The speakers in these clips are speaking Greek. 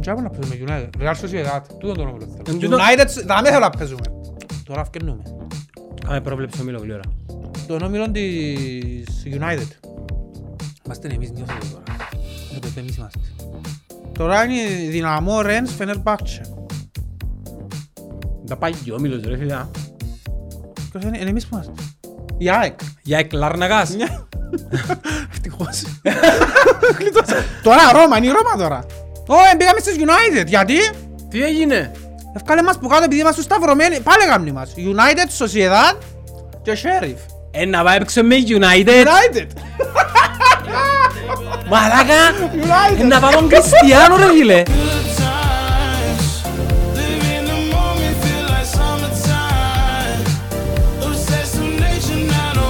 Τζάμπο να παίζουμε United. Real Sociedad. Τούτο το όνομα που θέλω. United, δάμε θέλω να παίζουμε. Τώρα αυκαινούμε. Κάμε πρόβλεψη ο Μιλόβλη, ωραία. Το νόμιλο της United. Είμαστε εμείς νιώθω το τώρα. Ε, το εμείς είμαστε. Τώρα είναι η δυναμό Ρένς Φενερμπάχτσε. Τα πάει και ο Μιλός, ρε φίλε. α. Ποιος είναι, είναι εμείς που είμαστε. Η ΑΕΚ. Για εκλάρναγας. Ευτυχώς. Γλιτώσα. Τώρα Ρώμα, είναι η Ρώμα τώρα. Ω, ε, μπήκαμε στις United. Γιατί? Τι έγινε. Ευκάλε μας που κάτω επειδή είμαστε σταυρωμένοι. Πάλε γάμνη μας. United, Sociedad και Sheriff. Ε, να πάει έπαιξε με United. United. Μαλάκα. United. Ε, Να πάμε τον Κριστιανό, ρε φίλε. Good times, live in the moment, feel like summertime. Obsessed with nature, not a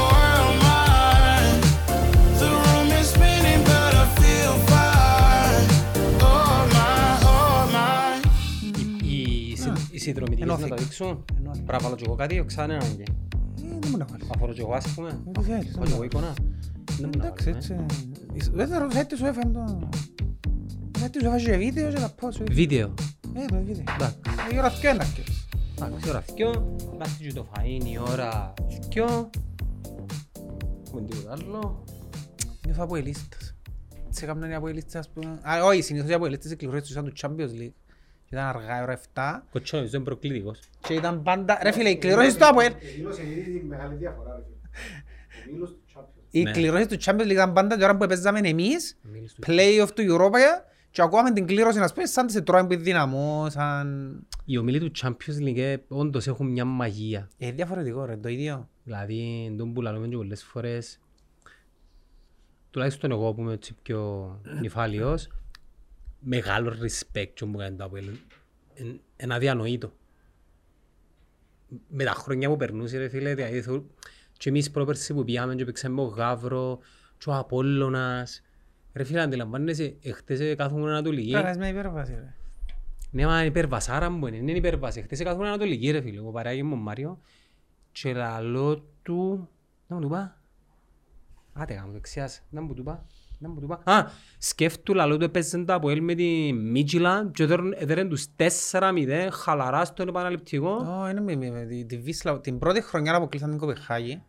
world mind. The room is spinning, but I feel fine. Oh my, oh my. Οι- οι συν- Οι συνδρομητικές να τα δείξουν. Πρέπει να βάλω κι εγώ κάτι, ξανά έναν και. Ε, Δεν μου να βάλεις. Θα φορώ κι εγώ, ας πούμε. Ε, τι θέλεις, Έχω δεν μου κι εγώ να εικόνα. Δεν μου να Εντάξει, βάλω, ε. έτσι. Δεν θα ρωτήσω τη σου έφερε το... Δεν τη σου έφερε και βίντεο και να πω σου. Ε, Βίντεο. το βίντεο. Ε, Εντάξει. Η ώρα δυο είναι αρκετή. Εντάξει, ώρα δυο, είμαστε και το φαΐν η ώρα δυο. Έχουμε τίποτα άλλο. Νιώθω από ελίστας. Σε κάμουν από ελίστας, ας πούμε. Α, όχι, συνήθως οι από ελίστας εκληρώσαν του Champions League. Και Ήταν αργά, η ώρα 7. Κοτσόνης, δεν προκλήτικος. Και ήταν πάντα... Ρε φίλε, οι κληρώσεις του Αποέλ... Μήλος Ε, είναι ήδη μεγάλη διαφορά. ρε φίλε. Ο Μήλος του Champions. Οι Ναι. κληρώσεις του Champions League ήταν πάντα την ώρα που παίζαμε εμείς, play-off του Europa και ακούγαμε την κλήρωση να πούμε σαν σε τρώμε που δυναμό, σαν... Οι ομίλοι του Champions League ε, όντως έχουν μια μαγεία. Ε, διαφορετικό ρε, το ίδιο. Δηλαδή, τον που λαλούμε και πολλές φορές, τουλάχιστον εγώ που είμαι έτσι πιο νυφάλιος, μεγάλο respect και μου κάνει το Αποέλ. Εν- Ένα διανοήτο. Με τα χρόνια που περνούσε ρε φίλε, δηλαδή θεωρώ- και εμείς πρόπερση που πήγαμε και παίξαμε ο Γάβρο και ο Απόλλωνας. Ρε φίλε, αντιλαμβάνεσαι, εχθές ε, κάθομαι ανατολική. Τώρα με υπέρβαση ρε. Ναι, μα είναι υπερβασάρα μου, είναι, είναι υπερβάση. Χτες έκαθομαι ανατολική ρε φίλε, ο παράγει μου ο Μάριο και λαλό του... Να μου του πά. Άτε κάνω δεξιάς, να μου του πά. Να μου του πά. Α, σκέφτου λαλό του έπαιζαν τα Αποέλ με τη Μίτζιλα και έδεραν- έδεραν τους 4-0 χαλαρά στον επαναληπτικό. Ω, είναι με- με- με τη- τη Βίσλα, την πρώτη χρονιά που αποκλείσαν την Κοπεχάγη,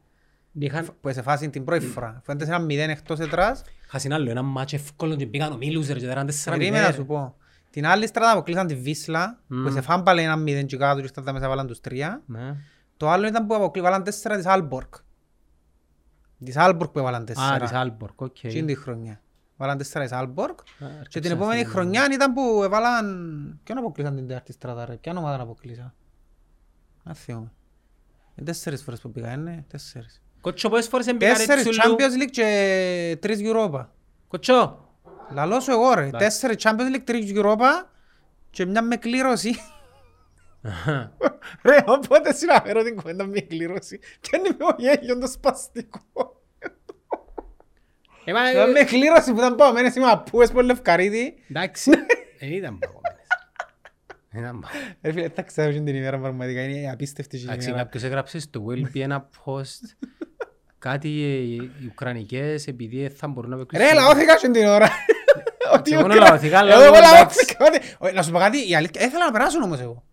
Είχαν που σε φάση την πρώτη φορά. Φαίνεται σε ένα μηδέν εκτός ετράς, χάσει άλλο ένα μάτσο εύκολο και μπήκαν ο Μίλους ρε και έδεραν 4-0. περίμενα να σου πω. Την άλλη στράτα αποκλείσαν τη Βίσλα, που σε φάμπαλε ένα μηδέν και κάτω και στα μέσα βάλαν τους τρία. Ναι. Το άλλο ήταν που αποκλεί, βάλαν τέσσερα της Άλμπορκ. Της Άλμπορκ που έβαλαν Α, της τέσσερα. Άλμπορκ, οκ. Τι είναι τη χρονιά. Βάλαν τέσσερα της Άλμπορκ. Α, έρχεται Και την ξανά επόμενη στην- χρονιά ήταν που έβαλαν... Ποιον αποκλείσαν την τέταρτη στράτα ρε, ποιον ομάδα αποκλείσαν. Να θυμούμε. Είναι τέσσερις φορές που πήγα, είναι τέσσερις. Κοτσό, πόσες φορές εμπήκαν Τέσσερις έτσι λου. Champions League και τρεις Europa. Κοτσό, Λαλώ σου εγώ ρε, τέσσερις Champions League, τρεις Europa και μια με κλήρωση. Ρε, οπότε συναφέρω την κουβέντα με κλήρωση και είναι με ο γέλιο το σπαστικό. Ε, μα, Ε, με κλήρωση που ήταν παγωμένες είμαι απούες πολύ λευκαρίτη. Εντάξει, δεν Ε, ήταν παγωμένες. Δεν ήταν παγωμένες. Ρε φίλε, θα ξέρω την ημέρα πραγματικά, είναι απίστευτη η Εντάξει, ημέρα. κάποιος έγραψε στο Wellbe ένα post κάτι ε, οι Ουκρανικές επειδή δεν θα μπορούν να Ρε, παίξουν. λαώθηκα σου την ώρα. Ότι εγώ ο- να λαώθηκα, αλλά Εγώ λέω, λαώθηκα, εντάξει. ότι- Ω, Να σου πω κάτι, η αλήθεια, ήθελα να περάσω όμως εγώ.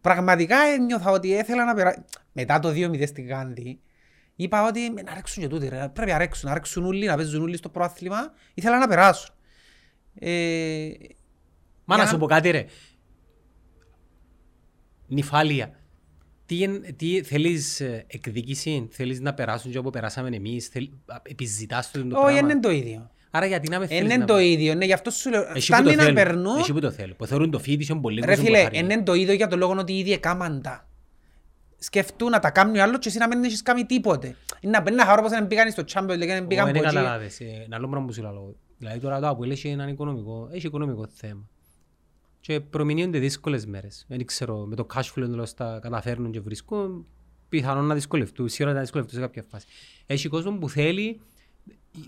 Πραγματικά ένιωθα ότι ήθελα να περάσω. Μετά το 2-0 στην Κάνδη, είπα ότι «Με, να ρέξουν και τούτοι ρε, πρέπει να ρέξουν, να ρέξουν όλοι, να παίζουν όλοι στο προάθλημα. Ήθελα να περάσω. Ε, Μα να για- σου πω κάτι ρε. Νυφάλια. Τι, εν- τι θέλεις ε, εκδίκηση, θέλεις να περάσουν και όπου περάσαμε εμείς, θέλ, α, επιζητάς το, το Όχι, πράγμα. δεν είναι το ίδιο. Άρα γιατί να με Δεν θέλεις είναι να το με- ίδιο, ναι, γι' αυτό σου λέω, Εσύ που το φτάνει να θέλουν, περνούν. Εσύ που το θέλουν, που θεωρούν το φίτι σαν πολύ Ρε κόσμο φίλε, χαρή. είναι το ίδιο για το λόγο ότι ήδη έκαναν τα. Σκεφτούν να τα κάνουν άλλος και εσύ να μην έχεις κάνει τίποτε. Είναι να παίρνει χαρό πως δεν πήγαν στο Champions League, δεν πήγαν Εγώ δεν από εκεί. καταλάβες. Ε, Ένα άλλο πράγμα που σου λέω. Δηλαδή τώρα το Αποέλ έχει έναν οικονομικό, έχει οικονομικό θέμα. Και προμηνύονται δύσκολες μέρες. Δεν ξέρω, με το cash flow τέλος τα καταφέρνουν και βρίσκουν. Πιθανόν να δυσκολευτούν, σίγουρα να δυσκολευτούν σε κάποια φάση. Έχει κόσμο που θέλει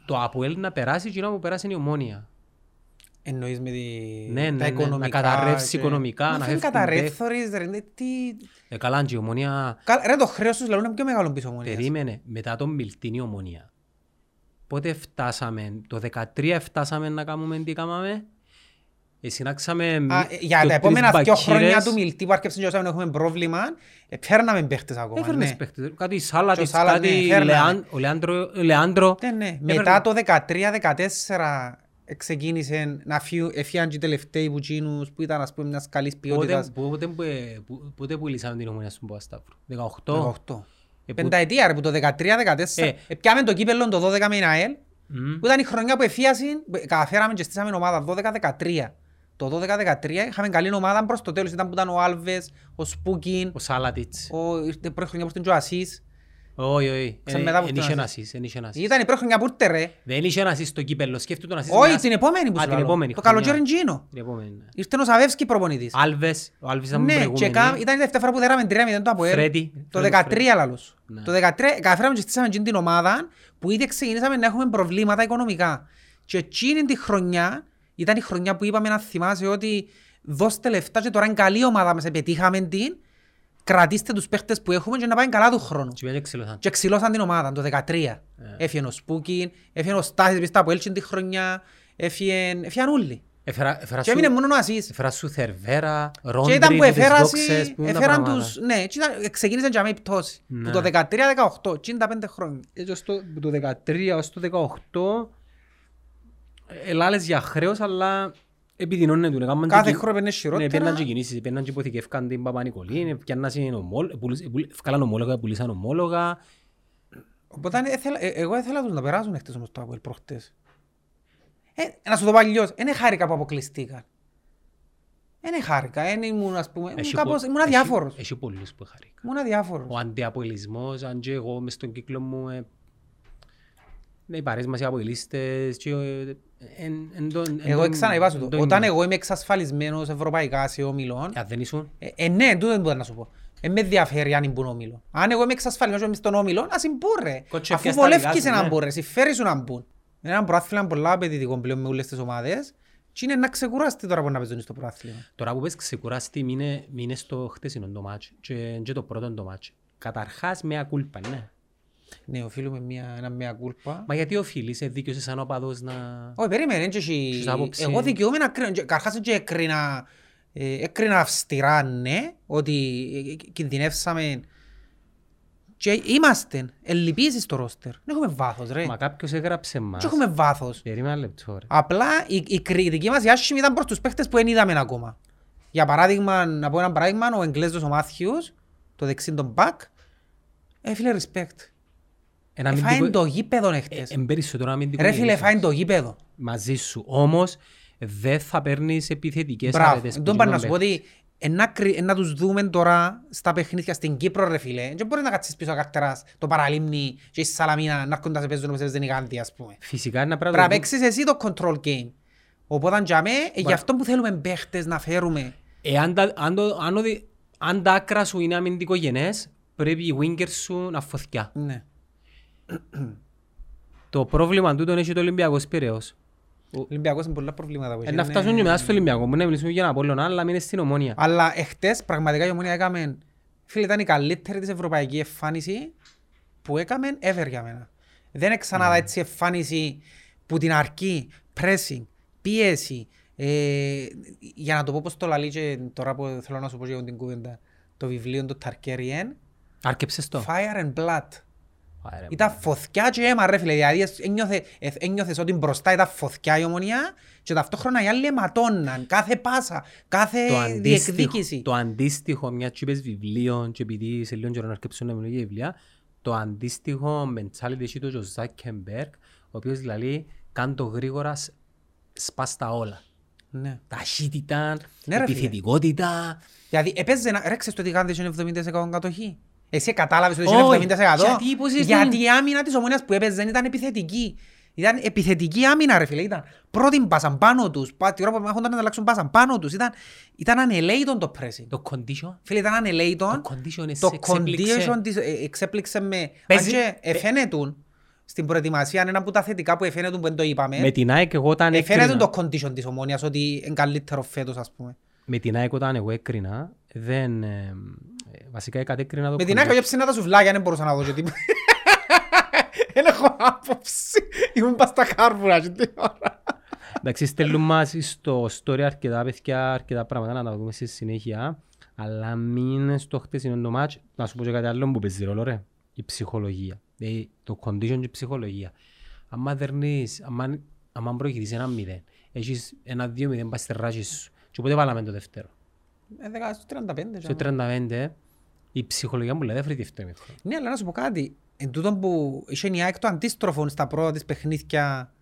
το Αποέλ να περάσει και να μου περάσει η ομόνια. Εννοείς με τη... Ναι, ναι, τα ναι, οικονομικά. να καταρρεύσει και- οικονομικά, Μα να δεν φεύγουν καταρρεύθωρεις, ρε, ναι, τι... Ε, καλά, και η ομόνια Καλά, Ρε, το χρέος τους λαλούν είναι πιο μεγάλο πίσω μόνοι. Περίμενε, μετά τον Μιλτίνη η ομονία. Πότε φτάσαμε, το 13 φτάσαμε να κάνουμε τι κάναμε Συνάξαμε Α, ε, Για τα επόμενα δύο χρόνια του Μιλτή που άρχισε και ο Σάβιν έχουμε πρόβλημα, ε, φέρναμε παίχτες ακόμα. Έφερνες ναι. παίχτες, κάτι Σάλατης, Και ο Σάλα, κάτι ναι, φέρναμε. Λεάν- ο Λεάντρο- Λεάντρο. Ναι, ναι. Έπαιρνε- Μετά το 13-14 ξεκίνησε να φύγουν- έφυγαν και οι τελευταίοι που εκείνους που ήταν ας πούμε μιας καλής Πότε- ποιότητας. πότε που, ε, που- Πότε που λύσαμε την ομονία στον Παπασταύρου. 18. 18. Ε, που- Πενταετία ρε, που το 13-14. Ε. Επιάμε το κύπελλο το 12 με την ΑΕΛ, Μμμ. που ήταν η χρονιά που εφίασαν, καταφέραμε και στήσαμε ομάδα 12-13. Το 12-13 είχαμε καλή ομάδα προς το τέλος, ήταν που ήταν ο Άλβες, ο Σπούκιν, Ο Σάλατιτς. Ε, ο ήρθε πρώτη χρονιά που ήρθε και ο Ασίς. Όχι, όχι. Ξα- μετά από Δεν τον είχε ένα Ασίς. ασίς, εν είχε ένα ασίς. Ήταν η πρώτη χρονιά που ήρθε ρε. Δεν είχε ένα ασίς στο κύπελλο. Σκέφτου τον ασίς. Όχι, μιας- την επόμενη που Α, σου την λέω. επόμενη Το χρονιά. καλοκαίρι εκείνο. Την επόμενη, ναι. Ήρθε ο Σαβεύσκη προπονητής. Άλβες. Ο Άλβες ήταν Ναι, και κάμ, προηγούμενη. ήταν η δεύτερη φορά που δέραμε 3-0 το Αποέλ. Φρέτη, Το Φρέτη, 13 Φρέτη. λαλούς. Ναι. Το 13 καταφέραμε και στήσαμε εκείνη την ομάδα που ήδη ξεκινήσαμε να έχουμε προβλήματα οικονομικά. Και εκείνη τη χρονιά ήταν η χρονιά που είπαμε να θυμάσαι ότι δώστε λεφτά και τώρα είναι καλή ομάδα μας, επιτύχαμε την, κρατήστε τους παίχτες που έχουμε και να πάει καλά του χρόνου. Και πήγαν και ξυλώσαν. Και ξυλώσαν την ομάδα το 13. Ναι. Έφυγε ο Σπούκιν, έφυγε ο Στάσης πίστα από Έλτσιν τη χρονιά, έφυγε- έφυγαν όλοι. Έφερα- έφερα Και σου- έμεινε μόνος ο Ασίς. Έφερα σου Θερβέρα, Και Ρόντρι, ήταν που τις εφέρασε, δόξες, που είναι τα εφέραν πράγματα. τους, ναι, και ήταν, ξεκίνησαν για μένα η πτώση. Ναι. Που το 13-18, 55 χρόνια. έτσι ως το, ε, το 13 ως το 18 ελάλες για χρέος αλλά επιδεινώνουν του. Έκαναν Κάθε και- χρόνο έπαιρνε Ναι, χειρότερα. έπαιρναν και κινήσεις, έπαιρναν και υποθηκεύκαν την Παπα-Νικολή, έπαιρναν και ομόλογα, έφκαλαν ομόλογα, πουλήσαν ομόλογα. Οπότε ε, ήθελα- ε, εγώ ήθελα τους να περάσουν χτες όμως το Αποέλ προχτές. Ε, να σου το πω αλλιώς, δεν χάρηκα που αποκλειστήκα. Δεν χάρηκα, δεν ήμουν ας πούμε, ήμουν, Έχει κάπως, πο- ήμουν έχει- αδιάφορος. Έχει πολλούς που χαρήκα. Ήμουν αδιάφορος. Ο αντιαπολισμός, αν και εγώ μες στον κύκλο μου, ε, ναι, οι παρέες μας οι αποελίστες, και, ε, εν- εν τον- εν Εγώ τον- ξαναείπα σου εν το. τον Όταν ήμουν. εγώ είμαι εξασφαλισμένος ευρωπαϊκά σε ομιλών, Α, δεν ήσουν. Ε, ε, ναι, τούτο δεν μπορώ να σου πω. Ε, με ενδιαφέρει αν μπουν όμιλο. Αν εγώ είμαι εξασφαλισμένος είμαι στον όμιλο, ας μπουν ρε. Κότσε, Αφού πιάσ' τα βολεύκεις λιγά σου, να ναι. μπουν ρε, συμφέρει σου να μπουν. Είναι ένα προάθλημα πολλά απαιτητικό πλέον με όλες τις ομάδες και είναι να ξεκουράστη τώρα που να παίζουν στο προάθλημα. Τώρα που πες ξεκουράστη μείνε, μείνε στο χτεσινό το μάτς και, και το πρώτο το μάτς. Καταρχάς με ακούλπα, ναι. Ναι, οφείλουμε μια, ένα μea culpa. Μα γιατί οφείλεις, ε, δίκιος σαν οπαδός να... Όχι, περίμενε, έτσι έχει... Ποιος άποψη Εγώ είναι? δικαιούμαι να κρίνω. και- Καρχάς και έκρινα, ε, έκρινα αυστηρά, ναι, ότι ε, ε, κινδυνεύσαμε και είμαστε ελλειπίσεις στο ρόστερ. Δεν έχουμε βάθος, ρε. Μα κάποιος έγραψε μας. Δεν Ε. έχουμε βάθος. Περίμενα λεπτό, ρε. Απλά η, η κριτική μας η άσχημη ήταν προς τους παίχτες που δεν είδαμε ακόμα. Για παράδειγμα, να πω ένα παράδειγμα, ο Εγγλέζος ο Μάθιους, το δεξί των μπακ, έφυλε respect. Ένα Εφάιν μυντικό- Ε, το γήπεδο Ε, εχθές. εν περισσότερο αμυντικό Ρε φίλε, γύρισμα. εφάιν το γήπεδο. Μαζί σου. Όμως, δεν θα παίρνεις επιθετικές Μπράβο. αρετές Ε, που Τον πάνε να γίνονται. σου πω ότι ε, να, κρι- ε, να τους δούμε τώρα στα παιχνίδια στην Κύπρο ρε φίλε. Δεν μπορεί να κάτσεις πίσω καρτεράς, το παραλίμνη και η Σαλαμίνα να έρχονται να σε παίζουν μέσα στην Ιγάνδη ας πούμε. Φυσικά είναι ένα Πρέπει να πράγμα που- παίξεις εσύ το control game. Οπότε για μέ, ε, γι' αυτό που θέλουμε παίχτες να φέρουμε. Εάν τα- Ε, αν το- αν ο δι- Αν τα άκρα σου είναι αμυντικογενές, πρέπει οι wingers σου να φωθιά. Ναι. Το πρόβλημα τούτον έχει το Ολυμπιακός Πειραιός. Ο Ολυμπιακός είναι πολλά προβλήματα που Ε, έχει. να φτάσουν και μετά στο Ολυμπιακό. Μπορεί να μιλήσουμε για ένα Απόλλωνα, αλλά μείνε στην Ομόνια. Αλλά εχθές πραγματικά η Ομόνια έκαμε... Φίλε, ήταν η καλύτερη της ευρωπαϊκή εμφάνιση που έκαμε ever για μένα. Δεν Ναι. ξαναδά έτσι εμφάνιση που την αρκεί, pressing, πίεση. Ε, για να το πω πως το λαλεί και τώρα που θέλω να σου πω για την κουβέντα. Το βιβλίο του Ταρκέριεν, Άρκεψες το. Fire and Blood. Άρα, Ήταν φωθιά και αίμα ρε φίλε, δηλαδή εσ- ένιωθε, εθ- ένιωθες ότι μπροστά ήταν φωθιά η ομονία και ταυτόχρονα οι άλλοι αιματώναν κάθε πάσα, κάθε το αντίστοιχο- διεκδίκηση. Το αντίστοιχο, μιας και είπες βιβλίων και επειδή σε λίγο καιρό να αρκεψούν να μιλούν για βιβλία, το αντίστοιχο mentality έχει το Ζακ Κεμπέρκ, ο οποίος δηλαδή κάνει το γρήγορα, σ- σπάς τα όλα. Ναι. Ταχύτητα, Ναι, ρε, φίλε. επιθετικότητα. Δηλαδή έπαιζε ένα, ρε ξέρεις το ότι κάνετε είναι 70% κατοχή. Εσύ κατάλαβες ότι Όχι. είναι 70% Γιατί, πώς ήρθε- γιατί η άμυνα της ομονίας που έπαιζε δεν ήταν επιθετική. Ήταν επιθετική άμυνα ρε φίλε, ήταν πρώτη μπάσαν πάνω τους, πα- τη ώρα που έχονταν να αλλάξουν μπάσαν πάνω τους, ήταν, ήταν ανελέητον το pressing. Το condition. Φίλε ήταν ανελέητον, Το condition είναι το σε ξέπληξε. condition της ε, εξέπληξε με... Αν Παίζει- και παι- εφαίνετουν στην προετοιμασία, είναι ένα από τα θετικά που εφαίνετουν που δεν το Με είπαμε. την ΑΕΚ εγώ όταν Εφαίνετουν έκρινα- ναι. το condition της ομόνιας ότι είναι καλύτερο φέτος ας πούμε. με την ΑΕΚ όταν εγώ έκρινα, δεν... ε, ε, Βασικά κατέκρινα το Με την condition. άκρη έψηνα τα σουβλάκια, δεν μπορούσα να δω και τίποτα. Δεν έχω άποψη. Ήμουν πας στα κάρβουρα και τι ώρα. Εντάξει, στέλνουν μας στο story αρκετά παιδιά, αρκετά πράγματα να τα δούμε στη συνέχεια. Αλλά μην στο χτεσινό το match, να σου πω και κάτι άλλο που παίζει ρόλο ρε. Η ψυχολογία. Δηλαδή, το condition και η ψυχολογία. Αν δερνείς, αν προηγηθείς ένα μηδέν, έχεις ένα δύο μηδέν πας στη ράση σου. Και οπότε βάλαμε το δεύτερο. Ε, δεκα- στο 35. Στο τζάμα. 35, η ψυχολογία μου λέει δεν φρύτει αυτό. Ναι, αλλά να σου πω κάτι. Εν τούτον που είχε η ΑΕΚ το αντίστροφο στα πρώτα της παιχνίδια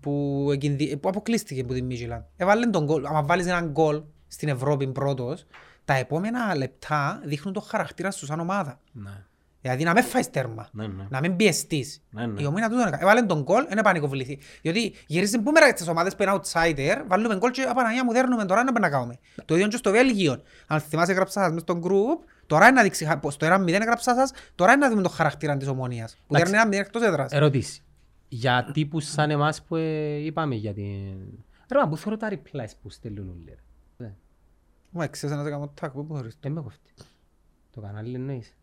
που, εγκυνδυ- που αποκλείστηκε από τη Μίχελαν. Έβαλε τον γκολ. Άμα βάλεις έναν γκολ στην Ευρώπη πρώτος, τα επόμενα λεπτά δείχνουν το χαρακτήρα σου σαν ομάδα. Ναι, Δηλαδή να μην φάεις τέρμα. ναι, ναι. Να μην πιεστείς. Ναι, ναι. Η ομίνα τούτον έκανε. Έβαλε τον γκολ, δεν επανεκοβληθεί. Διότι γυρίζουν που μέρα στις ομάδες που είναι outsider, βάλουμε γκολ και απαναγία μου δέρνουμε τώρα να να κάνουμε. Το ίδιο και στο Βέλγιο. Αν θυμάσαι γράψα σας μες στον group, τώρα είναι να δείξει, χα- πως στο 1-0 γράψα σας, τώρα είναι να δούμε το χαρακτήρα της ομόνιας. Που Εντάξει. Ε, δέρνει ένα 0 εκτός έδρας. Ερωτήσει. Για τύπους σαν εμάς που ε, είπαμε για την... Ρε, μα, πού θεωρώ τα replies που στέλνουν όλοι. ρε. Μα ξέρεις να σε κάνω τάκ, πού μπορείς. Δεν με κοφτεί. Το κανάλι εννοείς.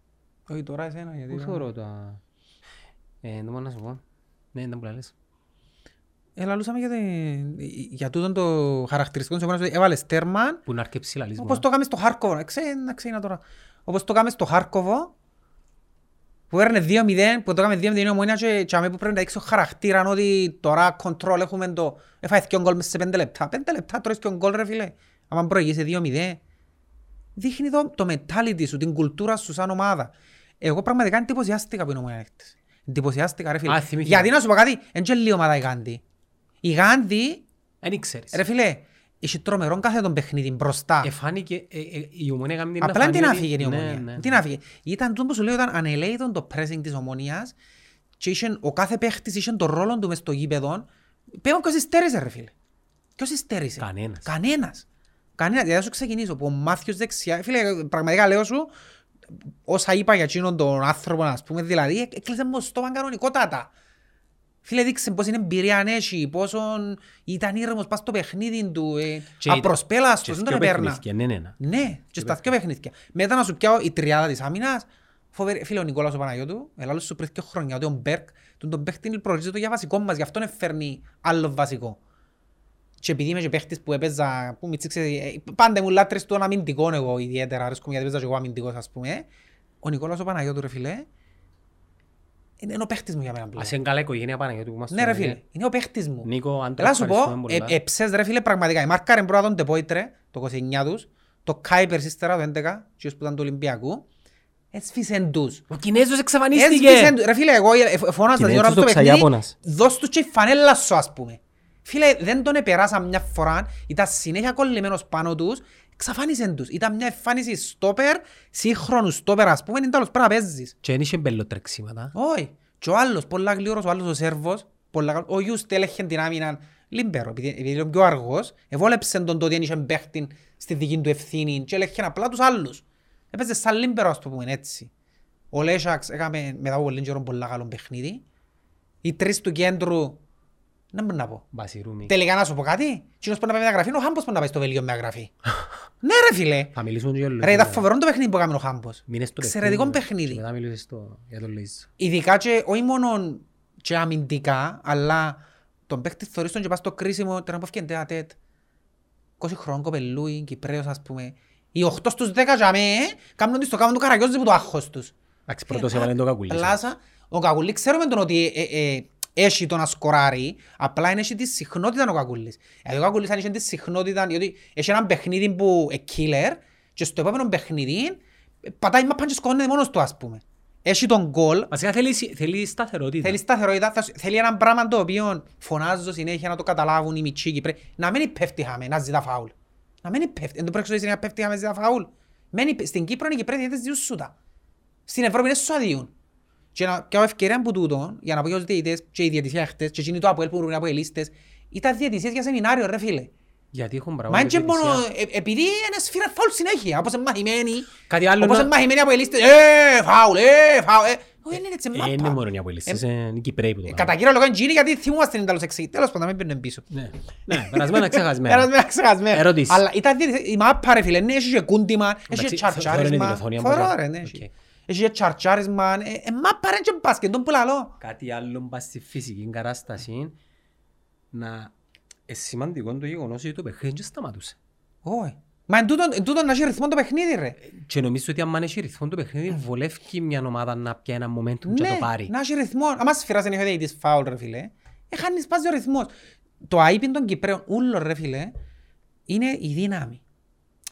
Όχι τώρα εσένα γιατί... Πού θεωρώ τα... Ε, δεν μπορώ να σου πω. Ναι, δεν μου λες. Έλα λούσαμε Ε, για, την- για τούτον το χαρακτηριστικό της ομόνιας. ότι Έβαλες τέρμα, Που να αρκεψεί λαλείς μου. Όπως το έκαμε στο Χάρκοβο, να ξέ- να ξένα τώρα. Όπως το έκαμε στο Χάρκοβο, που έρνε 2-0, που το έκαμε 2-0 η ομόνια και και αμέ που πρέπει να δείξει ο χαρακτήρα ότι τώρα control έχουμε το... Έφαγε δυο γκολ μέσα σε πέντε λεπτά. Πέντε λεπτά τρώεις και γκολ ρε φίλε. Αν προηγείσαι 2-0. Δείχνει το, το mentality σου, την κουλτούρα σου σαν ομάδα. Εγώ πραγματικά εντυπωσιάστηκα που είναι ομόνια χτες. Εντυπωσιάστηκα ρε φίλε. Α, θυμήθηκα. Γιατί να σου πω κάτι, εν και λίγο ομάδα η Γάνδη. Η Γάνδη, Δεν ήξερες. ρε φίλε, είχε τρομερόν κάθε τον παιχνίδι μπροστά. Εφάνηκε... ε, ε, Η ομονία έκανε την Απλά αφανή την ότι- άφηγε η Ναι, ομονία. ναι. Την άφηγε. Ήταν τούτο που σου λέω, ήταν ανελέητον το pressing της ομονίας και είχε, ο κάθε παίχτης είχε τον ρόλο του μες στο γήπεδο. Πέμπω ποιος υστέρησε ρε φίλε. Ποιος υστέρησε. ναι. Κανένας. Κανένας. Κανένας. Δηλαδή θα σου ξεκινήσω που ο Μάθιος δεξιά. Φίλε, πραγματικά λέω σου, όσα είπα για εκείνον τον άνθρωπο, ας πούμε, δηλαδή, ε- έκλεισε μου στο κανονικότατα. Φίλε, δείξε πώς είναι εμπειρία αν έχει, πόσο ήταν ήρεμος, πας στο παιχνίδι του, ε, Και ήταν- Και απροσπέλαστος, δεν τον δυο επέρνα. παιχνίδια, Ναι, ναι, ναι. Ναι, και στα δυο παιχνίδια. Μετά να σου πιάω η τριάδα της άμυνας. Φοβερή, φίλε ο Νικόλαος ο Παναγιώτου, ελάλο σου πριν δύο χρόνια ότι ο Μπέρκ τον τον παίχτη προορίζεται για βασικό μας, γι' αυτόν φέρνει άλλο βασικό. Και επειδή είμαι και παίχτης που έπαιζα, που μη τσίξε, ε, πάντα ήμουν λάτρης του αμυντικών εγώ ιδιαίτερα, αρέσκω γιατί παίζα και εγώ αμυντικός ας πούμε. Ο Νικόλαος ο Παναγιώτου ρε φίλε, είναι ο παίχτης μου για μένα πλέον. Ας είναι καλά η οικογένεια Παναγιώτου που μας ε. Ναι ρε φίλε, είναι ο παίχτης μου. Νίκο, αν το Ελά σου ευχαριστούμε πω, πολλά. ε, εψες ρε φίλε πραγματικά. Η μάρκα ρε πρώτα τον Τεπόιτρε, το 29 τους, το Κάιπερ σύστερα το 11, κύριος που ήταν του Ολυμπιακού. Έσφυσεν τους. Ο Κινέζος Έσφυσεν εξαφανίστηκε. τους. Ρε φίλε, εγώ ε, ε, φώναζα δύο Κινέζος ώρα στο ο παιχνίδι, Ξαγιάπωνας. δώσ' τους και η φανέλα σου ας πούμε. Φίλε, δεν τον επεράσα μια φορά, ήταν συνέχεια κολλημένος πάνω τους, εξαφάνισεν τους. Ήταν μια εμφάνιση στόπερ, σύγχρονου στόπερ ας πούμε, είναι τέλος πρέπει να παίζεις. Και δεν είχε μπελοτρεξίματα. Όχι. Και ο άλλος, πολλά γλύωρος, ο άλλος ο Σέρβος, πολλά... γα- ο Ιούς τέλεχε την άμυνα λίμπερο, επειδή, επειδή ήταν πιο αργός, εβόλεψε τον τότε, είχε παίχτη στη δική του ευθύνη και έλεγχε απλά τους άλλους. Έπαιζε σαν λίμπερο, ας το πούμε έτσι. Ο Λέσσαξ έκαμε μετά από πολύ καιρό πολλά καλό παιχνίδι. Οι τρεις του κέντρου, να μην να πω. Μπασιρούμι. Τελικά να σου πω κάτι, κοινός που να πάει με αγραφή είναι ο Χάμπος που να πάει στο Βέλγιο με αγραφή. ναι ρε φίλε. Θα μιλήσουμε και για τον Ρε ήταν Λουίζο. φοβερό το παιχνίδι που έκαμε ο Χάμπος. Μείνες στο Εξαιρετικό Και παιχνίδι. Μετά μιλούσες στο- για τον Λουίζο. Ειδικά και όχι μόνο και αμυντικά, αλλά τον παίκτη θεωρείς τον και πας στο κρίσιμο, τώρα που έφυγε τέα τέτ, 20 χρόνων κοπελούι, Κυπρέος ας πούμε, οι 8 στους 10 για ε, μέ, κάνουν τις το κάνουν του Καραγιώζη που το άγχος τους. Εντάξει, πρώτος έβαλε το ε. κακουλί. Λάσα, ο Κακουλής ξέρουμε τον ότι ε, ε, ε, έχει το να σκοράρει, απλά είναι έχει τη συχνότητα ο Κακουλής. Δηλαδή ο Κακουλής αν είχε τη συχνότητα, διότι έχει έναν παιχνίδι που ε, killer και στο επόμενο παιχνίδι ε, πατάει μα και σκόνεται μόνος του ας πούμε. Έχει τον γκολ, Βασικά θέλει, θέλει σταθερότητα. Θέλει σταθερότητα, θα σου- θέλει ένα πράγμα το οποίο φωνάζω συνέχεια να το καταλάβουν οι μητσοί Κύπροι. Να μην υπέφτει χάμε, να ζητά φάουλ. Να μην υπέφτει. Δεν το πρέπει να πέφτει χάμε, ζητά φάουλ. Μένει υπε- στην Κύπρο είναι οι Κυπρέοι διαιτητές διούν σούτα. Στην Ευρώπη είναι σωαδιούν. Και να πιάω ευκαιρία που τούτο, για να πω και τους διαιτητές και οι διαιτησία χτες και εκείνοι το ΑΠΟΕΛ που μπορούν από ελίστες, ήταν διαιτησίες για σεμινάριο ρε φίλε. Γιατί έχουν Μα πράγμα. είναι και διαιτησία. μόνο, ε, επειδή είναι σφύρα φάουλ συνέχεια, όπως είναι μαθημένοι, Κάτι άλλο όπως να- είναι μαθημένοι από ελίστες, ε, φάουλ, ε, φάουλ, ε. Όχι, είναι έτσι Ε, μάπα. Είναι μόνο οι απολύσεις. ε, Είναι οι Κυπραίοι που το κάνουν. Ε, Κατά κύριο λόγο είναι τζίνι γιατί θυμούμαστε την τέλος εξή. Τέλος πάντων, μην πήρνε πίσω. Ναι. Ναι, περασμένα ξεχασμένα. Ένας ξεχασμένο. Ερωτήσεις. Αλλά ήταν διαιτητή- η μάπα ρε φίλε, ναι, έχει και κούντιμα, έχει και Εντάξει, θωρώ είναι την τσαρτσάρισμα. οθόνη, αν Φορώ μπορώ. ρε, ναι, Οκ. έχει. Έχει και τσαρτσάρισμα, ε, ε, μάπα ρε, είναι και μπάσκετ, τον που λαλώ. Κάτι άλλο πας στη φυσική κατάσταση να Ε, σημαντικό το γεγονός ότι το παιχνίδι δεν σταματούσε. ε. Όχι. Μα εν τούτον, εν τούτον να έχει ρυθμό το παιχνίδι ρε. Και νομίζω ότι αν έχει ρυθμό το παιχνίδι, βολεύει μια ομάδα να πιάει ένα momentum και να Ναι, το πάρει. να έχει ρυθμό. Αν σφυράς δεν είχε διαιτητής φάουλ ρε φίλε, ε, έχανεις πάση ο ρυθμός. Το αείπιν των Κυπρέων, ούλο ρε φίλε, είναι η δύναμη.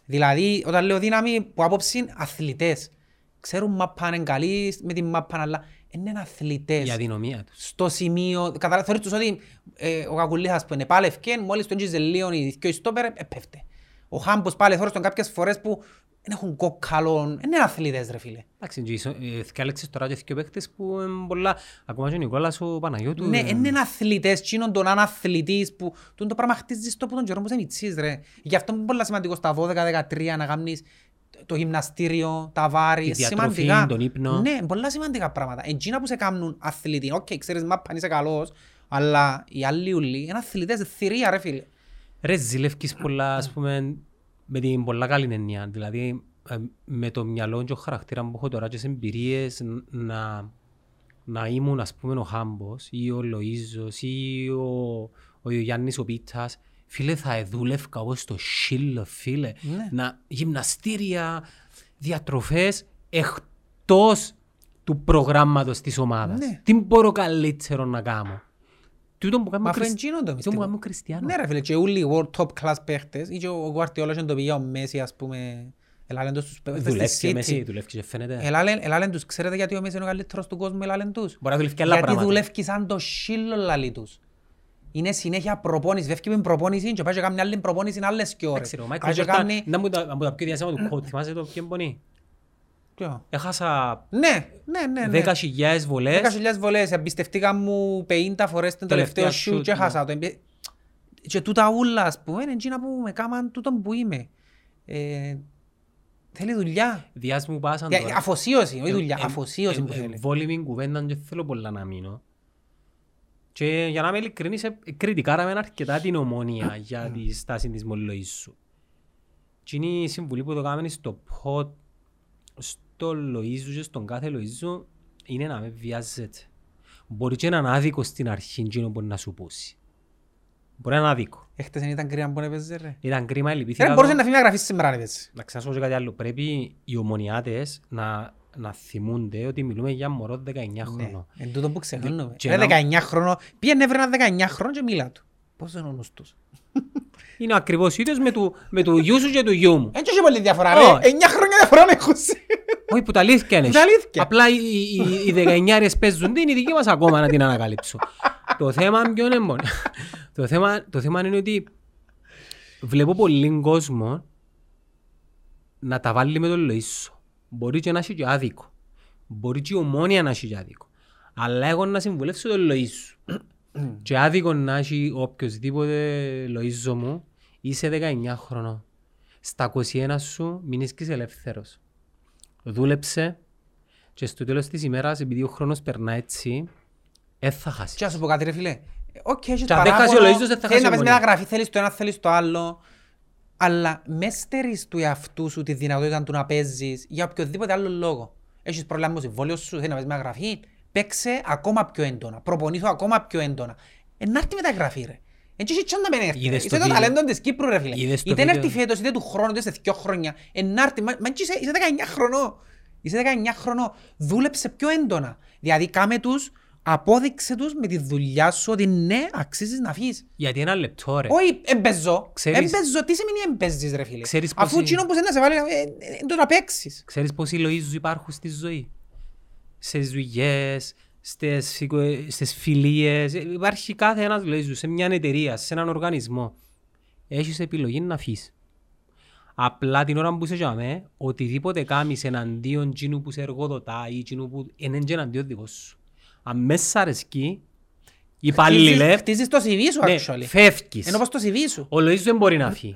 Δηλαδή, όταν λέω δύναμη, που άποψη είναι αθλητές. Ξέρουν μαπά είναι καλοί με την μαπά, αλλά είναι αθλητές. Η αδυναμία τους. στο σημείο, καταλάβεις, θεωρείς τους ότι ε, ο Κακουλίχας που είναι πάλι ευκέν, μόλις τον έτζιζε λίγο οι δυο ιστόπερ, επέφτε. Ο Χάμπος πάλι θεωρείς τον κάποιες φορές που δεν έχουν κόκκαλον, δεν είναι αθλητές ρε φίλε. Εντάξει, και ισο- ε, θκιάλεξες τώρα και θκυο παίχτες που είναι πολλά. Ακόμα και ο Νικόλας ο Παναγιώτου. Ναι, ε, εν είναι αθλητές, τσίνον τον αναθλητής που τον το πράγμα χτίζεις το που τον καιρό που είσαι μητσής ρε. Γι' αυτό είναι πολύ σημαντικό στα 12-13 να κάνεις το γυμναστήριο, τα βάρη, Τη διατροφή, σημαντικά. τον ύπνο. Ναι, πολλά σημαντικά πράγματα. Εντζίνα που σε κάνουν αθλητή, οκ, ξέρεις μα πάνε είσαι καλός, αλλά οι άλλοι ουλοί είναι αθλητές, θηρία ρε φίλε. Ρε, ζηλεύκεις πολλά, ας πούμε, με την πολλά καλή έννοια. Δηλαδή, ε, με το μυαλό και ο χαρακτήρα που έχω τώρα και σε εμπειρίες ν- να, να ήμουν, ας πούμε, ο Χάμπος ή ο Λοΐζος ή ο, ο Γιάννης ο Πίτσας. Φίλε, θα εδούλευκα εγώ στο σύλλο, φίλε. Ναι. Να, γυμναστήρια, διατροφές, εκτός του προγράμματος της ομάδας. Ναι. Τι μπορώ καλύτερο να κάνω. Τούτο που Μα κάνουμε αυτό είναι τζίνον το Τούτο που μυστικό. κάνουμε ο Κριστιανό. Ναι ρε φίλε, και όλοι οι world top class παίχτες, ή και ο Γουαρτιόλος και το πήγε ο Μέση ας πούμε, ελάλεν τους στους παίχτες Δουλεύει της και City. μέση, δουλεύει και φαίνεται. Ελάλεν, ελάλεν τους, ξέρετε γιατί ο Μέση είναι ο καλύτερος του κόσμου, ελάλεν τους. Μπορεί να δουλεύει και άλλα Γιατί πράγματα. δουλεύει σαν το σύλλο λαλί τους. Είναι συνέχεια προπόνηση, βεύκει με προπόνηση και πάει και κάνει άλλη προπόνηση άλλες και Δεν ώρες. ξέρω, ο Πάει Μάικλ και Τζόρνταν κάνει- ήταν από τα- από τα πιο διάσημα του κόουτ. Θυμάσαι το ποιον πονεί. Ποιο? Έχασα Ναι, ναι, ναι. ναι. 10.000 Δέκα βολές. χιλιάδες βολές, εμπιστευτήκα μου 50 φορές τον Τελευταία ναι. τελευταίο σου shoot, και έχασα το. Εμπι- Και τούτα ούλα, ας πούμε, είναι εκείνα που με κάμαν τούτον που είμαι. Ε, Θέλει δουλειά. Διάς μου πάσαν Ε, τώρα. Αφοσίωση, όχι Ε, δουλειά, ε, αφοσίωση ε, που ε, θέλει. Βόλυμη κουβέντα και θέλω πολλά να μείνω. Και για να είμαι ειλικρινής, ε, κριτικάραμε αρκετά την ομόνια για τη στάση της Μολοϊσού. Τι είναι η συμβουλή που το κάνουμε στο pod, στο Λοΐζου και στον κάθε Λοΐζου, είναι να με βιάζεται. Μπορεί και να είναι άδικος στην αρχή, εκείνο μπορεί να σου πούσει. Μπορεί να είναι άδικο. Έχτες ήταν κρύα που έπαιζε ρε. Ήταν κρίμα, Ε, λυπήθηκα. Ρε το. μπορούσε να φύγει να γραφείς σήμερα αν έπαιζε. Να ξανασώ και κάτι άλλο. Πρέπει οι ομονιάτες να, να θυμούνται ότι μιλούμε για μωρό 19 Ναι. χρονών. Εν τούτο που ξεχνούμε. και Ρε να- 19 χρόνο, πήγαινε βρε ένα 19 χρόνο και μίλα του. Πώς είναι ο νους τους. Είναι ακριβώς ίδιος με του, με του γιού σου και του γιού μου. Εν τόσο πολύ διαφορά Όχι. ρε. 9 χρόνια διαφορά με έχουσε. Όχι που τα αλήθεια είναι. Τα αλήθεια. Απλά οι, οι, οι- οι δεκαεννιάρες παίζουν την, η δική μας ακόμα να την ανακαλύψω. το θέμα ποιο είναι μόνο. το, θέμα, το θέμα είναι ότι βλέπω πολύ κόσμο να τα βάλει με τον Λοΐσο. Μπορεί και να έχει και άδικο. Μπορεί και η ομόνια να έχει και άδικο. Αλλά εγώ να συμβουλεύσω τον Λοΐσο. και άδικο να έχει οποιοδήποτε Λοΐζο μου είσαι 19 χρονών. Στα 21 σου μην είσαι ελεύθερος δούλεψε και στο τέλος της ημέρας, επειδή ο χρόνος περνά έτσι, δεν θα χάσεις. Τι να σου πω κάτι ρε φίλε. Ε, Οκ, έχεις Και αν δεν χάσει ο Λοΐζος, δεν θα θέλεις χάσει να ο πας με Μόνιος. ένα γραφή, θέλεις το ένα, θέλεις το άλλο. Αλλά μες στερείς του εαυτού σου τη δυνατότητα του να παίζεις για οποιοδήποτε άλλο λόγο. Έχεις πρόβλημα με το συμβόλαιο σου, θέλεις να πας με ένα γραφή, παίξε ακόμα πιο έντονα, προπονήσου ακόμα πιο έντονα. Ε, να έρθει με τα γραφή ρε. Έτσι είσαι τσάντα με έρθει. ρε. Είδες το Είσαι το βίντεο. ταλέντο της Κύπρου ρε φίλε. Είδες το Είτε να βίντεο. έρθει φέτος, είτε του χρόνου, είτε σε δυο χρόνια. Ε, να έρθει, μα, μα έτσι είσαι, είσαι 19 χρονών. Είσαι 19 χρονών. Δούλεψε πιο έντονα. Δηλαδή κάμε τους, απόδειξε τους με τη δουλειά σου ότι ναι, αξίζεις να φύγεις. Γιατί ένα λεπτό ρε. Όχι, εμπεζώ. Ε. Ξέρεις- Εμπεζώ. Τι σημαίνει εμπεζείς ρε φίλε. Ξέρεις πώς Αφού είναι. εκείνο που σε να σε βάλει, ε, ε, ε, το να παίξεις. Ξέρεις πόσοι Λοΐζου υπάρχουν στη ζωή. Σε δουλειές, στις, οικο- στις φιλίες. Ε, Υπάρχει κάθε ένας Λοΐζου σε μια εταιρεία, σε έναν οργανισμό. Έχεις επιλογή να φύγεις. Απλά την ώρα που είσαι για μέ, οτιδήποτε κάνεις εναντίον τσινού που σε εργοδοτά ή τσινού που είναι και εναντίον δικό σου. Αν μέσα αρεσκεί, υπαλληλέ, Χτίζεις- Χτίζεις το CV σου ναι, actually. φεύγεις. Ενώ πως το CV σου. Ο Λοΐζος δεν μπορεί να φύγει.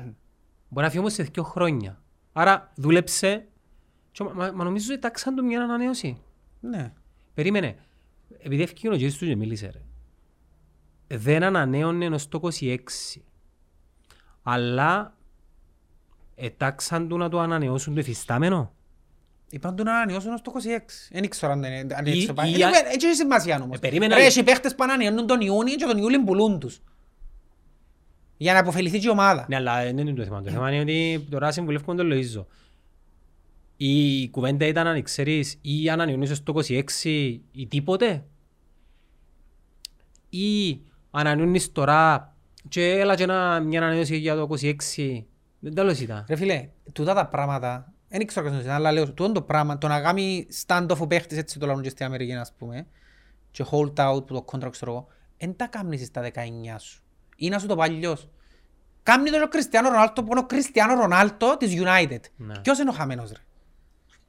Μπορεί να φύγει όμως σε δύο χρόνια. Άρα δούλεψε. Και, μα, μα- μα νομίζω ότι τάξαν του μια ανανέωση. Ναι. Περίμενε. Επειδή έφυγε ο Τζέσου και μίλησε ρε. Δεν ανανέωνε ως το 26. Αλλά ετάξαν του να το ανανεώσουν το εφιστάμενο. Είπαν του να ανανεώσουν ως το 26. Δεν ήξερα αν είναι αν Ή- έτσι το πάει. ή- Έτσι δεν- έτσι έχει σημασία όμως. Ε, περίμενε. Ρε, έχει παίχτες που ανανεώνουν τον Ιούνιο και τον Ιούλιο πουλούν τους. Για να αποφεληθεί και η ομάδα. Ναι, αλλά δεν είναι το θέμα. Το θέμα είναι ότι τώρα συμβουλεύουμε τον Λοΐζο. Η κουβέντα ήταν αν ξέρεις ή αν ανανεωνίσαι στο 26 ή τίποτε. Ή ανανεώνεις τώρα και έλα και ένα, μια ανανέωση για το 26. Δεν τέλος ήταν. Ρε φίλε, τούτα τα πράγματα, δεν ξέρω καθώς είναι, αλλά λέω, τούτο το πράγμα, το να κάνει stand-off ο παίχτης έτσι το λάβουν και στην Αμερική, ας πούμε, και hold out που το contract ξέρω εγώ, δεν τα κάνεις στα 19 σου. Ή να σου το παλιός. Κάμνει τον Κριστιανό Ρονάλτο που είναι ο Κριστιανό Ρονάλτο της United. Ναι. Ποιος είναι ο χαμένος ρε.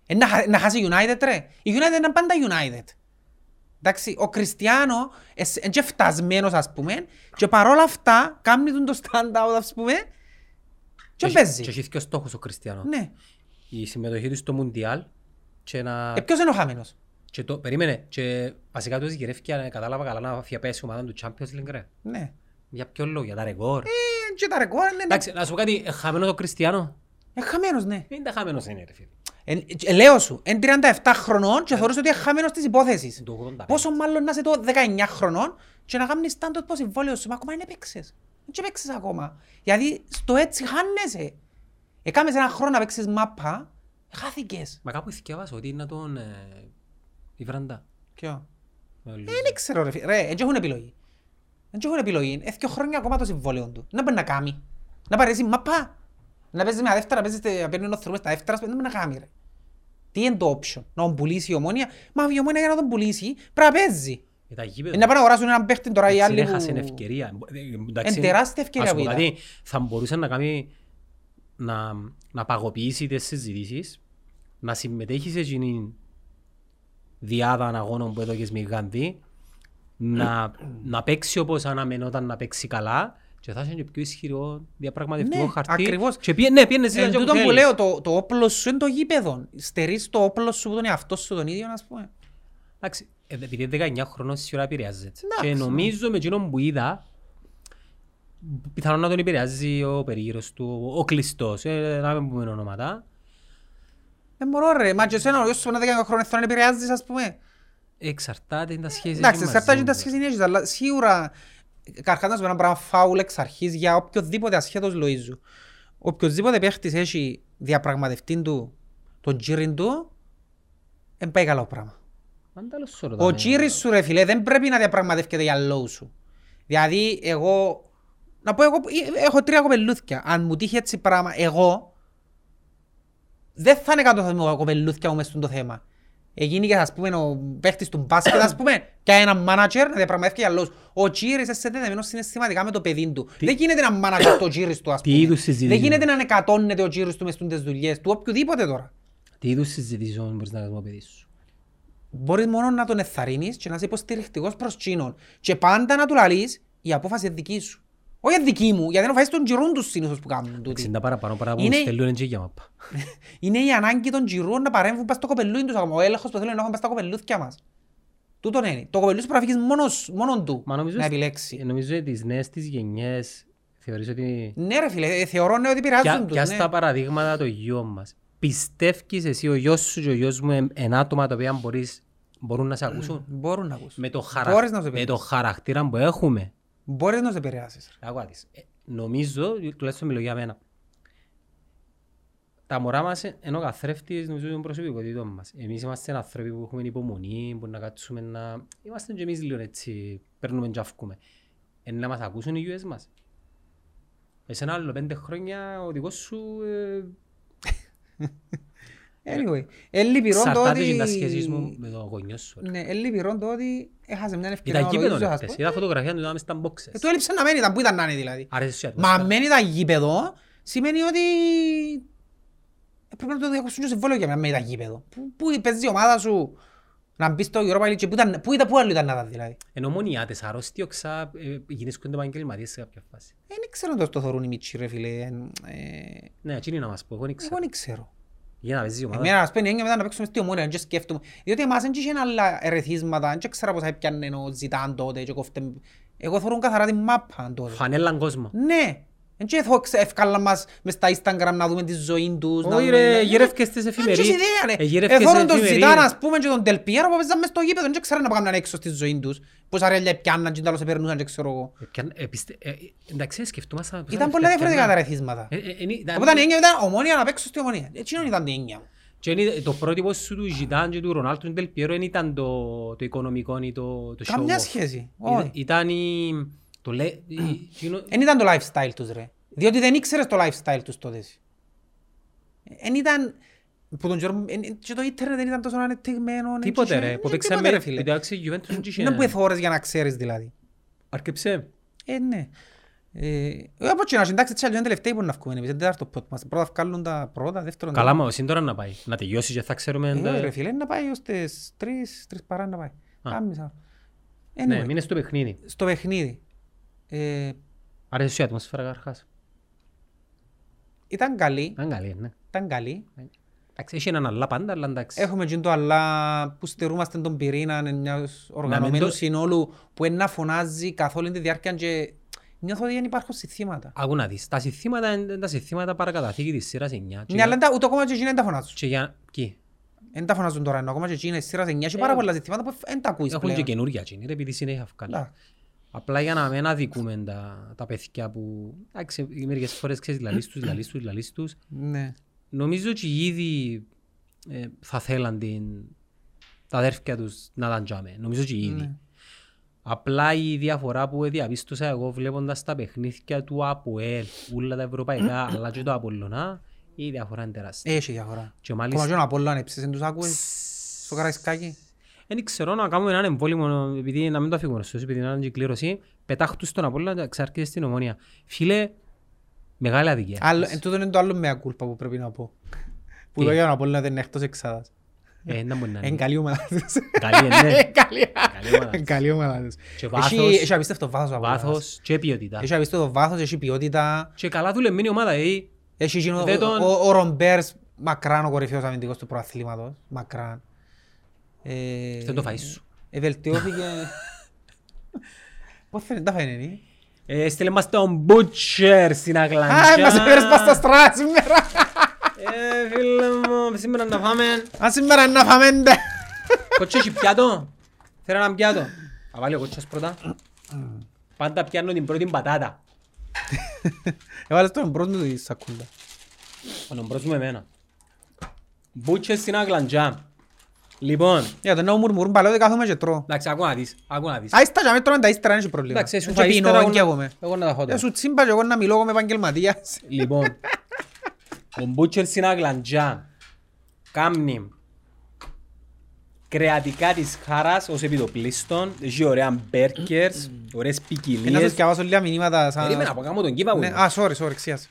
Ε, να, χα- να χάσει United ρε. Η United είναι πάντα United. Εντάξει, ο Κριστιανό είναι και φτασμένος ας πούμε και παρόλα αυτά κάνει τον το stand-out ας πούμε και παίζει. Και έχει και ο στόχος ο Κριστιανό. Ναι. Η συμμετοχή του στο Μουντιάλ και να... Ε, ποιος είναι ο χαμένος. Και το, περίμενε, και βασικά του γυρεύκε αν κατάλαβα καλά να αφιαπέσει η ομάδα του Champions League ρε. Ναι. Για ποιο λόγο, για τα ρεκόρ. Ε, και τα ρεκόρ είναι... Εντάξει, να σου πω κάτι, ε, χαμένος ο Κριστιανό. Ε, χαμένος, ναι. Δεν ήταν χαμένος είναι ρε φίλε. Ε, ε, λέω σου, εν 37 χρονών και θεωρείς ότι είναι χαμένος της υπόθεσης. Το 85. Πόσο μάλλον να είσαι το 19 χρονών και να κάνεις τάντο το συμβόλαιο σου, μα ακόμα δεν παίξες. Δεν παίξες ακόμα. Γιατί στο έτσι χάνεσαι. Έκαμες ένα χρόνο να παίξεις μάπα, χάθηκες. Μα κάπου θυκεύασα ότι είναι να τον... Ε, η Βραντά. Ποιο? Ο Λούζος. Ε, Δεν ξέρω ρε φίλε, ρε, έτσι έχουν επιλογή. Δεν έχουν επιλογή, έχει δύο χρόνια ακόμα το συμβόλαιο του. Να μπορεί να κάνει. Να παρέσει μαπά. Να παίζεις με τα δεύτερα, να παίζει στε- να παίρνει νοθρούμε στα δεύτερα, δεν μπορεί να κάνει ρε. Τι είναι το option, να τον πουλήσει η ομόνια, μα η ομόνια για να τον πουλήσει πρέπει να παίζει. Με τα Ε, γήπεδα. Να πάνε να αγοράσουν έναν παίχτη τώρα οι Εντάξει, άλλοι έχασε που- ευκαιρία. Ε, ε, Εν τεράστια ευκαιρία ας που πω ήταν. κάτι, θα μπορούσε να κάνει... Να, να παγωποιήσει τις συζητήσεις, να συμμετέχει σε εκείνη διάδα αγώνων που έδωκες με Γάνδη, να, να παίξει όπως αναμενόταν να παίξει καλά και θα είσαι και πιο ισχυρό διαπραγματευτικό Ναι, χαρτί. ακριβώς. Και πιέ, ναι, πιένες Ε, Εν τούτο που λέω, το, το όπλο σου είναι το γήπεδο. Στερείς το όπλο σου που τον εαυτό σου τον ίδιο, ας πούμε. Εντάξει, ε, επειδή είναι 19 χρονών σίγουρα επηρεάζεται. Εντάξει, Και ναι. νομίζω με εκείνον που είδα, πιθανόν να τον επηρεάζει ο περίγυρος του, ο κλειστός, ε, να μην πούμε ονόματα. Δεν μπορώ Ε, ρε, μα και εσένα, ο γιος σου που είναι 10 χρόνια θέλω να επηρεάζεις, ας πούμε. Εξαρτάται είναι τα σχέσεις. Εντάξει, μαζί σε αυτά και του. τα σχέση είναι έτσι, αλλά σίγουρα καρχάς να σου πω ένα πράγμα φάουλ εξ αρχής για οποιοδήποτε ασχέτως Λοΐζου. Οποιοδήποτε παίχτης έχει διαπραγματευτή του τον τζίριν του, δεν πάει καλό πράγμα. Αν τα άλλο σου ρωτάμε. Ο τζίρις σου ρε φίλε δεν πρέπει να διαπραγματεύεται για λόγους σου. Δηλαδή εγώ, να πω εγώ, ε, έχω τρία κοπελούθια. Αν μου τύχει έτσι πράγμα, εγώ δεν θα είναι κάτω θα μου κοπελούθια μου μες στον το θέμα. Έγινε και ας πούμε ο παίχτης του μπάσκετ ας πούμε και ένα μάνατζερ να διαπραγματεύεται για λόγους. Ο Τζίρις είσαι δεμένος συναισθηματικά με το παιδί του. Δεν γίνεται να μάνατζερ το Τζίρις του ας Τι πούμε. είδους συζήτηση Δεν είναι. γίνεται να ανεκατώνεται ο Τζίρις του μες στις δουλειές του οποιοδήποτε τώρα. Τι είδους συζητήσεις όμως μπορείς να κάνεις με το παιδί σου. Μπορείς μόνο να τον εθαρρύνεις και να είσαι υποστηρικτικός προς τσίνον. Και πάντα να του λαλείς η απόφαση είναι δική σου. Όχι είναι δική μου, γιατί δεν φάεις τον τζιρούν τους συνήθως που κάνουν τούτοι. 60 παραπάνω παρά που Είναι- μου στέλνουν και για μαπά. Είναι η ανάγκη των τζιρούν να παρέμβουν πας στο κοπελούι τους ακόμα. Ο έλεγχος που θέλουν να έχουν πας στα κοπελούθια μας. Τούτον είναι. Το κοπελούι σου πρέπει να φύγεις μόνος, μόνον του Μα νομίζω- να επιλέξει. Νομίζω ότι τις νέες της γενιές θεωρείς ότι... Ναι ρε φίλε, ε, θεωρώ ναι ότι Πια- πειράζουν τους. Πια ναι. στα παραδείγματα των γιών μας. Πιστεύεις εσύ ο γιος σου και ο γιος μου εν- εν άτομα τα οποία μπορείς, μπορούν να σε ακούσουν. Μπορούν να ακούσουν. Με το, Μπορείς χαρακ... να σε με πειράξεις. το χαρακτήρα που έχουμε. Μπορείς να σε επηρεάσεις. ρε. Άκουα της. Ε, νομίζω, τουλάχιστον μιλώ για μένα. Τα μωρά μας ε, ενώ καθρέφτης νομίζω είναι προσωπικότητα μας. Εμείς είμαστε άνθρωποι που έχουμε υπομονή, που να κάτσουμε να... Είμαστε και εμείς λίγο έτσι, παίρνουμε και αυκούμε. Ε, να μας ακούσουν οι γιουές μας. Εσένα άλλο πέντε χρόνια ο δικός σου ε, Anyway, ε, λυπηρόν το Εξαρτάται ότι... και τα σχέσεις μου με τον γονιό σου. ρε. Ναι, ε, λυπηρόν το ότι έχασε μια ευκαιρία Ήταν ο γήπεδο Λοΐζος, ας χτες, πούμε. είδα φωτογραφία του να είμαι στα Ε, boxes. Του έλειψε να μένει, ήταν που ήταν να είναι δηλαδή. Άρεσε σου η Μα ατμόσφαιρα. αν μένει τα γήπεδο, σημαίνει ότι Ε, πρέπει να το διακόψουν και συμβόλαιο για να μένει τα γήπεδο. Πού- Πού παίζει η ομάδα σου να μπεις στο Europa League και πού ήταν- πού ήταν, πού άλλο ήταν να τα δηλαδή. Ενώ μόνιάτες, αρρώστοι, οξά, ε, γινέσκονται επαγγελματίες σε κάποια φάση. Ε, Δεν ξέρω αν το- το θωρούν οι μίτσοι ρε φίλε. Ε, ε, Ναι, εκείνη να μας πω, εγώ δεν Εγώ ξέρω. δεν ξέρω. Για να παίζει η ομάδα. Εμένα ας παίρνει έννοια μετά να παίξουμε στη ομόνια, δεν σκέφτομαι. Διότι εμάς δεν είχε άλλα ερεθίσματα, δεν ξέρω πώς έπιανε ο Ζητάν τότε και κόφτε. Εγώ θωρούν καθαρά την μάπα τότε. Φανέλαν κόσμο. Ναι, Εν και εθώ- ξε- εύκαλα μας μες στα Instagram να δούμε τη ζωή τους. να Όχι δούμε- ρε, Ναι, γύρευκες τις δεν έχεις εφημερίδες. ιδέα, ρε. Ε, γύρευκες τις Εθώρουν τον εφημερίδες. Ζιτάν, ας πούμε, και τον Τελπιέρο που παίζαν μες στο γήπεδο, δεν ξέραν να πάγαν έξω στη ζωή τους. Πόσα ρέλια πιάνναν και τέλος επερνούσαν και ξέρω εγώ. Ε, πιαν- ε, πιστε- ε, ε, Εντάξει, σκεφτόμαστε... Ήταν πολλά διαφορετικά τα ρεθίσματα. Ε, Οπότε η έννοια ήταν ομόνια να παίξω στη ομόνια. Έτσι ήταν η έννοια. ε, μου. Το πρότυπο σου του Ζιτάν και του Ρονάλτου Ντελ Πιέρο δεν ήταν το το οικονομικό ή το το Καμιά show-off. σχέση. Ήταν- Όχι. Ήταν η... Το λέ... η- εκείνο- Δεν ήταν το lifestyle τους ρε. Διότι δεν ήξερες το lifestyle τους τότε. εσύ. Δεν ήταν... Που τον Γιώργο... εν- Και το ίντερνετ δεν ήταν τόσο ανεπτυγμένο. εν- Τίποτε και- ρε, εν- που τίποτε, παίξαμε... ρε, φίλε. Εντάξει, η Juventus δεν είχε- Είναι που εθώρες για να ξέρεις δηλαδή. Αρκεψέ. Ε, ναι. Ε, από και να σου, εντάξει, έτσι αλλιώς είναι τελευταίοι που να βγούμε εμείς, είναι τέταρτο pod μας. Πρώτα βγάλουν τα πρώτα, δεύτερον... Καλά μα, εσύ τώρα να πάει. Να τελειώσεις και θα ξέρουμε... Ε, τα- ρε φίλε, να πάει ως τις τρεις, τρεις παρά να πάει. Άμυσα. Ε, Ναι, anyway, μείνε στο παιχνίδι. Στο παιχνίδι. Ε, Άρεσε σου η ατμόσφαιρα καταρχάς. ήταν καλή, Ήταν καλή, ναι. ήταν καλή. Εντάξει, έχει έναν αλλά πάντα, αλλά εντάξει. Έχουμε και το αλλά που στερούμαστε τον πυρήνα ενός οργανωμένους το- συνόλου που εν να φωνάζει καθ' όλη τη διάρκεια και νιώθω ότι δεν υπάρχουν συστήματα. Άκου να δεις, τα συστήματα είναι τα συστήματα παρακαταθήκη της σειράς 9. Ναι, αλλά τα- ούτε ακόμα και εκείνα δεν τα φωνάζουν. Και για... Κι. Δεν τα φωνάζουν τώρα, ενώ ακόμα και εκείνα η σειρά σε νιά και Ε, πάρα έχουν- πολλά ζητήματα που δεν τα ακούεις Έχουν και πλέον. καινούργια τσίνη, ρε, επειδή συνέχεια βγάλουν. Λα. Απλά για να μην αδικούμε τα, τα παιδιά που... Εντάξει, μερικές φορές ξέρεις, λαλείς τους, λαλείς τους, λαλείς τους. Ναι. Νομίζω ότι ήδη ε, θα θέλαν την, τα αδέρφια τους να τα τζάμε. Νομίζω ότι ήδη. Ναι. Απλά η διαφορά που διαπίστωσα εγώ βλέποντας τα παιχνίδια του ΑΠΟΕΛ, όλα τα ευρωπαϊκά, αλλά και το Απολλωνά, η διαφορά είναι τεράστια. Έχει διαφορά. Και Ακόμα μάλιστα και ο Απόλλων έψησε, δεν τους ακούεις στο Καραϊσκάκι. Δεν ξέρω να κάνουμε έναν εμβόλυμο, επειδή να μην το αφήγουμε στους, επειδή να είναι και κλήρωση. Πετάχτου στον Απόλλωνα και ξαρκίζει στην Ομόνια. Φίλε, μεγάλη αδικία. Άλλο- εν τούτο είναι το άλλο μea culpa που πρέπει να πω. Που το για ο Απόλλων δεν είναι εκτός εξάδας. Ε, να μπορεί να Είναι είναι. καλή ομάδα τους. Καλή, ε, ναι. Είναι καλή- Καλή ομάδα τους. είναι καλή ομάδα τους. Και Έχει- βάθος. Έχει απίστευτο βάθος ο Απόλλωνας. Βάθος και ποιότητα. Έχει απίστευτο βάθος, έχει ποιότητα. Και καλά δουλεμένη ομάδα, ε. Έχει εκείνο- Δεν τον- ο- ο- ο Ρομπέρς, μακράν ο κορυφαίος αμυντικός του προαθλήματος. Μακράν. Ε, Δεν το φαΐς σου. ε, βελτιώθηκε. Πώς θέλει, τα φαίνεται. ε. Ε, Στείλε μας τον Butcher στην Αγλαντζά. Α, μας έφερες πας στα στρά σήμερα. Ε, φίλε μου, σήμερα να φάμε. Α, σήμερα να φάμε ντε. Κοτσέ, έχει πιάτο. Θέλω ένα πιάτο. Θα βάλει ο κοτσάς πρώτα. Πάντα πιάνω την πρώτη πατάτα. Έβαλες τον πρώτο του τη σακούλα. Ο νομπρός μου εμένα. Butcher στην Αγλαντζά. Λοιπόν, Για τον νόμο μουρμουρούν παλαιό δεν κάθομαι και τρώω. εντάξει, ακού να δεις, ακού να δεις. Α, ίστα για με τρώμε τα ύστερα, δεν έχει πρόβλημα. Εντάξει, σου Και φάει πίνω, ύστερα, εγώ εγώ και εγώ με. να- εγώ να τα χώτα. Ε, Σου τσίμπα και εγώ να μιλώ εγώ με επαγγελματίας. Λοιπόν, ο Μπούτσερ στην Αγλαντζά κάμνει κρεατικά της χάρας ως επιτοπλίστων, έχει ωραία μπέρκερς, ωραίες Ε, Να σου ποικιλίες. σκιαβάσω λίγα μηνύματα σαν... Περίμενα από κάμω τον giveaway. Ναι, Α, Ah, sorry, sorry, ξίας.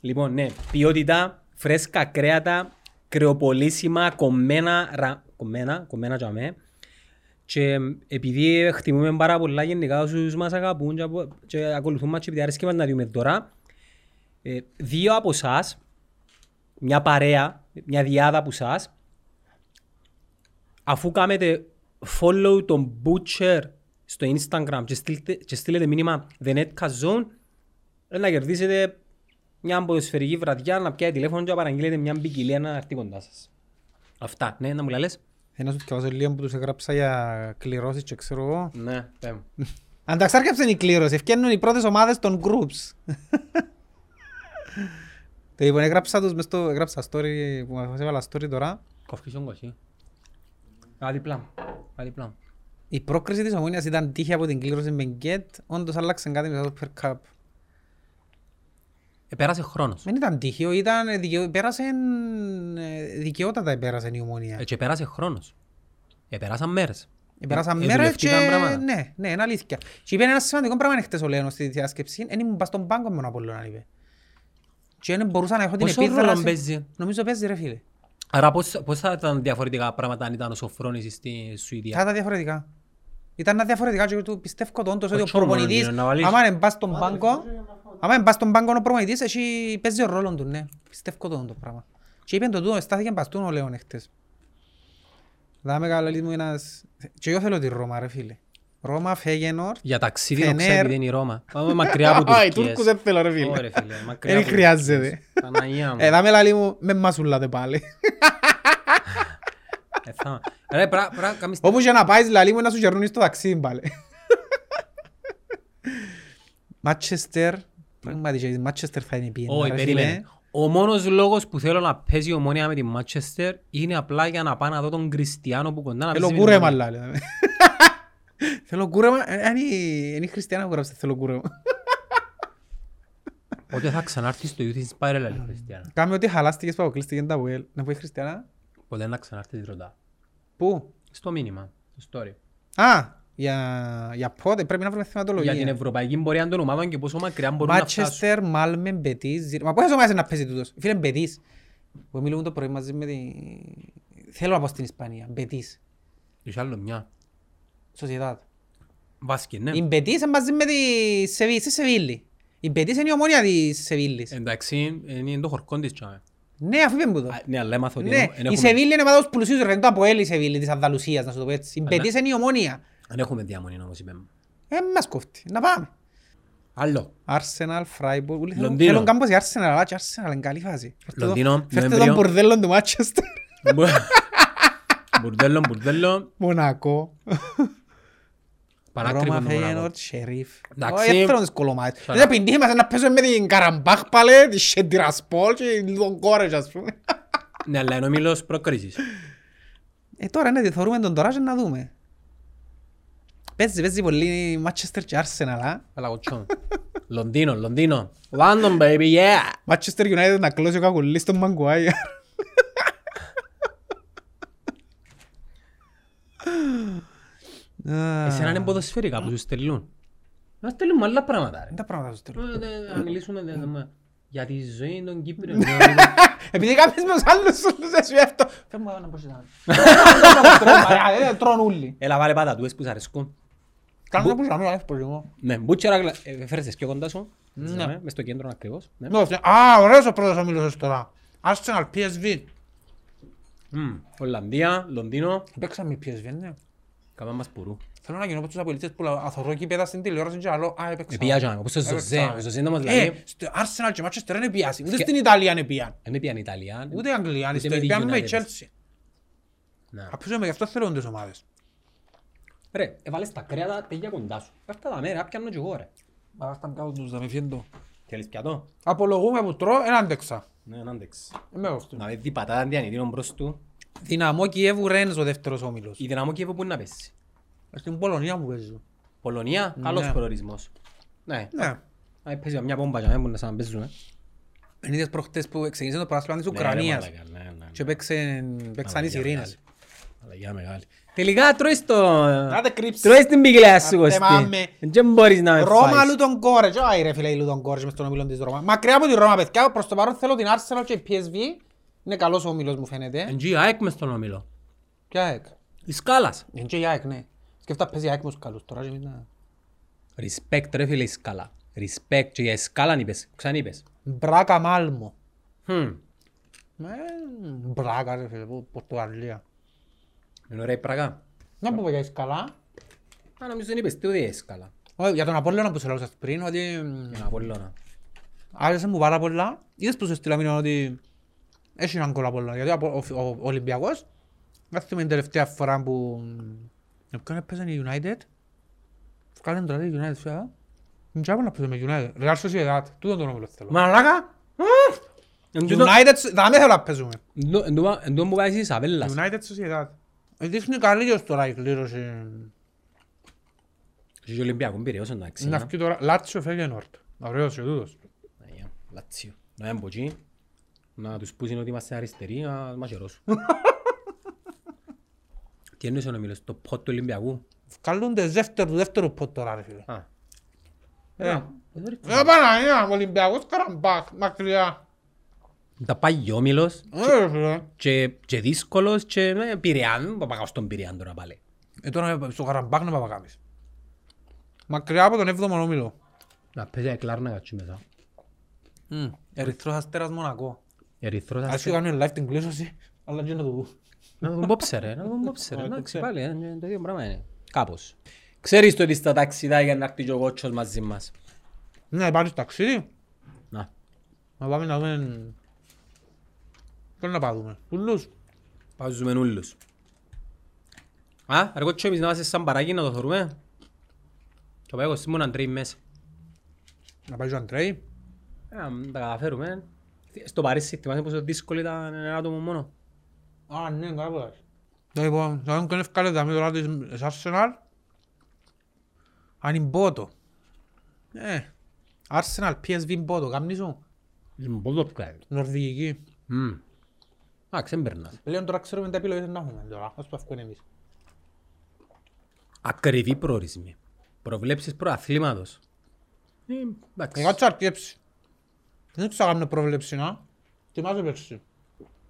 Λοιπόν, ναι, ποιότητα, φρέσκα κρέατα, κρεοπολίσιμα, κομμένα, ρα... κομμένα, κομμένα για μέ. Και επειδή εκτιμούμε πάρα πολλά γενικά όσους μας αγαπούν και, απο- και ακολουθούν μας και επειδή αρέσκει μας να δούμε τώρα, ε, δύο από εσά, μια παρέα, μια διάδα από εσά, αφού κάνετε follow τον Butcher στο Instagram και, στείλτε, και στείλετε μήνυμα The Netcast Zone, ε, να κερδίσετε μια ποδοσφαιρική βραδιά να πιάει τηλέφωνο και να παραγγείλετε μια ποικιλία να έρθει κοντά σας. Αυτά. Ναι, να μου λαλές. Ε, Να σου σκιαβάσω λίγα που τους έγραψα για κληρώσεις και ξέρω εγώ. Ναι, πέ μου. Ανταξ άρχεψαν οι κλήρωση, ευκαινούν οι πρώτες ομάδες των groups. Τε, Λοιπόν, έγραψα τους μες στο, έγραψα story, που μας έβαλα story τώρα. Κοφκή στον κοχή. Α, διπλά. μου. Α, διπλά. μου. Η πρόκριση της Ομόνιας ήταν τύχη από την κλήρωση με γκέτ, όντως άλλαξε κάτι μετά το per cup. Ε, πέρασε χρόνος. Δεν ήταν τύχιο, ήταν ε, δικαιο... πέρασε, ε, δικαιότατα πέρασε η Ομόνια. Ε, και πέρασε χρόνος. Ε, πέρασαν μέρες. Ε, Πέρασαν ε, μέρες και... δουλευτήκαν πράγματα. Ναι, ναι, είναι αλήθεια. Και είπε ένας σημαντικός πράγμα χτες ο Λέων στη διάσκεψη, δεν ήμουν πας στον πάγκο μόνο από όλον, είπε. Και δεν μπορούσα να έχω την Πόσο ρόλο επίδραση. παίζει. Νομίζω παίζει ρε φίλε. Άρα πώς, πώς θα ήταν διαφορετικά πράγματα αν ήταν ο Σοφρόνης στη Θα Σουηδία. ήταν διαφορετικά. Ήταν να διαφορετικά και του πιστεύω το όντως ότι ο Κοτσόμον προπονητής, είναι να βάλεις. άμα δεν πας στον πάγκο, άμα δεν πας στον πάγκο ο προπονητής, έχει παίζει ρόλος του, ναι. Πιστεύω το όντως πράγμα. Και είπε το τούτο, στάθηκε μπαστούν ο Λέων χτες. Δάμε καλά λίγο ένας... Και εγώ θέλω τη Ρώμα ρε φίλε. Ρώμα, Φέγενορ. Για ταξίδι το Φενέρ. ξέρει, δεν είναι η Ρώμα. Πάμε μακριά από Α, οι τους Τούρκους Τουρκίες. δεν θέλω ρε φίλε. Ωρε φίλε, μακριά Δεν από χρειάζεται. τους Τουρκίες. Παναγιά μου. Ε, δάμε λαλί μου, με μασουλάτε πάλι. Ε, θα- Ρε, πρά, πρά, κάνεις- Όπου και να πάεις λαλί μου να σου γερνούν στο ταξίδι πάλι. Μάτσεστερ, πραγματικά η Μάτσεστερ θα είναι πιένα. Όχι, ρε περίμενε. φίλε. Ο μόνος λόγος που θέλω να παίζει η ομόνια με τη Μάτσεστερ είναι απλά για να πάω να δω τον Κριστιανό που κοντά να Θέλω παίζει. με την κούρεμα Ομόνια. λαλί. Θέλω κούρεμα, Ε, αν η- είναι η Χριστιανά που γράψε θέλω κούρεμα. Πότε θα ξανάρθει στο Youth Inspire, λέει ο Κριστιανό. Κάμε ό,τι χαλάστηκες που αποκλείστηκε τα Βουέλ. Να πω η Χριστιανά. Πότε να ξανάρθεις ρωτά. Πού? Στο μήνυμα, στο story. Α, για, για πότε πρέπει να βρούμε θεματολογία. Για την ευρωπαϊκή πορεία των ομάδων και πόσο μακριά μπορούν να φτάσουν. Μάτσεστερ, Μάλμεν, Μπετής. Ζη- Μα πόσο μάζε να παίζει τούτος. Φίλε, Μπετής. Που μιλούμε το πρωί μαζί με τη... Θέλω να πάω στην Ισπανία. Μπετής. Είχε άλλο μια. Σοσιαδάτ. Βάσκε, ναι. Η Μπετής είναι μαζί με τη Σεβί... στη Σεβίλη. Η Μπετής είναι η ομόνια της Ε, Σεβίλης. Εντάξει, είναι το χορκόν της τσάμε. Ναι, αφού είπαμε που το. Α, Ναι, αλλά έμαθα ότι Ναι, εν- εν η έχουμε- Σεβίλη είναι μάδος πλουσίους ρε. Είναι το αποέλ η Σεβίλη της Ανδαλουσίας, να σου το πω έτσι. Η Αλλά- Μπετής είναι η ομόνια. δεν έχουμε διαμονή όμως, είπε μου. Ε, μας κόφτει. Να πάμε. Άλλο. Arsenal, Freiburg, όλοι θέλουν- Λονδίνο. θέλουν κάπως η Arsenal, αλλά και η Arsenal είναι καλή φάση. Φέρτε το- Λονδίνο, Φέρτε τον Νοέμβριο. μπορδέλο του Μάτσεστερ. Μπου- Μπουρδέλο, μπουρδέλο. Μονακό. Παράκριβο Ρώμα, το μονάδο. Φέγενορ, Σερίφ. Εντάξει. Όχι, δεν θέλω τις κολομάτες. Σαρά. Δεν πειντή μας να παίζουμε με την Καραμπάχ πάλι, τη Σεντυρασπόλ και τον Κόρετ ας πούμε. Ναι, αλλά είναι ο μήλος προκρίσης. Ε, τώρα ναι, θεωρούμε τον τώρα και να δούμε. Παίζει, παίζει πολύ Μάτσεστερ και Arsenal, α. Αλλά κοτσό. Λονδίνο, Λονδίνο. London, baby, yeah. Manchester United να κλώσει ο κακουλής στον Maguire. Α, Εσένα είναι ποδοσφαιρικά που σου στελούν. Να στελούν άλλα πράγματα, ρε. είναι τα πράγματα σου τέλος. Ε, δε- Να μιλήσουμε δε- δε- για τη ζωή των Κύπριων. Επειδή κάποιος με τους άλλους σου δεν σου έφτω. Φέρ' μου εδώ να πω σε τα άλλα. Ε, Τρώνε όλοι. Έλα βάλε πατατούες που σ' αρέσκουν. Κάνω το που σου αμήνω, έφτω λίγο. Ναι, μπούτσερα, γλα- ε, φέρες τις πιο κοντά σου. Ναι. Μες στο κέντρο ακριβώς. Ναι. Ναι, ναι. Α, ωραίος ο πρώτος ομίλος τώρα. Arsenal, PSV. Μμ, Ολλανδία, Λονδίνο. Παίξαμε PSV, ναι. Καμά μας πουρού. Θέλω να γίνω από τους απολυτές που λα- αθωρώ κήπεδα στην τηλεόραση και άλλο, α, έπαιξα. Επιάζαμε, Ε, όπως ο Ζωζέ. Ο Ζωζέ να μας Ε, λέει. στο Arsenal και Manchester δεν επιάζει. Ούτε στην Ιταλία δεν επιάν. Δεν έπιαν η Ιταλία. Ούτε η Αγγλία, αν Ούτε είστε με τη πιάνουν με η United. Chelsea. Ναι. Απίζομαι, γι' αυτό θέλουν τις ομάδες. Ρε, έβαλες τα κρέατα τέλεια κοντά σου. Πάρ' τα τα μέρα, πιάνω κι εγώ ρε. Μα ας ήταν κάτω τους, θα με φιέντω. Θέλεις πιάτο. Απολογούμε που τρώω, εν άντεξα. Ναι, να αντέξεις. Εμέ αυτό. Να δεις την πατάτα διανυτήρων μπρος του. Δυναμό Κιέβου Ρένς ο δεύτερος όμιλος. Η δυναμό Κιέβου που είναι να πέσει. Ε, Στην Πολωνία μου παίζω. Πολωνία, καλός προορισμός. Ναι, Ναι. να παίζει μια πόμπα για μένα που να σαν παίζουμε. Εν είδες προχτές που ξεκίνησε το πράσινο της Ναι, ρε, Ουκρανίας. μαλάκα, ναι, ναι, ναι. Και παίξαν- παίξαν οι Αλλαγιά Σιρήνες. Αλλαγιά μεγάλη. Τελικά τρώεις το... Να τε κρύψεις. Τρώεις την πυγλέα σου, Άντε, Κωστή. μάμε. Δεν μπορείς να με Ρώμα, φάεις. Λούτον Κόρετς. Άι ρε φίλε η Λούτον Κόρετς μες στον όμιλο της Ρώμα. Μακριά από τη Ρώμα παιδιά, προς το παρόν θέλω την Arsenal και η PSV. Είναι καλός ο όμιλος μου φαίνεται. Εν τζι, ΑΕΚ μες στον όμιλο. Και η ΑΕΚ. Η σκάλας. Είναι και η ΑΕΚ, ναι. Σκεφτά παίζει η ΑΕΚ με τους καλούς τώρα και εμείς να- Respect ρε φίλε η σκάλα. Respect και για σκάλα είπες. Ξανά είπες. Μπράκα Μάλμο. Χμ. Ε, Μπράκα ρε φίλε, που- Πορτογαλία. Είναι ωραία η πράγα. Να πούμε για η σκαλά. Α, νομίζω δεν είπες τίποτε για σκάλα. Όχι, Για τον Απόλλωνα που σου λαλούσα πριν, ότι μ, Για να Απόλλωνα. άρεσε μου πάρα πολλά. Είδες που σου στείλα μήνυμα ότι έχει έναν κόλλο Απόλλωνα, γιατί ο Απο- ο- ο Ολυμπιακός δεν θυμάμαι την τελευταία φορά που με ποιον έπαιζαν η United. Βγάλαν τώρα τη United φέρα. Μην τσάπω να παίζω με United. Real Sociedad, τούτον τον όμιλο θέλω. Μαλάκα! Εν τούτο- United, δεν θέλω να παίζουμε. εν τούτο- εν τούτο- Εν τούτο που βάζεις η Ισαβέλλας. United Sociedad. Ε, Δείχνει καλύτερος τώρα η κλήρωση. Έχει και Ολυμπιακό, πήρε όσο εντάξει. Να να. βγει τώρα Λάτσιο Φέγενορτ. Ωραίος και τούτος. Αγιά, Λάτσιο. Να είμαι από εκεί, να τους πούσουν ότι είμαστε αριστεροί, να μας χαιρώσουν. Τι εννοείς ο Νόμιλος, το ποτ του Ολυμπιακού. Βγάλονται δεύτερο του δεύτερου ποτ τώρα ρε φίλε. Α. Ε, Παναγία, Ολυμπιακός καραμπάκ, μακριά. Τα πάει ο Όμιλος Ε, ρε φίλε. και, και δύσκολος και ναι, Πειραιά. Παπαγάω στον Πειραιά τώρα πάλι. Ε, τώρα στο καραμπάκ να παπακάμεις. Μακριά από τον 7ο όμιλο. Να παίζει εκλάρ να κατσί μετά. Ερυθρός Αστέρας Μονακό. Ερυθρός Ας αστέρας. και κάνουν live την κλήρωση, αλλά και να το δω. Ah, Να τον πόψε ρε, να τον πόψε ρε. Εντάξει πάλι, ε, το ίδιο πράγμα είναι. Κάπως. Ξέρεις το ότι στα ταξιδά για να έρθει και ο κότσος μαζί μας. Ναι, πάλι στο ταξίδι. Να. Να πάμε να δούμε... Ποιο να πάμε. Πουλούς. Πάζουμε νουλούς. Α, ρε κότσο εμείς να είμαστε σαν παράγει να το θωρούμε. Και ο Παέκος Σίμων να τρέει μέσα. Να πάει ο Αντρέι. Ε, να τα καταφέρουμε. Στο Παρίσι, θυμάσαι πόσο δύσκολο ήταν ένα άτομο μόνο. Α, ναι, καλά που Το λοιπόν, θα δούμε και ευκάλε δαμή τώρα της Arsenal. Αν είναι Μπότο. Ε, Arsenal, PSV Μπότο, κάμνη σου. Πολύ το κάνει. Νορβηγική. Α, ξέμπερνας. Πλέον τώρα ξέρουμε τα επιλογές να έχουμε τώρα, ας το αυκούν εμείς. Ακριβή προορισμοί. Προβλέψεις προαθλήματος. Ε, εντάξει. Εγώ αρκέψει. Δεν ξέρω κάνω πρόβλεψη, να. Θυμάσαι πέρσι.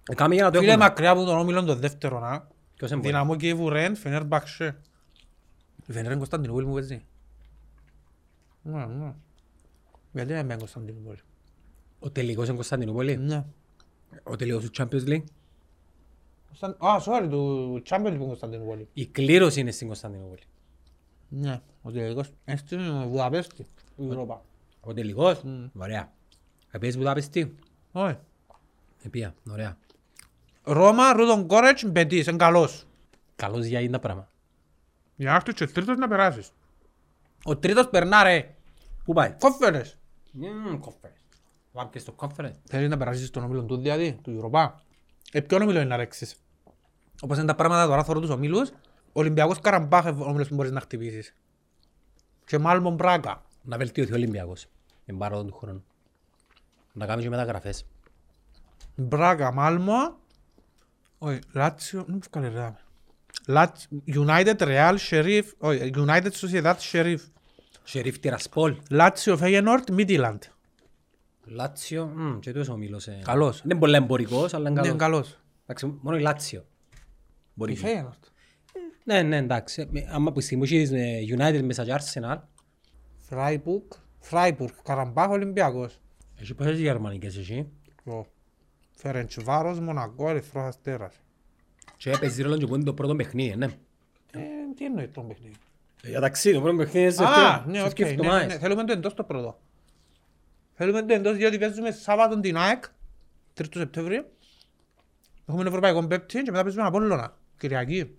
Ε, Κάμε για να το Φίλε έχουμε. μακριά από τον όμιλο το δεύτερο, να. Ποιος εμπορεί. Δυναμό και Ρεν, Φενέρ Μπαξέ. Η Φενέρ είναι Κωνσταντινούπολη μου παίζει. Ναι, ναι. Γιατί να μπαίνει Κωνσταντινούπολη. Ο τελικός είναι Κωνσταντινούπολη. Ναι. Ο τελικός του Champions League. Κωνσταν- Α, sorry, του Champions League Κωνσταντινούπολη. Η κλήρωση είναι στην Κωνσταντινούπολη. Ναι, ο τελικός. Έστει στην Βουδαπέστη, η Ευρώπα. Ο τελικός. Ωραία. Ε, Επίσης Βουδαπεστή. Όχι. Επία. Ε, Ωραία. Ρώμα, Ρούτον Κόρετς, Μπετής, είναι καλός. Καλός για είναι τα πράγματα. Για να έρθεις και τρίτος να περάσεις. Ο τρίτος περνά ρε. Πού πάει. Κόφερες. Κόφερες. Πάμε και στο κόφερες. Θέλεις να περάσεις στον όμιλο του δηλαδή, του Ευρώπα. Ε, ποιον όμιλο είναι να ρέξεις. Όπως είναι τα πράγματα τώρα, θωρώ τους ομίλους. Ο Ολυμπιακός Καραμπάχ είναι ο όμιλος που μπορείς να χτυπήσεις. Και Μάλμον Μπράκα. Να βελτιωθεί ο Ολυμπιακός. Εν παρόν του χρόνου. Να κάνεις και μεταγραφές. Μπράκα, Μάλμο. Όχι, Λάτσιο, δεν μου βγάλε ρε. Λάτσιο, United, Real, Sheriff, όχι, United Sociedad, Sheriff. Σερίφ Τυρασπόλ. Λάτσιο, Feyenoord, Midland. Λάτσιο. μμ, Και τούτος ο Μίλος. ε. Καλός. Δεν είναι πολύ εμπορικός, αλλά είναι Ναι, καλός. είναι καλός. Εντάξει, μόνο η Λάτσιο. Μπορεί. Η Feyenoord. Ναι, ναι, εντάξει. Με- Άμα που στιγμή έχεις, ε, United μέσα και Arsenal, Φράιμπουργκ, Φράιμπουργκ, Καραμπάχ, Ολυμπιακός. έχει πόσες γερμανικές εσύ. Ο Φερεντσβάρος, Μονακό, Ερυθρός Αστέρας. Και παίζει ρόλο και που είναι το πρώτο παιχνίδι, ναι. Ε, τι εννοεί το παιχνίδι. Για ταξίδι, το πρώτο παιχνίδι είναι σε Α, αυτό. ναι, Σε οκ, αυτό ναι, εβδομάδες. ναι, ναι, θέλουμε το εντός το πρώτο. Θέλουμε το εντός διότι παίζουμε Σάββατο την ΑΕΚ, 3 του Σεπτέμβρη. Έχουμε Ευρωπαϊκό Πέπτη και μετά παίζουμε Απόλλωνα, Κυριακή.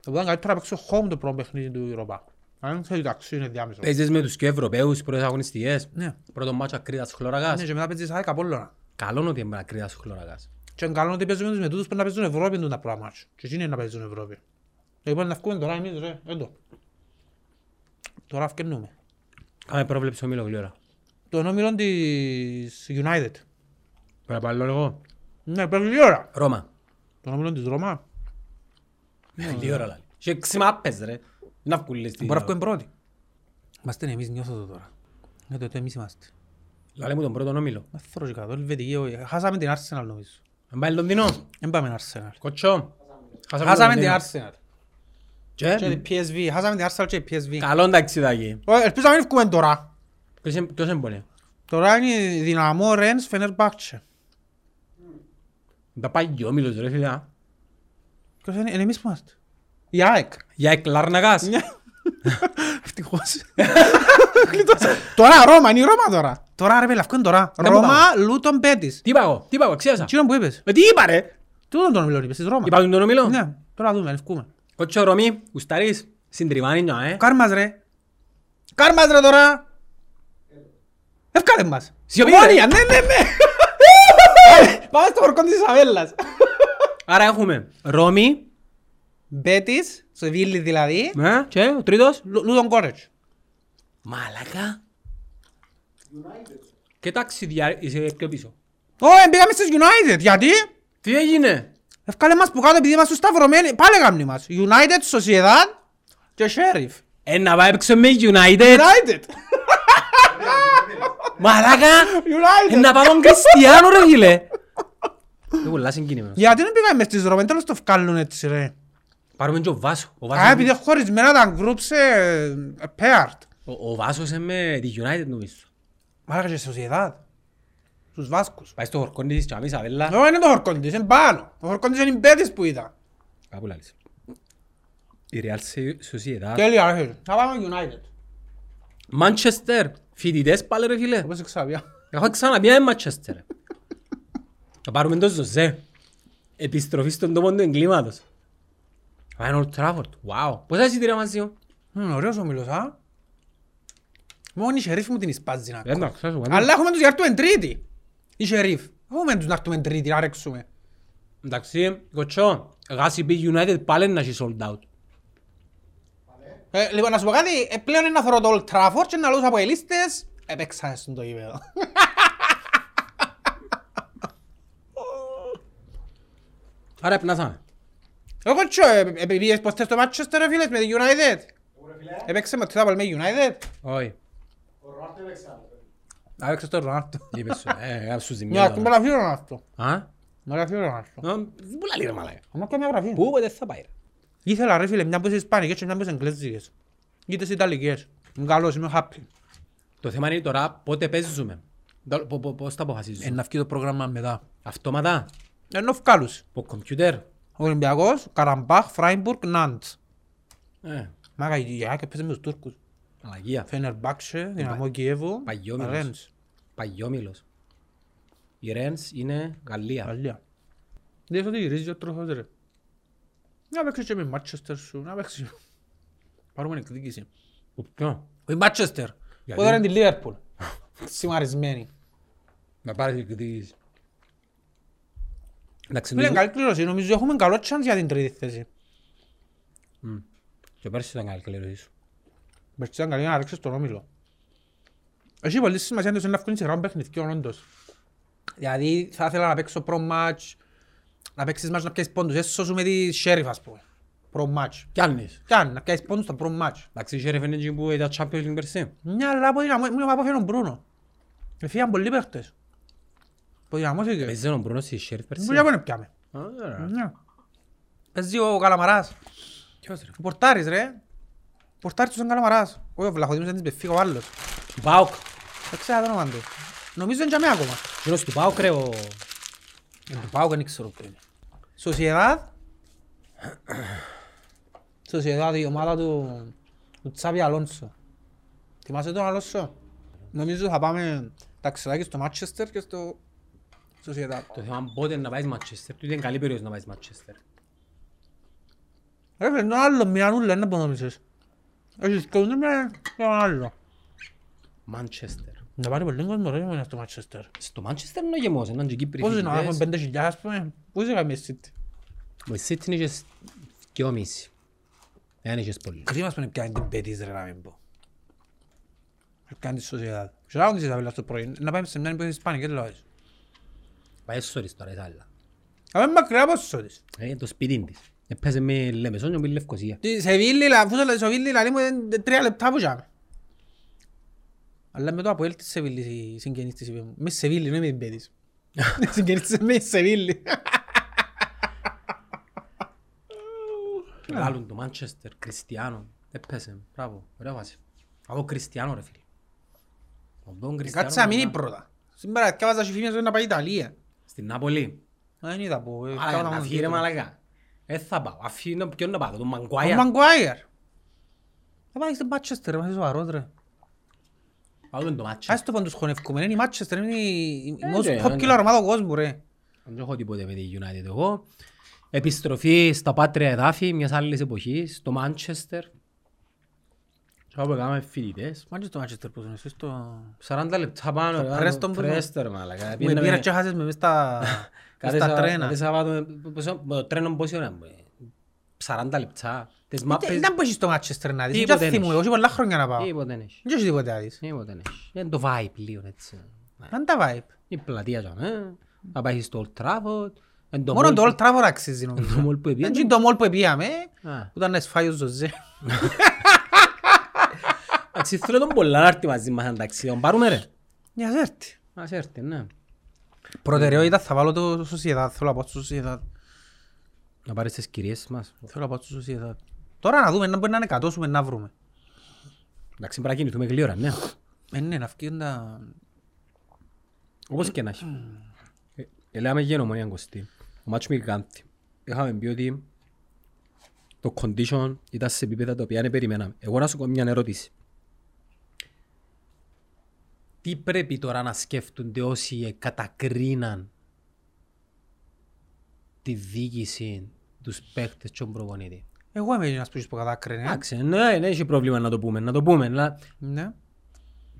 Θα μπορούσα καλύτερα να παίξω home το πρώτο παιχνίδι του Europa. Αν θέλει ταξί είναι διάμεσο. Παίζεις με τους και Ευρωπαίους πρώτες αγωνιστικές. Ναι. Πρώτο μάτσο ακρίδας Ναι, χλωραγάς. και μετά παίζεις ΑΕΚ Απόλλωνα. Καλό είναι ότι είναι ακρίδας χλωραγάς. Και είναι καλό ότι παίζουμε τους με τούτους πρέπει να παίζουν Ευρώπη τούτα πράγματα. Και εκείνοι να παίζουν Ευρώπη. Λοιπόν, να βγούμε τώρα εμείς ρε, έντο. Τώρα βγαίνουμε. Κάμε πρόβλεψη ο Μίλο γλυόρα. Των όμιλων της United. Πρέπει να πάρω εγώ. Ναι, παίζει η ώρα. Ρώμα. Τον όμιλο της Ρώμα. Γλυόρα λάλη. Ναι. Και ξημάπες ρε. Να βγουν στη... Μπορεί να βγουν πρώτοι. Είμαστε εμείς, νιώθω το τώρα. Για το ότι εμείς είμαστε. Λάλε μου τον πρώτο όμιλο. Μα θωρώ και κάτω, Ελβετική, όχι. Χάσαμε την Arsenal νομίζω. Αν πάει Λονδίνο. Δεν πάμε την Arsenal. Κοτσό. Χάσαμε την Arsenal. Και Και την PSV, χάσαμε την Arsenal και την PSV. καλό ταξιδάκι. Ω, Ελπίζω να μην βγούμε τώρα. Ποιος είναι- Ποιος είναι πολύ. Τώρα είναι η δυναμό Ρένς Φενερμπάχτσε. Τα πάει ο Μίλος ρε φίλε. α. Ποιος είναι, είναι εμείς που είμαστε. Η ΑΕΚ. Για εκλάρναγας. Ναι. Ευτυχώς. Τώρα Ρώμα, είναι η Ρώμα τώρα. Τώρα ρε παιδιά, τώρα. Ναι, που Ρώμα, Λούτον, Πέτης. Τι είπα εγώ, τι είπα εγώ, ξέρασα. Τι είναι που είπες. Ε, Τι είπα ρε. Τούτον τον ομιλόν είπες, της Ρώμα. Είπα τον τον ομιλό. Ναι, τώρα δούμε, αν βγούμε. Κότσο Ρωμή, Ουσταρίς, συντριβάνι νιά, ε. Κάρμας ρε. Κάρμας ρε τώρα. Ευκάλε μας. Σιωπή, Ομόνια, ναι, ναι, ναι. Ε, Πάμε στο χορκό της Ισαβέλλας. Άρα έχουμε Ρώμη, Μπέτης, Σεβίλη δηλαδή, ε, και ο τρίτος. Λου- Λούτον Κόρετς. Μαλάκα. Και ταξιδιά είσαι πιο πίσω. Ω, μπήκαμε στις United, γιατί. Τι έγινε. Ευκάλε μας που κάτω επειδή είμαστε σταυρωμένοι. Πάλε γάμνη μας. United, Sociedad και Sheriff. Ένα πάει έπαιξε με United. United. Μαλάκα. United. Ένα πάμε Κριστιανό ρε φίλε. Δεν πολλά συγκίνημενος. Γιατί δεν πήγαμε στις Ρώμες, τέλος το βγάλουν έτσι ρε. Πάρουμε και ο Βάσο. Ο Α, Βάσος- επειδή χωρισμένα τα groups ε, paired. ο- ο Βάσος είναι με τη United νομίζω. Μάλακα και Sociedad. Τους Βάσκους. Πάει στο χορκόνι της Τσαμής Αβέλλα. Ah, Εγώ είναι το χορκόν της, είναι πάνω. Ο χορκόν της είναι η Μπέτης που ήταν. Κάπου λάλης. Η Real Se- Sociedad. Τέλεια, ρε φίλε. Θα πάμε United. Manchester. Φοιτητές πάλι ρε φίλε. Όπως η Ξαβιά. Έχω ξαναπεί ένα Manchester. ρε. Θα πάρουμε το Ζωζέ. Επιστροφή στον τόπο του εγκλήματος. Θα είναι Old Trafford. Wow. Πόσα εισιτήρια μαζί σου. Μμμ, Hm, Ωραίος ο Μίλος, α. Μόνοι η Σερίφ μου την εισπάζει να Δεν τα ξέρω. Ε, Αλλά έχουμε τους για να έρθουμε τρίτη. Η Σερίφ. Έχουμε τους να έρθουμε τρίτη, να ρέξουμε. Εντάξει, κοτσό. Γάση πει United πάλι να έχει sold out. Ε, Λοιπόν, να σου πω κάτι, ε, πλέον είναι να θωρώ το Old Trafford και να λέω από οι λίστες, έπαιξαν στον το γήπεδο. Άρα πνάσαμε. Εγώ τσο, ε, ε, πήγες ποτέ στο Manchester, ρε φίλες, με τη United. Εγώ ρε φίλε, Έπαιξε με τίποτα με United. Όχι. ο Ρονάρτο έπαιξε άλλο. Α, Έπαιξε στο Ρονάρτο. Είπες σου. Ε, γράψου Μια ζημιά. γραφή με γραφείο Ρονάρτο. Α. Με γραφείο Ρονάρτο. Ε, Δεν πουλαλεί ρε μαλάκα. Όμως και μια γραφή. Πού δεν θα πάει ρε. Ήθελα ρε φίλε, μια που είσαι Ισπανικές και μια που είσαι Εγγλέζικες. Είτε είσαι Ιταλικές. Είμαι καλός, είμαι happy. Το θέμα είναι τώρα πότε παίζουμε. Δο- πο- πο- Πώς τα αποφασίζουμε. Ε, να βγει το πρόγραμμα μετά. Αυτόματα. Ενώ βγάλους. Από κομπιούτερ. Ολυμπιακός, Καραμπάχ, Φράιμπουργκ, Νάντς. Ε, Μάγα η Γιάκη παίζει με τους Τούρκους. Αλλαγία. Φενερμπάξε, Δυναμό Κιέβο, Παγιόμιλος. Ρένς, Παγιόμιλος. Η Ρένς είναι Γαλλία. Γαλλία. Δες ότι γυρίζει ο τροχός ρε. Να παίξεις και με Μάτσεστερ σου, να παίξεις. Πάρουμε εκδίκηση. Που ποιο. Όχι Μάτσεστερ, Γιατί? όταν είναι τη Λίβερπουλ. Σημαρισμένη. Να πάρεις την κριτική. Εντάξει, Φίλε, νομίζω- καλή κλήρωση, νομίζω έχουμε καλό chance για την τρίτη θέση. και πέρσι ήταν καλή κλήρωση σου. Μπες ήταν καλή να ρίξεις τον όμιλο. Έχει πολύ σημασία να να βγουν σε ράουν παιχνιδικιών όντως. Δηλαδή θα ήθελα να παίξω προ-match, να παίξεις match να πιάσεις πόντους. Έσω σου με τη Sheriff ας πούμε. Προ-match. Κι άλλες. Κι αν, να πιάσεις πόντους στα προ-match. Εντάξει, η Sheriff είναι εκείνη που ήταν Champions League πέρσι. Μια αλλά από δυναμό, ήμουν από φέρον Μπρούνο. Εφύγαν πολλοί παίχτες. Που δυναμώθηκε. Δεν Παίζει ο Μπρούνος στη Sheriff πέρσι. μπορούσαμε να πιάμε. Α, ρε. Ναι. Παίζει ο Καλαμαράς. Ποιος, ρε. Ο Πορτάρης ρε. Ο Πορτάρης του είναι Καλαμαράς. Όχι ο Βλαχοδήμος είναι της Μπεφίκα ο άλλος. Πάοκ. Δεν ξέρω το όνομα του. Νομίζω είναι τζαμί ακόμα. Εκείνος του Πάοκ ρε ο... Είναι το Πάο και δεν ξέρω ποιο είναι. Σοσιεδάδ. Σοσιεδάδ η ομάδα του, του Τσάβι Αλόνσο. Θυμάσαι τον Αλόνσο. Νομίζω θα πάμε ταξιδάκι στο Μάτσεστερ και στο Σοσιεδάδ. Το θέμα είναι πότε να πάει Manchester. Του είναι καλή περίοδος να πάει Manchester. Ρε φίλε, τον άλλο μοιρανούλα είναι που νομίζεις. Έχεις και τον μία και τον άλλο. Manchester. Να πάρει πολύ κόσμο ρε μόνο στο Μάτσεστερ. Στο Manchester είναι γεμός, είναι και Κύπροι Πόσο είναι, φοιτητές. έχουμε πέντε χιλιάδες ας πούμε. Πού είσαι καμία City. Ο City είναι και σ- δυόμιση. Δεν είχες πολύ. Κρίμα που είναι πιάνει την Πέτης ρε να μην πω. Πιάνει τη Σοσιαδάδ. Σε ράγουν της Ισαβέλας το πρωί. Να πάμε σε μια υπόθεση Ισπανικές λόγες. Πάει σωρίς τώρα, είσαι άλλα. Θα πάμε μακριά από στις Σότες. Ε, το σπίτι της. Έπαιζε με Λεμεσόν και με Λευκοσία. Τη Σεβίλη, λα- αφού σε Σεβίλη λαλεί μου είναι τρία λεπτά που είχαμε. Αλλά με το Αποέλ της Σεβίλης η συγγενής της είπε μου. Μες στη Σεβίλη, δεν με την Πέτης. Η συγγενής της με στη Σεβίλη. Βγάλουν το Manchester, Κριστιανό. Έπαιζε, μπράβο, ωραία βάση. Από Κριστιανό ρε φίλε. Από τον Κριστιανό. Κάτσε να μείνει πρώτα. Σήμερα διάβαζα και φήμες ότι να πάει Ιταλία. Στην Νάπολη. Α, Δεν είδα που. ε, Μαλάκα, κάμερα να μου φύγει ρε τίτλο. μαλακά. Ε, θα πάω. Αφήνω ποιον να πάω, τον Ο Μαγκουάια. Μαγκουάιρ. Θα πάει στην Manchester, ρε, μα είσαι σοβαρός, ρε. Πάω τον το Manchester. Ας το παντούς χωνευκούμε, είναι η Manchester, είναι η- η Ε, most ρε, popular ναι. ομάδα του κόσμου ρε. Δεν έχω τίποτε με τη United εγώ. Επιστροφή στα πάτρια εδάφη μιας άλλης εποχής, στο Manchester. Και όπου έκαναμε φοιτητές. Μάντζες το Manchester που είναι, εσείς το... 40 λεπτά πάνω. ρε, Preston το που- Preston, μαλακά. Με Πήγαμε πήρες και χάσες με μες στα μες κάθε στα Σα- τρένα. κάθε Σαββάτο, πόσο- με το τρένο πόσο ώρα είναι, 40 λεπτά. Τις Ε, Τι- μάπες, Ήταν που έχεις το Manchester να δεις, Τίποτε δεν θυμούμαι, είναι. όχι πολλά χρόνια να πάω. Δεν τίποτε δεν έχεις. έχεις τίποτε να δεις. Τίποτε δεν έχεις. Είναι το vibe λίγο έτσι. Αν τα vibe. Η πλατεία τζαμ, ε. Να πάει στο Old Trafford. Εν το Μόνο mall το που- Old Trafford αξίζει εν νομίζω. το mall που Δεν επήγαινε. είναι το μόλ που επήγαμε, Α. που ήταν να σφάει ο Ζωζέ. Εντάξει, θέλω τον πολλά να έρθει μαζί μας ένα ταξίδι. Τον πάρουμε ρε. Για να έρθει. Ας έρθει, ναι. Προτεραιότητα θα βάλω το Sociedad, θέλω να πάω στο Sociedad. Να πάρεις τις κυρίες μας. Θέλω να πάω στο Sociedad. Τώρα να δούμε, να μπορεί να είναι κατώσουμε να βρούμε. Εντάξει, πρέπει να κινηθούμε γλύωρα, ναι. Ε, ναι, να φύγουν τα... Όπως και να έχει. Ε, Ελέγαμε για νομονία Κωστή. Ο μάτσος με η Γκάνθη. Είχαμε πει ότι το condition ήταν σε επίπεδα τα οποία δεν περιμέναμε. Εγώ να σου κάνω μια ερώτηση. Τι πρέπει τώρα να σκέφτονται όσοι κατακρίναν τη διοίκηση τους παίχτες και τον προπονητή. Εγώ είμαι ένας που που κατάκρινε. Εντάξει, ναι, ναι, έχει πρόβλημα να το πούμε, να το πούμε. Αλλά Ναι.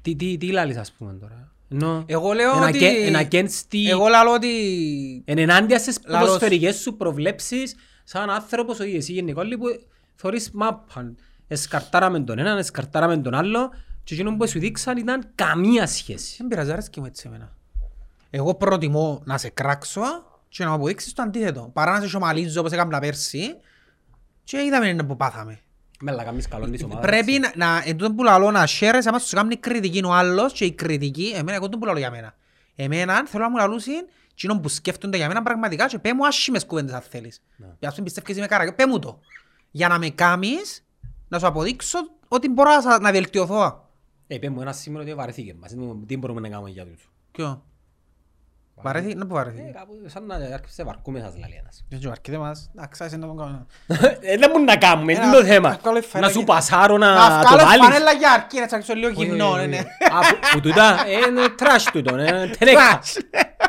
τι, τι, τι λάλλεις ας πούμε τώρα. Ενώ Εγώ λέω ένα ότι... και- ένα against the- Εγώ λέω ότι... Εν ενάντια στις Λαλός. ποδοσφαιρικές σου προβλέψεις σαν άνθρωπος ότι εσύ γενικόλοι που θωρείς μάπα. Εσκαρτάραμε τον έναν, εσκαρτάραμε τον άλλο και εκείνο που σου δείξαν ήταν καμία σχέση. Δεν πειράζει, αρέσκει μου έτσι εμένα. Εγώ προτιμώ να σε κράξω και να μου αποδείξεις το αντίθετο. Παρά να σε σομαλίζω όπως έκανα πέρσι και είδαμε να που πάθαμε. Με αλλά καμίς καλό της ομάδας. Πρέπει να, να εν τούτο που λαλώ να σέρεσαι, άμα σου κάνει κριτική ο άλλος και η κριτική, εμένα, εγώ τον που λαλώ για μένα. Εμένα θέλω να μου λαλούσει κοινων που σκέφτονται για μένα πραγματικά και πέ μου άσχημες κουβέντες αν θέλεις. Ναι. Για ας πούμε πιστεύεις είμαι καραγκιό, πέ μου το. Για να με κάνεις, να σου αποδείξω ότι μπορώ να, σα- να βελτιωθώ. Ε, πες μου ένα σήμερα ότι βαρεθήκε μας. Δεν μου- Τι μπορούμε να κάνουμε για τους. Ποιο. Βαρέθη, να που Ε, βαρέθη. κάπου σαν να άρχισε βαρκούμε σας λέει ένας. Δεν ξέρω, αρκετέ μας. Να ξάσεις να τον κάνω. Ε, Δεν μου να κάνουμε, Ε, τι είναι το να- να θέμα. βγάλω Να φανέλα σου και- πασάρω να Να το βγάλω βάλεις. ε, φανέλα για αρκή, να τσακίσω λίγο γυμνό. ναι, ναι. Α, που- που τούτα, ε, είναι trash τούτο, ναι, είναι τελέκα.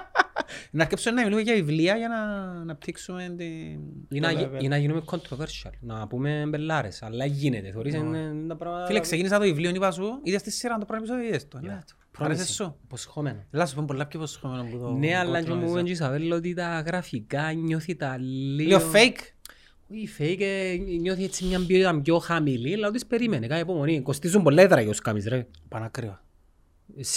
Να αρκέψω να μιλούμε για βιβλία για να αναπτύξουμε την... Ή να, ναι, γι- ή να γίνουμε controversial, να πούμε μπελάρες, αλλά γίνεται, θωρείς Ναι, είναι είναι τα πράγματα... Φίλε, ξεκίνησα το βιβλίο, είπα σου, είδες τη σειρά το πρώτο επεισόδιο, είδες το. ναι. Είδα το. Άρεσε Πρόμηση. σου. Υποσχόμενο. Ελά, σου πω πολλά πιο προσχόμενο που το... Ναι, που αλλά το και μου νόμιζα. είπε η Ισαβέλ ότι τα γραφικά νιώθει τα λίγο... Λέω fake. Η fake ε, νιώθει έτσι μια ποιότητα πιο χαμηλή, αλλά ότι περίμενε, κάνει υπομονή. Κοστίζουν πολλά έδρα για όσους κάνεις, ρε. Πανακρύβα.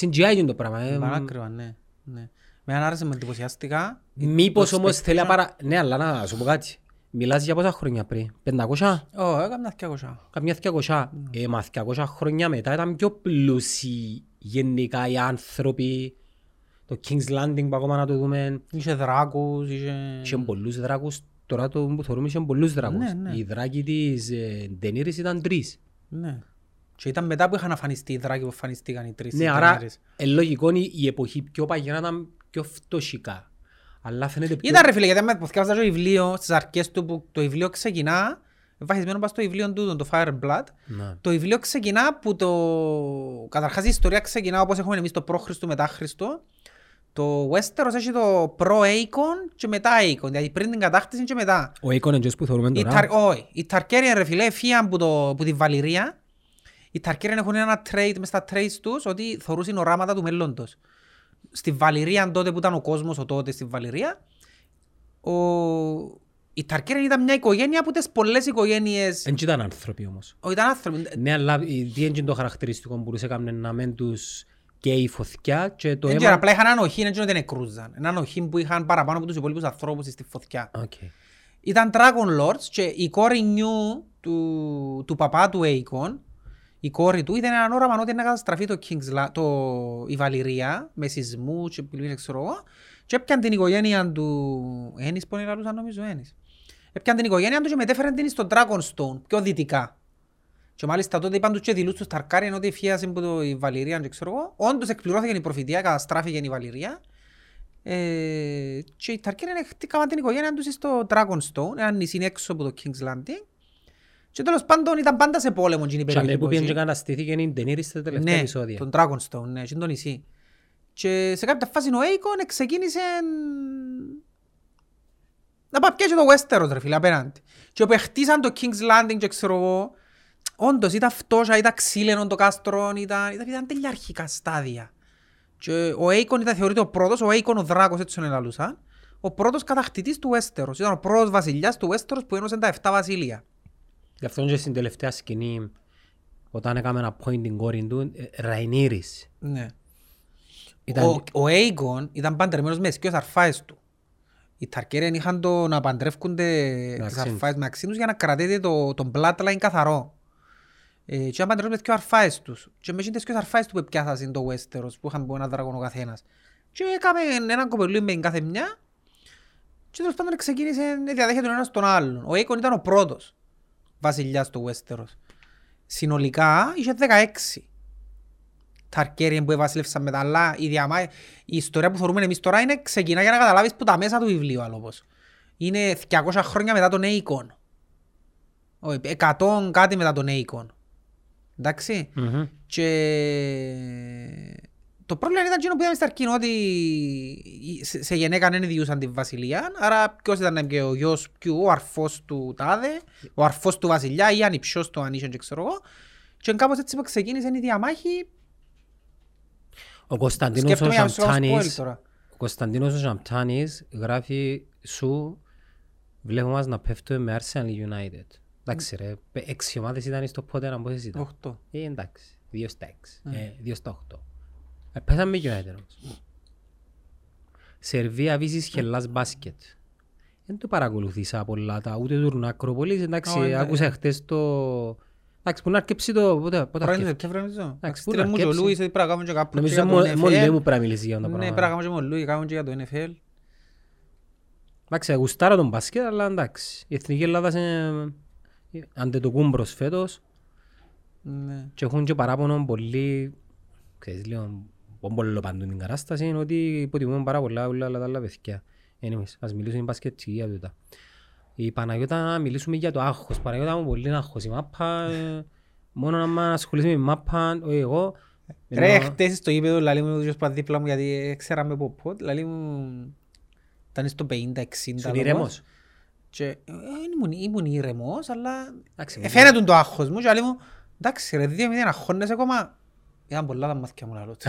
CGI είναι το πράγμα. ε. Πανακρύβα, ναι. ναι. Με αν άρεσε με εντυπωσιάστηκα. Μήπως Το όμως θέλει να expectation. παρα... Ναι, αλλά να σου πω κάτι. Μιλάς για πόσα χρόνια πριν, 500? Ω, έκανα και ακούσια. Καμιά 200, Ναι. ε, μα 200 χρόνια μετά ήταν πιο πλούσιοι γενικά οι άνθρωποι. Το King's Landing που ακόμα να το δούμε. Είχε δράκους, είχε... Είχε πολλούς δράκους. Τώρα το που θεωρούμε είχε πολλούς δράκους. Ναι, ναι. Οι δράκοι της ε, Ντενίρης ήταν τρεις. Ναι. Και ήταν μετά που είχαν αφανιστεί οι δράκοι που αφανιστήκαν οι τρεις. Ναι, οι άρα τρεις. ε, λογικό είναι η εποχή πιο παγιά να ήταν πιο φτωχικά. Αλλά φαίνεται πιο... Ήταν ρε φίλε, γιατί άμα που θυκάβαζα το βιβλίο, στις αρχές του που το βιβλίο ξεκινά, βασισμένο πάνω στο βιβλίο του, το Fireblood, Ναι. το βιβλίο ξεκινά που το... Καταρχάς η ιστορία ξεκινά όπως έχουμε εμείς το προ-Χριστού μετά Χριστού. Το Westeros έχει το προ-Aicon και μετά Aicon, δηλαδή πριν την κατάκτηση και μετά. Ο Aegon είναι που θεωρούμε Η τώρα. Ταρ... Όχι, οι Targaryen ρε φίλε φύγαν που, το... που τη Βαλυρία. Οι Targaryen έχουν ένα trait μες στα traits τους ότι θωρούσαν οράματα του μέλλοντος. Στη Βαλυρία τότε που ήταν ο κόσμος ο τότε στη Βαλυρία, ο... η Targaryen ήταν μια οικογένεια από τις πολλές οικογένειες. Εν τζ' ήταν άνθρωποι όμως. Ο, ήταν άνθρωποι. Ναι, αλλά η- τι είναι το χαρακτηριστικό που μπορούσε έκαμνε να μεν τους και η φωθιά και το Δεν ξέρω, αίμα... απλά είχαν ανοχή, δεν ξέρω ότι νεκρούζαν. Ένα ανοχή που είχαν παραπάνω από τους υπόλοιπους ανθρώπους στη φωτιά. Οκ. Ήταν Dragon Lords και η κόρη νιού του, του παπά του Aegon, η κόρη του, ήταν έναν όραμα ότι να καταστραφεί το King's La- το, η Βαλυρία με σεισμού και πλήρες ξέρω εγώ και έπιαν την οικογένεια του Ένις που είναι λαλούσαν νομίζω Ένις. Έπιαν την οικογένεια τους και μετέφεραν την στο Dragonstone, πιο δυτικά. Και μάλιστα τότε είπαν τους και δειλούς τους Ταρκάριεν ότι φίασε που το, η Βαλυρία και ξέρω εγώ. Όντως εκπληρώθηκε η προφητεία, καταστράφηκε η Βαλυρία. Ε, και οι Ταρκάριεν χτήκαμε την οικογένεια τους στο Dragonstone, ένα νησί έξω από το King's Landing. Και τέλος πάντων ήταν πάντα σε πόλεμο εκείνη η Και περιοχή ανέ που που πήγαινε ζει. και καταστήθηκε είναι η Ντενίρη στα τελευταία Ναι, επεισόδια. τον Dragonstone, ναι, και το νησί. Και σε κάποια φάση ο Aegon ξεκίνησε να πάει πιάσει το Westeros, ρε φίλε, απέναντι. Και όπου χτίσαν το King's Landing και ξέρω εγώ, όντως ήταν φτώχεια, ήταν ξύλινο το κάστρο, ήταν, ήταν, ήταν τελειά αρχικά στάδια. Και ο Aegon ήταν θεωρείται ο πρώτος, ο Aegon ο δράκος, έτσι τον ελαλούσαν, ο πρώτος κατακτητής του Westeros. Ήταν ο πρώτος βασιλιάς του Westeros που ένωσε τα 7 βασίλεια. Γι' αυτό και στην τελευταία σκηνή, όταν έκαμε ένα point την κόρη του, ε, Ραϊνίρης. Ναι. Ήταν- Ο, ο Aegon ήταν παντρεμένος με τις αρφάες του. Οι Ταρκέριαν είχαν το να παντρεύκονται τις Αξίνους. αρφάες με αξίνους για να κρατείται το, τον bloodline καθαρό. Ε, και ήταν παντρεμένος με τις αρφάες τους. Και με εκείνες τις δυο αρφάες του που πιάσασαν το Westeros που είχαν από έναν δραγόνο καθένας. Και έκαμε έναν κοπελούι με την κάθε μια και τέλος πάντων ξεκίνησε να διαδέχεται τον ένας τον άλλον. Ο Aegon ήταν ο πρώτος βασιλιάς του Westeros. Συνολικά είχε 16. Ταρκέριεν που εβασίλευσαν μετά, αλλά η, διαμά... η ιστορία που θεωρούμε εμείς τώρα είναι ξεκινά για να καταλάβεις που τα μέσα του βιβλίου άλλο πως. Είναι 200 χρόνια μετά τον Aegon. Όχι, 100 κάτι μετά τον Aicon. Εντάξει. Και το πρόβλημα ήταν εκείνο που είδαμε στα αρχήν ότι σε σε γενέκα δεν ιδιούσαν τη βασιλεία, άρα ποιος ήταν και ο γιος ποιου, ο αρφός του τάδε, ο αρφός του βασιλιά ή ανιψιός του αν είχε και ξέρω εγώ. Και κάπως έτσι που ξεκίνησε η διαμάχη, Ο Κωνσταντίνος ο σκέφτομαι για να σου κάνω spoil Ζαμπτάνης, τώρα. ο Κωνσταντίνος ο Ζαμπτάνης γράφει σου βλέπω μας να πέφτουμε με Arsenal United. Εντάξει ρε, πε- έξι ομάδες ήταν στο πότε να μπω ήταν. Οχτώ. Ε, εντάξει, δύο στα έξι, Ναι. ε, δύο στα οχτώ. Ε, πέσαμε με United όμως. Σερβία βίζεις χελάς μπάσκετ. Δεν το παρακολουθήσα πολλά τα ούτε του Ακροπολής, Ω, εντάξει, εντάξει. άκουσα χτες το... Εντάξει, που να αρκεψεί το... Πότε, πότε Πρώην αρκεψεί. Σεπτέμβριο, νομίζω. Εντάξει, πού να Στρέμουν και ο αρκέψει. Λούις, δηλαδή πρέπει να κάνουμε και κάποιο Νομίζω για μόνο τον μόνο η NFL. ιδέα μου πρέπει να μιλήσει για Ε, Ναι, τα πρέπει να πράγματα. κάνουμε και με τον Λούις, κάνουμε και για το NFL. Εντάξει, γουστάρω τον μπάσκετ, αλλά εντάξει. Η Εθνική Ελλάδας είναι αντετοκούμπρος φέτος Ναι. και έχουν και παράπονο πολύ, ξέρεις λίγο, πολύ παντού την κατάσταση, είναι ότι υποτιμούμε πάρα πολλά όλα όλα τα άλλα παιδιά. Anyways, ας μιλήσουμε μπάσκετ για τούτα. Η Παναγιώτα να μιλήσουμε για το άγχος. Παναγιώτα μου πολύ άγχος η μάπα. ε, μόνο να μας ασχολείσαι με μάπα, όχι εγώ. Ρε, ενώ- χτες στο γήπεδο, λαλή μου, ποιος πάνε δίπλα μου, γιατί ξέραμε από πότε, λαλή μου, ήταν στο 50-60. Σου λόγος. είναι ηρεμός. Και ε, ήμουν, ήμουν ήρεμος, αλλά Εντάξει, ε, φαίνεται το άγχος μου και λέει μου, εντάξει ρε, δύο μηδέν, αγχώνεσαι ακόμα. Ήταν πολλά τα μάθηκια μου λαλό του.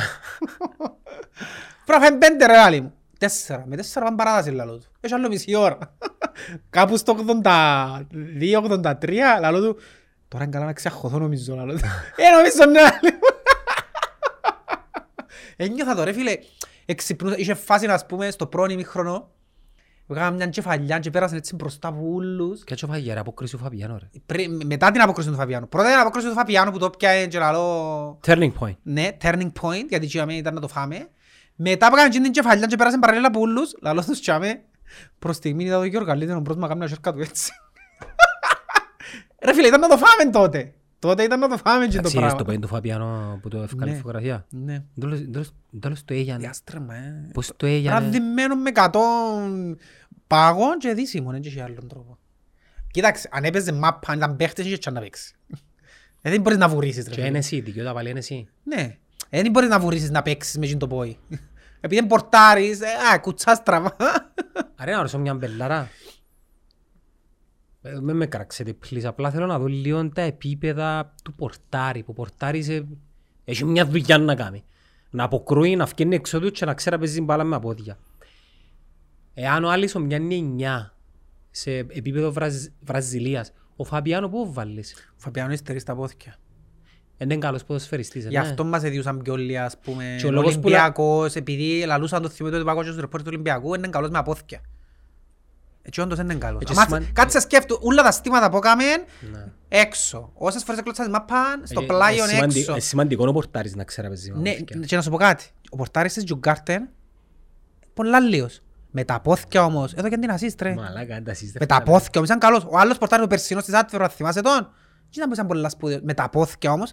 Πρέπει να φάμε πέντε ρε λαλή μου. Τέσσερα, με τέσσερα πάνε παράταση λαλό του. Έχει άλλο μισή ώρα. Κάπου στο 82-83 λαλό του, τώρα είναι καλά να ξεχωθώ νομίζω λαλό του. Ε, νομίζω ναι λαλή μου. Ένιωθα το ρε φίλε, εξυπνούσα, είχε φάση να πούμε στο πρώην ημίχρονο, Βγάλαμε μια κεφαλιά και πέρασαν έτσι μπροστά από όλους. Κάτσο φαγέρα, αποκρίσει ο Φαβιάνο ρε. Πρι- μετά την αποκρίση του Φαβιάνου. Πρώτα την αποκρίση του Φαβιάνου που το πιάνε και λαλό, Turning point. ναι, turning point, γιατί τσιάμε ήταν να το φάμε. Μετά που έκαναν την κεφαλιά και πέρασαν παράλληλα από όλους, λαλό τους τσιάμε. Προς στιγμή είδα το Γιώργα, λέει τον πρώτο να κάνει σέρκα του έτσι. Ρε φίλε, ήταν να το φάμε τότε. Τότε ήταν να το φάμε και το Εντάξει, είδες πράγμα. το πέντε του Φαβιάνο που το έφυγαν Ναι. φωτογραφία. Ναι. Τέλος- τέλος- Τέλος το έγινε. Διάστρεμα, ε. Πώς το έγινε. Ραδημένο με 100 πάγων και δύσιμο, δεν είχε άλλον τρόπο. Κοίταξε, αν έπαιζε μάπα, αν ήταν παίχτες, είχε τσάν να παίξει. Ε, Δεν μπορείς να βουρίσεις. ρε Και φίλε. είναι εσύ, δικαιώτα πάλι είναι εσύ. Ναι, Ε, δεν μπορείς να βουρίσεις να παίξεις με εκείνο το πόη. Επειδή δεν πορτάρεις, ε, α, κουτσάς στραβά. Άρα να ρωτήσω μια μπελάρα. Ε, Με με κράξετε πλείς, απλά θέλω να δω λίγο τα επίπεδα του πορτάρι, που πορτάρις σε... έχει μια δουλειά να κάνει. Να αποκρούει, να φκένει έξω του και να ξέρει να παίζει την μπάλα με τα πόδια. Εάν ο Άλισον μοιάνει 9 σε επίπεδο Βραζ... Βραζιλίας, ο Φαμπιάνο πού βάλεις. Ο Φαπιάνο υστερεί στα πόθηκια. Ε, Είναι καλός ποδοσφαιριστής, ε, Γι' ναι. αυτό μας εδιούσαν πιο όλοι, ας πούμε, Και ο ο λόγος που λα- Ολυμπιακός, επειδή λαλούσαν το θυμητό του παγκόσμιου του ρεπόρτερ του Ολυμπιακού, είναι καλός με απόθηκια. Έτσι όντως είναι καλός. Έτσι Άμα- Ε, σημαν- Κάτι σε σκέφτου, όλα τα στήματα που έκαμεν, Ναι. έξω. Όσες φορές έκλωτσαν τη μάπα, στο Ε, πλάιον ε, σημαντι- έξω. ε, Σημαντικό ο πορτάρις να ξέρει να παίζει με τα Ναι, πόδια. και να σου πω κάτι. Ο πορτάρης της Τζουγκάρτεν, πολλά λίος. Με τα πόθηκια όμως, εδώ και αν την ασίστρε. Μαλάκα, αν τα Με σύστερα- τα πόθηκια όμως ήταν καλός. Ο άλλος πορτάρης ο περσινός της Άτφερο, θυμάσαι τον. Δεν ήταν που ήταν πολλά σπουδαίος. Με τα πόθηκια όμως,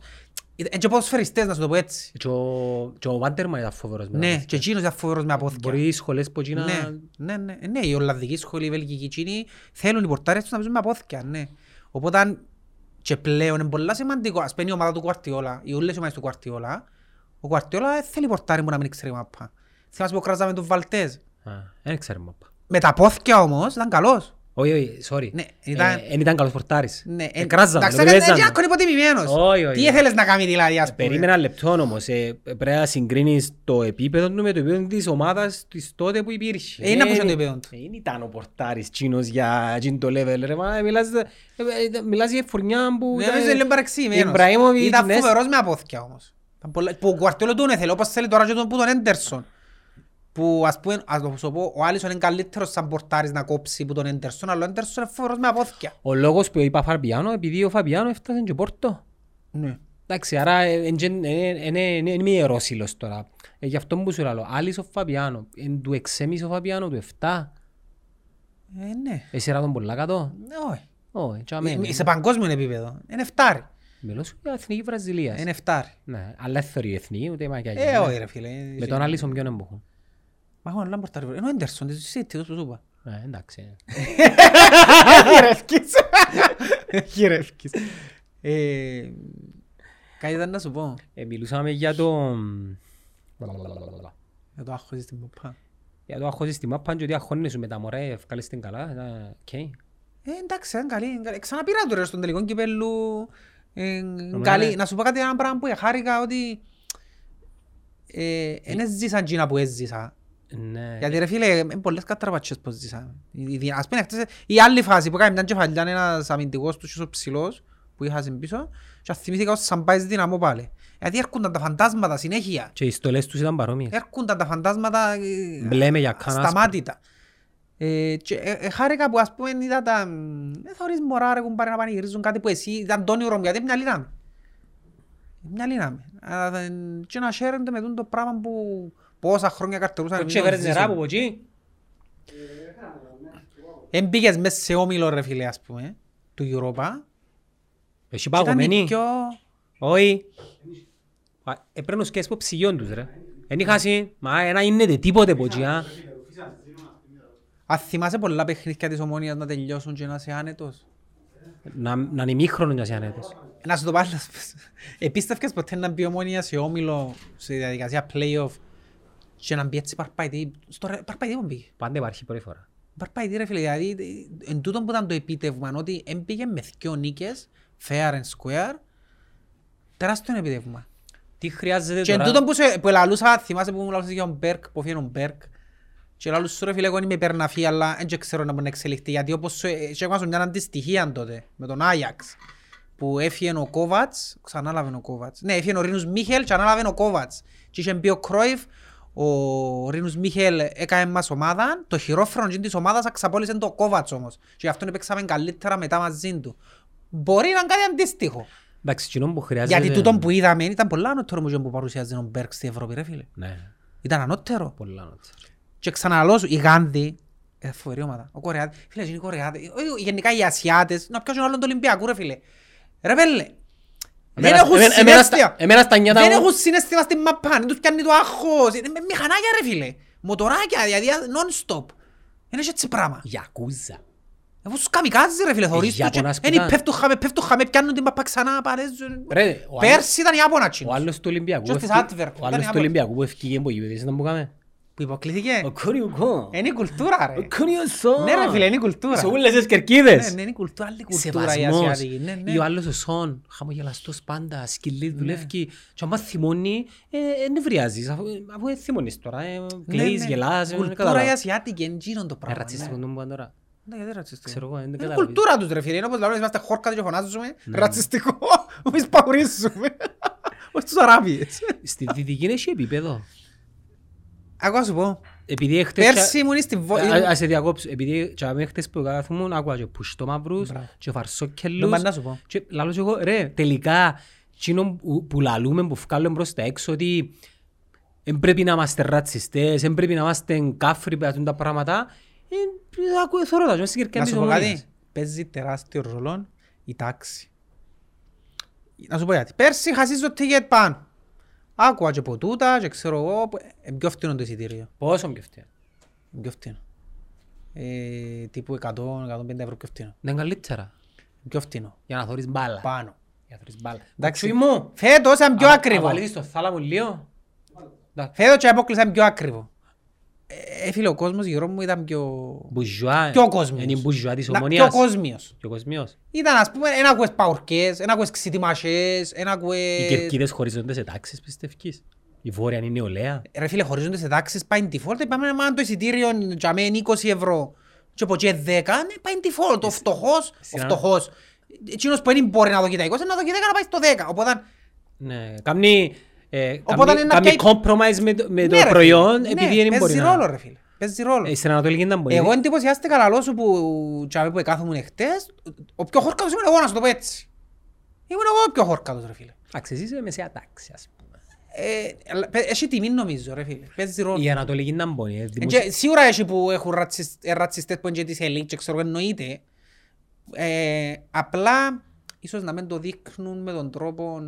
Ε, έτσι ο ποδοσφαιριστές να σου το πω έτσι. Και ο- και ο Βάντερμαν ήταν φοβερός με τα Ναι, πόδια. και εκείνος ήταν φοβερός με απόθηκια. Μπορεί οι σχολές που εκείνα... Ναι, ναι, ναι, ναι, η Ολλανδική σχολή, η Βελγική εκείνη θέλουν οι πορτάρες τους να παίζουν με απόθηκια, ναι. Οπότε αν και πλέον είναι πολλά σημαντικό, ας παίρνει η ομάδα του Κουαρτιόλα, οι όλες οι ομάδες του Κουαρτιόλα, ο Κουαρτιόλα δεν θέλει πορτάρι που να μην ξέρει μάπα. Θυμάσαι που κράζαμε τον Βαλτές. Α, Δεν ξέρω μάπα. Με τα πόθηκια όμως ήταν καλός. Όχι, όχι, sorry. Ναι, ήταν- Δεν ήταν καλός πορτάρης. Ναι, Ε, κράζαμε, εντάξει, το έκανε πιέζαμε. έτσι άκρο υποτιμημένος. Όχι, όχι. Ε, Τι ήθελες να κάνει δηλαδή, ας πούμε. Περίμενα λεπτόν όμως. ε, Πρέπει να συγκρίνεις το επίπεδο του με το επίπεδο της ομάδας της τότε που υπήρχε. Ε, είναι Ε, από το επίπεδο του. Δεν ήταν ο πορτάρης τσίνος για τσιν το level. ρε, μα, μιλάς- ε, ε, Μιλάς για φουρνιά που... Ναι, ήταν- νομίζω είναι παρεξηγημένος. Ιμπραήμοβιτς, Ήταν ναι. φοβερός με απόθηκια όμως. Ήταν πολλά- Που ο Κουαρτιόλο τον έθελε, όπως θέλει τώρα και τον, που τον Έντερσον. Που ας πούμε, ας το σου πω, ο Άλισον είναι καλύτερος σαν πορτάρις να κόψει που τον Έντερσον, αλλά ο Έντερσον είναι φοβερός με απόθηκια. Ο λόγος που είπα Φαμπιάνο, επειδή ο Φαμπιάνο έφτασε και πόρτο. Ναι. Εντάξει, άρα ε, είναι ε, μη ιερόσυλος τώρα. Ε, Γι' αυτό που σου λέω, Άλης ο Φαπιάνο, εν του 6,5 ο Φαπιάνο, του 7, Ε, ναι. εσύ ράδον πολλά κάτω. Ναι, όχι. Όχι, τσάμε. Ε, Σε παγκόσμιο επίπεδο. Είναι φτάρι. Μιλώ σου για εθνική Βραζιλίας. Είναι φτάρι. Ναι, αλλά δεν θεωρεί εθνική, ούτε μακιά. Ε, όχι ρε φίλε. Με ναι. τον Άλης ο ποιον εμπούχο. Μα έχουν όλα πορτάρι. Είναι ο Έντερσον, ε, της City, όπως σου είπα. Ε, εντάξει. Χειρεύκεις. Χειρεύκεις. Ε, Κάτι ήταν να σου πω. Ε, μιλούσαμε για το... Να το άχωζεις στην ποπά. Για το αχώζεις τη μάπα και ότι αχώνεις σου με τα μωρά, ευκάλεσαι την καλά. ε, Οκ. Ε, εντάξει, ήταν καλή. ήταν καλή. Ξαναπήρα το ρε στον τελικό κυπέλλου. Ε, Νομίζω καλή. είναι- Να σου πω κάτι ένα πράγμα που χάρηκα ότι ε, δεν ζήσαν τζίνα που έζησα. Ναι. Γιατί ρε φίλε, με πολλές κατραπατσίες πως ζήσαμε. Η- η- Ας πούμε, χτες, η άλλη φάση που έκανε μια κεφαλιά ένας αμυντικός τους ίσως ψηλός που είχα στην πίσω και θυμήθηκα ως σαν πάει στη δυναμό πάλι. Γιατί έρχονταν τα φαντάσματα συνέχεια. Και οι στολές τους ήταν παρόμοιες. Έρχονταν τα φαντάσματα ε, Μπλε με γιακά, άσπρα. σταμάτητα. Ε, και, ε, ε, χάρηκα που ας πούμε είδα τα... μ, Ε, θωρείς μωρά ρε κουμπάρε να πανηγυρίζουν κάτι που εσύ ήταν το όνειρο μου γιατί μια λύναμε. Μια λύναμε. Αλλά δεν- Και να χαίρονται με τούτο το πράγμα που πόσα χρόνια καρτερούσαν. Το εμείς να τσέφερες νερά ζήσουμε. από εκεί. Εν πήγες μέσα Ε, σε όμιλο ρε φίλε ας πούμε του Europa Εσύ και ήταν η παγωμένοι. πιο... Όχι. Α, Έπρεπε να σκέφτεσαι από ψυγιόν τους ρε. Εν είχα συ, μα ένα είναι τίποτε από εκεί. α. Αν θυμάσαι πολλά παιχνίδια της ομόνιας να τελειώσουν και να είσαι άνετος. Να να είναι μήχρονο για σιανέτες. Να σου το πάλι να σου πω. Επίστευκες ποτέ να μπει η ομόνια σε όμιλο σε διαδικασία play-off και να μπει έτσι παρπαϊτή. Στο ρε- παρπαϊτή που μπήκε. Πάντα υπάρχει πρώτη φορά. Παρπαϊτή ρε φίλε. Δηλαδή ε, εν τούτον που ήταν το επίτευγμα ότι έμπηγε με δυο νίκες fair and square τεράστιο επίτευγμα. Τι χρειάζεται Και εν τώρα. τούτον που, σε, που λαλούσα, θυμάσαι που μου λαλούσες για τον Μπέρκ, που φύγει ο Μπέρκ. Και λαλούσες σου ρε φίλε, εγώ είμαι υπέρ να φύγει, αλλά δεν και ξέρω να μπορεί να εξελιχθεί. Γιατί όπως σου- ε, σου έκανα σου μια αντιστοιχία τότε, με τον Άγιαξ. Που έφυγε ο Κόβατς, ξανάλαβε ο Κόβατς. Ναι, έφυγε ο Ρίνους Μίχελ και ανάλαβε ο Κόβατς. Και είχε μπει ο Κρόιφ, ο Ρίνους Μίχελ έκανε μας ομάδα, το χειρόφρονο τζιν της ομάδας αξαπόλυσε το Κόβατς όμως. Και γι' αυτόν παίξαμε καλύτερα μετά μαζί του. Μπορεί να είναι κάτι αντίστοιχο. Εντάξει, εκείνο που χρειάζεται... Γιατί τούτο που είδαμε ήταν πολλά ανώτερο μου που παρουσιάζει ο Μπέρκ στην Ευρώπη, ρε φίλε. Ναι, Ήταν ανώτερο. πολλά νότια. Και ξαναλώσω, η Γάνδη, ε, φοβερή ομάδα. Ο Κορεάτης, φίλε, είναι οι Κορεάτες, ε, ε, γενικά οι Ασιάτες, να πιάσουν άλλον το Ολυμπιακό, ρε φίλε. Ρε πέλε, δεν έχουν συνέστημα. Εμένα στα νιάτα Δεν μου... έχουν συνέστημα στην μαπά, δεν τους πιάνει το άγχος. Είναι με μηχανάκια, ρε φίλε. Μοτοράκια, δηλαδή non-stop. Είναι έτσι πράγμα. Γιακούζα. Εγώ στους καμικάζεις, ρε φίλε, θωρείς τους και- Ιάπωνας που είναι ήταν. πέφτουν χάμε, πέφτουν χάμε, πιάνουν την μαπά ξανά, παρέζουν. Ρε, ο άλλος- Πέρσι ήταν η Ιάπωνα, ο τσίνος. άλλος του Ολυμπιακού... Και στις έφυγε- advert, Ο ήταν άλλος του Ιάπωνας. Ολυμπιακού που έφυγε από γήπεδες, ήταν που κάμε. Που υποκλήθηκε. Ο Κοριουκό. Είναι η κουλτούρα ρε. Ο Κοριουσό. Ε, Ναι ρε φίλε, είναι η κουλτούρα. Σε όλες τις Ναι, κερκίδες. ναι, είναι η κουλτούρα, άλλη κουλτούρα η Σεβασμός. Ασιατική. Ναι, ναι. Ή ο άλλος ο Σον, χαμογελαστός πάντα, σκυλής, δουλεύει. Και άμα θυμώνει, ε, νευριάζεις. Αφού αφού δεν θυμώνεις τώρα, ε, κλαίεις, γελάς. ε, δεν Ναι, Κουλτούρα η καταλαβαίνεις. Ασιατική, είναι εκείνο το Ε, πράγμα. ρατσιστικό ναι. το που είπα τώρα. Ναι, γιατί ρατσιστικό. Ξέρω εγώ, ε, δεν Ναι, το Είναι η καταλαβαίνεις. κουλτούρα τους ρε φίλε, είναι όπως λέμε, είμαστε χόρκα και φωνάζουμε, ρατσιστικό, εμείς παουρίζουμε. Όχι τους Αράβιες. Στη δυτική έχει επίπεδο. Ακόμα σου πω, Επειδή χτες... πέρσι ήμουν στην Βο- Ε, Α- α- Ας σε διακόψω, επειδή τσάμε χτες που κάθομουν, άκουγα και πουστό μαύρους Μπράβο. και φαρσόκελους. Ναι, μα να σου πω. Και λαλώ και εγώ, ρε, τελικά, εκείνο που- που λαλούμε, που βγάλουμε προς τα έξω, ότι δεν πρέπει να είμαστε ρατσιστές, δεν πρέπει να είμαστε κάφροι, που τα πράγματα, ε, ακούω θωρώ τα, και μέσα στην κερκιά Να της σου πω ομονίας. κάτι, παίζει τεράστιο ρόλο η τάξη. Να σου πω γιατί. Πέρσι χασίζω το ticket πάνω. Άκουα και ποτούτα και ξέρω εγώ, που- ε, πιο φτηνό το εισιτήριο. Πόσο και αυτή. Είναι Πιο φτηνό. Ε, τύπου 100-150 ευρώ πιο φτηνό. Δεν καλύτερα, Είναι Πιο φτηνό. για να θωρείς μπάλα. Πάνω. Για να θωρείς μπάλα. Εντάξει. Κουτσούι μου, Φέτος ήταν πιο α- ακριβό. αβαλίδεις το θάλαμο λίγο. Φέτος και απόκλεισα πιο ακριβό. Ε, ε, φίλε, ο κόσμος γύρω μου ήταν πιο... Μπουζουά, Πιο κόσμιος. Ναι. είναι η μπουζουά της Να- ομονίας. Πιο κόσμιος. Πιο κόσμιος. Ήταν ας πούμε, ένα ακούες παουρκές, ένα ακούες ξυτιμασές, ένα ακούες... Οι κερκίδες χωρίζονται σε τάξεις πιστεύεις. Η βόρεια είναι η νεολαία. Ρε φίλε, χωρίζονται σε τάξεις, πάει in default, είπαμε να μάθουν το εισιτήριο για μένα είναι 20 ευρώ και από εκεί 10, ναι, πάει in default, ο φτωχός, ο Συνά- φτωχός. Εκείνος που δεν μπορεί να δοκεί τα 20, να δοκεί 10 να πάει στο 10. Οπότε, Ναι. Κάμνει ε, Οπότε κάμνει- είναι να κάμνει πιάει- compromise με Ε, το, με Ναι, το ρε, προϊόν φίλε. επειδή δεν μπορεί παίζει να... ρόλο ρε φίλε, παίζει ρόλο. Ε, Στην Ανατολική ήταν πολύ. Εγώ εντυπωσιάστηκα λαλό σου που τσάμε που εκάθομουν χτες, ο πιο χόρκατος ήμουν εγώ να σου το πω έτσι. Ήμουν εγώ ο πιο χόρκατος ρε φίλε. Εντάξει, εσύ είσαι μεσαία τάξη ας πούμε. Ε, αλλά παι- Έχει τιμή νομίζω ρε φίλε, παίζει ρόλο. Η Ανατολική ήταν πολύ. ε, Ε, δημοσι- και Σίγουρα έχει που έχουν ρατσισ- ε, ρατσιστές που είναι και της ελίτ και ξέρω εγώ, εννοείται. Ε, απλά ίσως να μην το δείχνουν με τον τρόπο...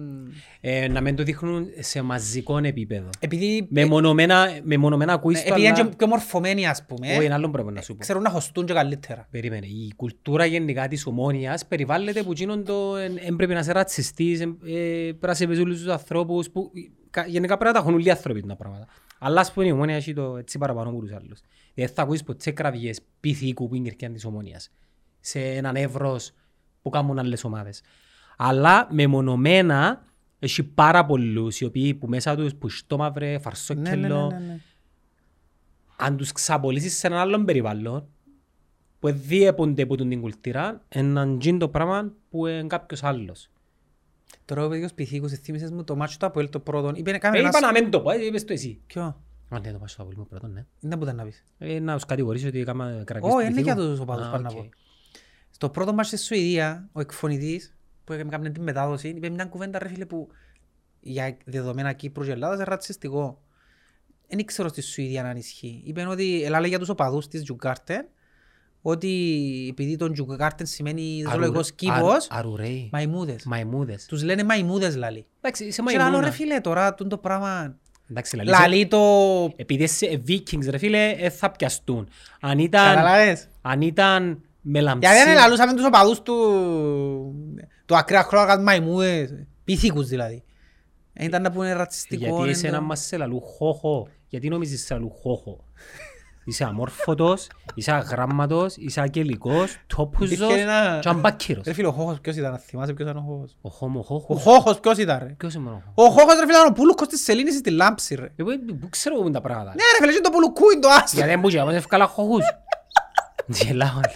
Ε, να μην το δείχνουν σε μαζικό επίπεδο. Επειδή, Με μονομένα, με μονομένα ακούεις το, Ε, Ναι, επειδή είναι αλλά... και ε, πιο μορφωμένοι ας πούμε, Όχι, ένα άλλο πράγμα να σου πω. ξέρουν να χωστούν και καλύτερα. Περίμενε. Η κουλτούρα γενικά της ομόνιας περιβάλλεται που εκείνον το εν, εν πρέπει να είσαι ρατσιστής, εν- ε, πρέπει να σε πεζούλεις τους ανθρώπους, που κα- γενικά πρέπει να τα έχουν όλοι οι άνθρωποι τα πράγματα. Αλλά ας πούμε η ομόνια έχει το έτσι παραπάνω από τους άλλους. Δεν θα ακούεις ποτέ κραυγές πυθίκου που είναι η κερκιά της ομόνιας. Σε έναν εύρος που κάνουν άλλες ομάδες. Αλλά μεμονωμένα έχει πάρα πολλούς οι οποίοι που μέσα τους που στο μαύρε, φαρσόκελο, ναι, αν τους ξαπολύσεις σε έναν άλλον περιβάλλον που εν διέπονται από την κουλτήρα έναν γίνει το πράγμα που είναι κάποιος άλλος. Τώρα ο παιδικός πυθίκος, θύμισες μου το μάτσο του Αποέλ το πρώτο. Είπε, κάμε Ε, ένα... είπα να μην το πω, ε, είπες το εσύ. Ποιο? Αν δεν το πας στο απολύμο πρώτο, ναι. Δεν μπορούσα να πεις. Ε, να τους κατηγορήσω ότι έκανα κραγκές Όχι, είναι για τους οπαδούς πάνω να πω. Στο πρώτο μας στη Σουηδία, ο εκφωνητής που έκανε κάμνε την μετάδοση, είπε μια κουβέντα ρε φίλε που για δεδομένα Κύπρου και Ελλάδας είναι ρατσιστικό. Δεν ήξερα στη Σουηδία αν ισχύει. Είπε ότι ελάλε για τους οπαδούς της Τζουγκάρτεν, ότι επειδή τον Τζουγκάρτεν σημαίνει ζωολογικός κήπος, Αρουρέι. μαϊμούδες. Μαϊμούδες. Τους λένε μαϊμούδες λαλί. Εντάξει, είσαι Και λαλό ρε μαϊμούνα. φίλε τώρα, τούν το πράγμα. Εντάξει, λαλείς, Λαλί το... Επειδή είσαι Vikings ρε φίλε, ε, θα πιαστούν. Αν ήταν, Καταλάβες. αν ήταν με Γιατί δεν λαμψή, λαλούσαμε τους οπαδούς του, του ακραία χρώνα μαϊμούες, πίθηκους δηλαδή. Ε, Ήταν να πούνε ρατσιστικό. Γιατί είναι εσένα το- μας σε λαλού χώχο. Γιατί νομίζεις σε λαλού χώχο. Είσαι αμόρφωτος, είσαι αγράμματος, είσαι αγγελικός, τόπουζος Υπήρχε ένα- και αμπάκυρος. Ρε φίλε, ο Χόχος ποιος ήταν, να θυμάσαι ποιος ήταν ο Χόχος. Ο χώμο Ο χώχος. Χόχος ποιος ήταν ρε. Ποιος είμαι ο χώχος. Ο Χόχος ρε φίλε ήταν ο πουλούκος της σελήνης στη λάμψη ρε. Εγώ δεν- Πού ξέρω εγώ τα πράγματα. Ναι ρε φίλε, και το πουλουκού είναι το άστρο. Γιατί δεν μπορούσα, όμως έφκαλα χώχους. Γελάω. ρε.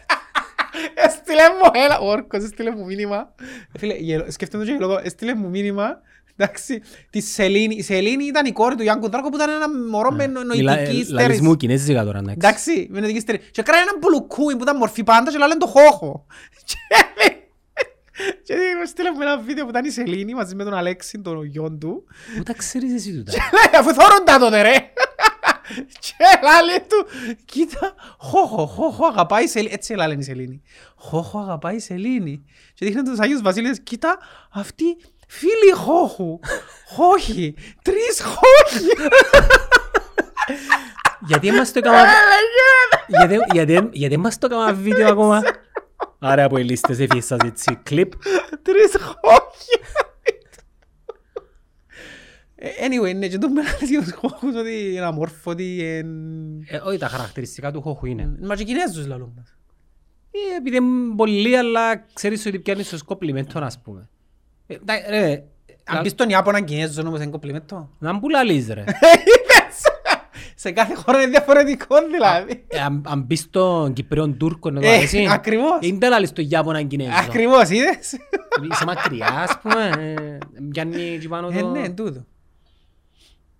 Έστειλε μου, έλα, ο Όρκος έστειλε μου μήνυμα. Ρε Φίλε, γελο- σκέφτομαι το και λόγο, έστειλε μου μήνυμα. Εντάξει, τη Σελήνη, η Σελήνη ήταν η κόρη του Γιάνκου Δράκο που ήταν ένα μωρό με νο- Μιλά- ε, νοητική λαλείς στέρηση. μου κινέζικα τώρα, εντάξει. Εντάξει, με νοητική στερή. Και κράει έναν πουλουκούι που ήταν μορφή πάντα και λένε το χώχο. Και- Και στείλαμε ένα βίντεο που ήταν η Σελήνη μαζί με τον Αλέξη, τον γιο του. Πού τα ξέρεις εσύ τούτα. Λέει, αφού θόρουν τα τότε ρε. Και λάλε του, κοίτα, χώχο, χώχο, αγαπάει η Σελήνη. Έτσι λένε η Σελήνη. Χώχο, αγαπάει η Σελήνη. Και δείχνει τους Αγίους Βασίλειες, κοίτα, αυτή φίλη χώχου. Χώχοι, τρεις χώχοι. Γιατί μας το έκανα... Γιατί- γιατί- Γιατί μας το έκανα βίντεο ακόμα. Άρα από οι λίστες έφυγες έτσι κλιπ. Τρεις χώχοι. Eh, Anyway, ναι, και το μιλάς για τους χώχους ότι είναι αμόρφωτοι, εν- Ε, Όχι τα χαρακτηριστικά του χώχου είναι. Μα και Κινέζους λαλούν μας. Ε, επειδή είναι πολλοί, αλλά ξέρεις ότι πιάνεις ως κοπλιμέντο, ας πούμε. Ε, εντάξει, ρε, ε, Αν πεις τον Ιάπωνα Κινέζο όμως είναι κομπλιμέντο. να μου λαλείς, ρε. Σε κάθε χώρα είναι διαφορετικό δηλαδή. Ε, αν- Αν πεις τον Κυπρέον Τούρκο, να το Ε, αρέσει. ακριβώς. Ε, δεν λαλείς τον Ιάπωνα Κινέζο. Ακριβώς, είδες. Είσαι μακριά, ας πούμε. ε, Πιάνει εκεί πάνω Ε, ναι, το... τούτο.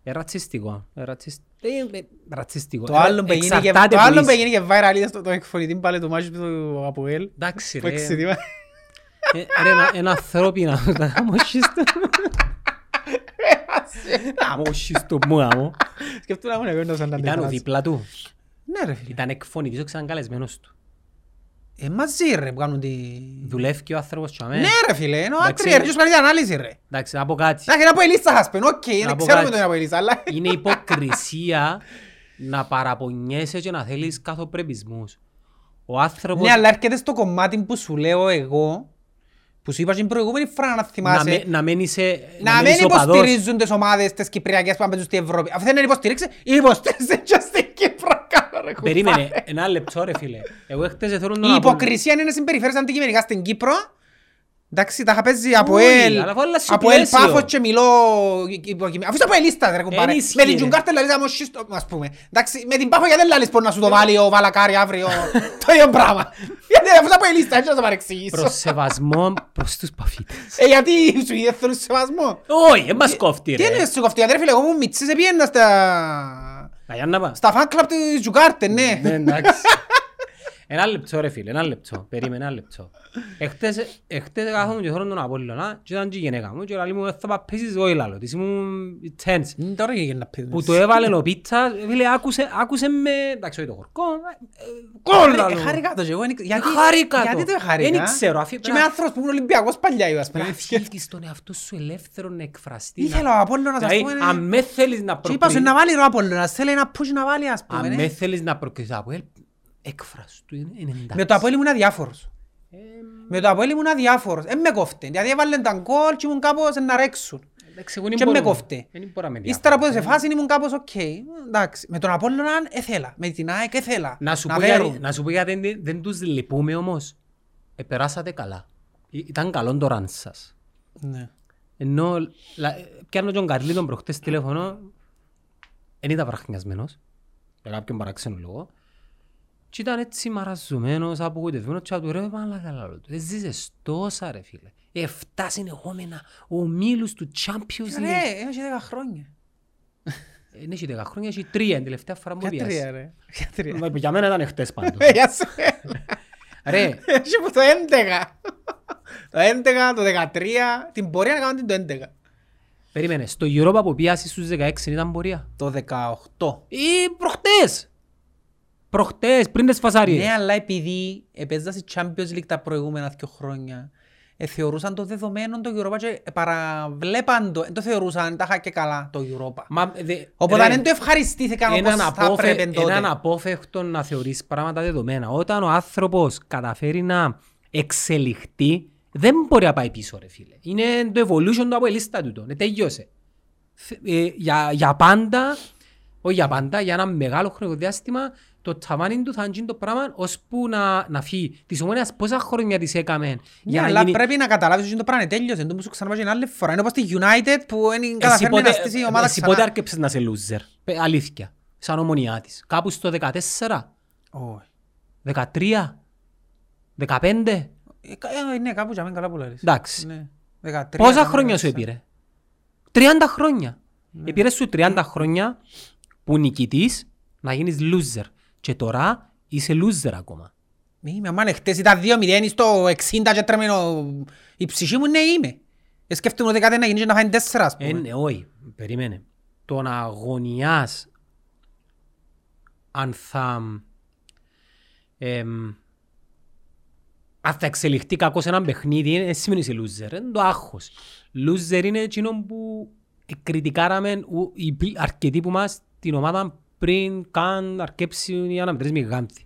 Ε, ρατσιστικό. Ε, ρατσισ- ε, ε, Ρατσιστικό. Το Ε, άλλο που γίνει και- εξαρτάται το που άλλο είσαι. που γίνει και viral είδες το- το εκφωνητή πάλι του μάτσου του Αποέλ. Εντάξει, Που ρε. εξειδήμα. Ε, Ρε, ένα- ένα ανθρώπινο. Να μου χείστο. Να μου χείστο μου, να μου. Σκεφτούν να μου εγώ να σαν να Ήταν ο αντιδράσει. δίπλα του. Ναι ρε φίλε. Ήταν εκφωνητής ο ξανακαλεσμένος του. Ε, μαζί ρε που κάνουν τη... Δουλεύει και ο άνθρωπος και αμέ. Ναι ρε φίλε, ενώ άκρη ρε, Εντάξει. ποιος κάνει την ανάλυση ρε. Εντάξει, να πω κάτι. Εντάξει, να πω η λίστα σας πεν, οκ, Να δεν πω ξέρουμε κάτι. τον να πω η λίστα, αλλά... Είναι υποκρισία να παραπονιέσαι και να θέλεις καθοπρεπισμούς. Ο άνθρωπος Ναι, αλλά έρχεται στο κομμάτι που σου λέω εγώ, που σου είπα στην προηγούμενη φορά να να, με, θυμάσαι, να μένει σε... να μην μένεις οπαδός. υποστηρίζουν τις ομάδες τις Κυπριακές που αν παίζουν στην Ευρώπη. Αφού δεν είναι υποστηρίξει, υποστήριζε και στην Κύπρο κάνω ρε κουμπάρε. Περίμενε, ένα λεπτό ρε φίλε. Εγώ χτες εθώρουν Η υποκρισία είναι να συμπεριφέρεις αντικειμενικά στην Κύπρο. Εντάξει, τα είχα παίζει από ελ, αλλά βάλα σε από ελ πλαίσιο. πάφος και μιλώ υποκειμενικά. Αφού είσαι από ελίστας ρε κουμπάρε. Εν ισχύει, Με την ρε. Τζουγκάρτε λαλείς να μου σύστο, ας πούμε. Εντάξει, με την πάφο γιατί δεν λαλείς πως να σου το βάλει ο Βαλακάρη αύριο. Το ίδιο πράγμα. Γιατί αφού είσαι από ελίστας, έτσι να σε παρεξηγήσω. Προς σεβασμό προς τους παφίτες. Ε, γιατί οι Σουηδοί δεν θέλουν σεβασμό. Όχι, δεν μας κόφτει ε, Τι ρε. είναι σου κοφτή, αδέρφη, λέγω μου μιτσί σε πιένα στα... Να για να πας. Στα fan club της Τζουγκάρτε, ναι. Ναι, εντάξει. Ένα λεπτό ρε φίλε, ένα λεπτό. Περίμενε ένα λεπτό. Εχθές, εχθές κάθομαι και θέλω τον Απόλλωνα και ήταν και η γυναίκα μου και λέει μου «Ε, θα πας πέσεις εγώ η λάλο. Της ήμουν tense. Μ, Τώρα και να πει. Που το έβαλε ο Πίτσα, φίλε άκουσε, άκουσε με... Εντάξει, όχι το χορκό. ε, ε, Γκολ λάλο. Χάρηκα το και εγώ. εν- Γιατί, Χάρηκα το. γιατί το χάρηκα. Δεν ξέρω, αφή- Ε, Και είμαι άνθρωπος που είναι Ολυμπιακός παλιά, είπα, ας πούμε. Ε, Να φύγεις τον εαυτό σου ελεύθερο να εκφραστεί. να- Ήθελα ο Απόλλωνας, ας Δηλαδή, πούμε. αν με θέλεις να Και είπα σου προκριθείς, να βάλει ρε Απόλλωνας, θέλει ένα push να βάλει, ας πούμε. αν ναι. με θέλεις να προκριθείς από ελ, εκφραστού, είναι είναι εντάξει. Με το Απόλλη ήμουν αδιάφορος. Με το Απόλλη ήμουν αδιάφορος. Εν με κόφτε. Δηλαδή έβαλαν τα γκολ και ήμουν κάπως να ρέξουν. Εντάξει, εγώ δεν και με μπορώ- κόφτε. δεν μπορώ να με Ύστερα από διάβω. σε φάση ήμουν κάπως οκ. Εντάξει. Με τον Απόλλωνα έθελα. Με την ΑΕΚ έθελα. Να σου πω γιατί- δέρουν. να σου πω γιατί δεν- δεν τους λυπούμε όμως. Επεράσατε καλά. Ή- Ήταν καλό το ραν σας. Ναι. Ενώ λα- πιάνω τον Καρλίτον προχτές τηλέφωνο, δεν ήταν βραχνιασμένος, για κάποιον παράξενο λόγο. Και ήταν έτσι μαραζωμένος, απογοητευμένος και του «Ε, ρε μάλακα λαλό του. Ζήσες τόσα ρε φίλε. Ε, Εφτάς συνεχόμενα ομίλους του Champions Ρε, League. έχει δέκα χρόνια. Δεν έχει δέκα χρόνια, έχει τρία, την τελευταία φορά μου Ποια τρία διάσει. ρε. Ποια τρία. Για μένα ήταν χτες πάντως. Ε, για σένα. Ρε, Έχει που το 11. Το 11, το 13. Την πορεία να κάνω την το 11. Περίμενε, στο Europa που πιάσεις στους 16 ήταν πορεία. Το 18. Ή προχτές. Προχτές, πριν τις φασαρίες. Ναι, αλλά επειδή έπαιζα στη Champions League τα προηγούμενα δύο χρόνια, ε, θεωρούσαν το δεδομένο το Europa και παραβλέπαν το, ε, το θεωρούσαν τα είχα και καλά το Europa. Μα, δε, Οπότε ρε, δεν το ευχαριστήθηκαν όπως έναν, θα απόφε- έπρεπε τότε. έναν απόφευκτο να θεωρείς πράγματα δεδομένα. Όταν ο άνθρωπος καταφέρει να εξελιχθεί, δεν μπορεί να πάει πίσω ρε φίλε. Είναι το evolution του από η λίστα του. Ε, τελειώσε. Θε- Ε, για, για πάντα, όχι για πάντα, για ένα μεγάλο χρονικό διάστημα, το ταβάνι του θα γίνει το πράγμα ώσπου να, να φύγει. Της ομόνιας πόσα χρόνια της έκαμε. Ναι, αλλά πρέπει να καταλάβεις ότι το πράγμα είναι τέλειος, εντός που σου ξαναπάει και άλλη φορά. Είναι όπως τη United που δεν Εσύ καταφέρνει πότε, να στήσει η ομάδα εσύ πότε ξανά. άρκεψες να είσαι loser. Πε- Αλήθεια. Σαν ομονιά της. Κάπου στο 14. Όχι. 13, 15. Ε, κα- ε, Ναι, κάπου για μένα καλά που λες. Εντάξει. Ναι. 13, Πόσα 14. χρόνια σου έπειρε. 30 χρόνια. Επήρες σου 30 χρόνια που νικητής να γίνεις loser. Και τώρα είσαι loser ακόμα. Είμαι, αμάν, χτες ήταν 2-0 στο 60 και τρέμενο η ψυχή μου, ναι είμαι. Ε, σκέφτομαι ότι κάτι να γίνει και να φάει 4, ας Ε, πούμε. ναι, όχι. Περίμενε. Το να αγωνιάς αν θα... εμ, αν θα εξελιχθεί κακό σε ένα παιχνίδι, ε, δεν σημαίνει είσαι loser, είναι το άγχος. Loser είναι εκείνο που κριτικάραμε ου- οι πλ- αρκετοί που μας την ομάδα πριν καν αρκέψουν οι αναμετρήσεις με τη Γάνθη.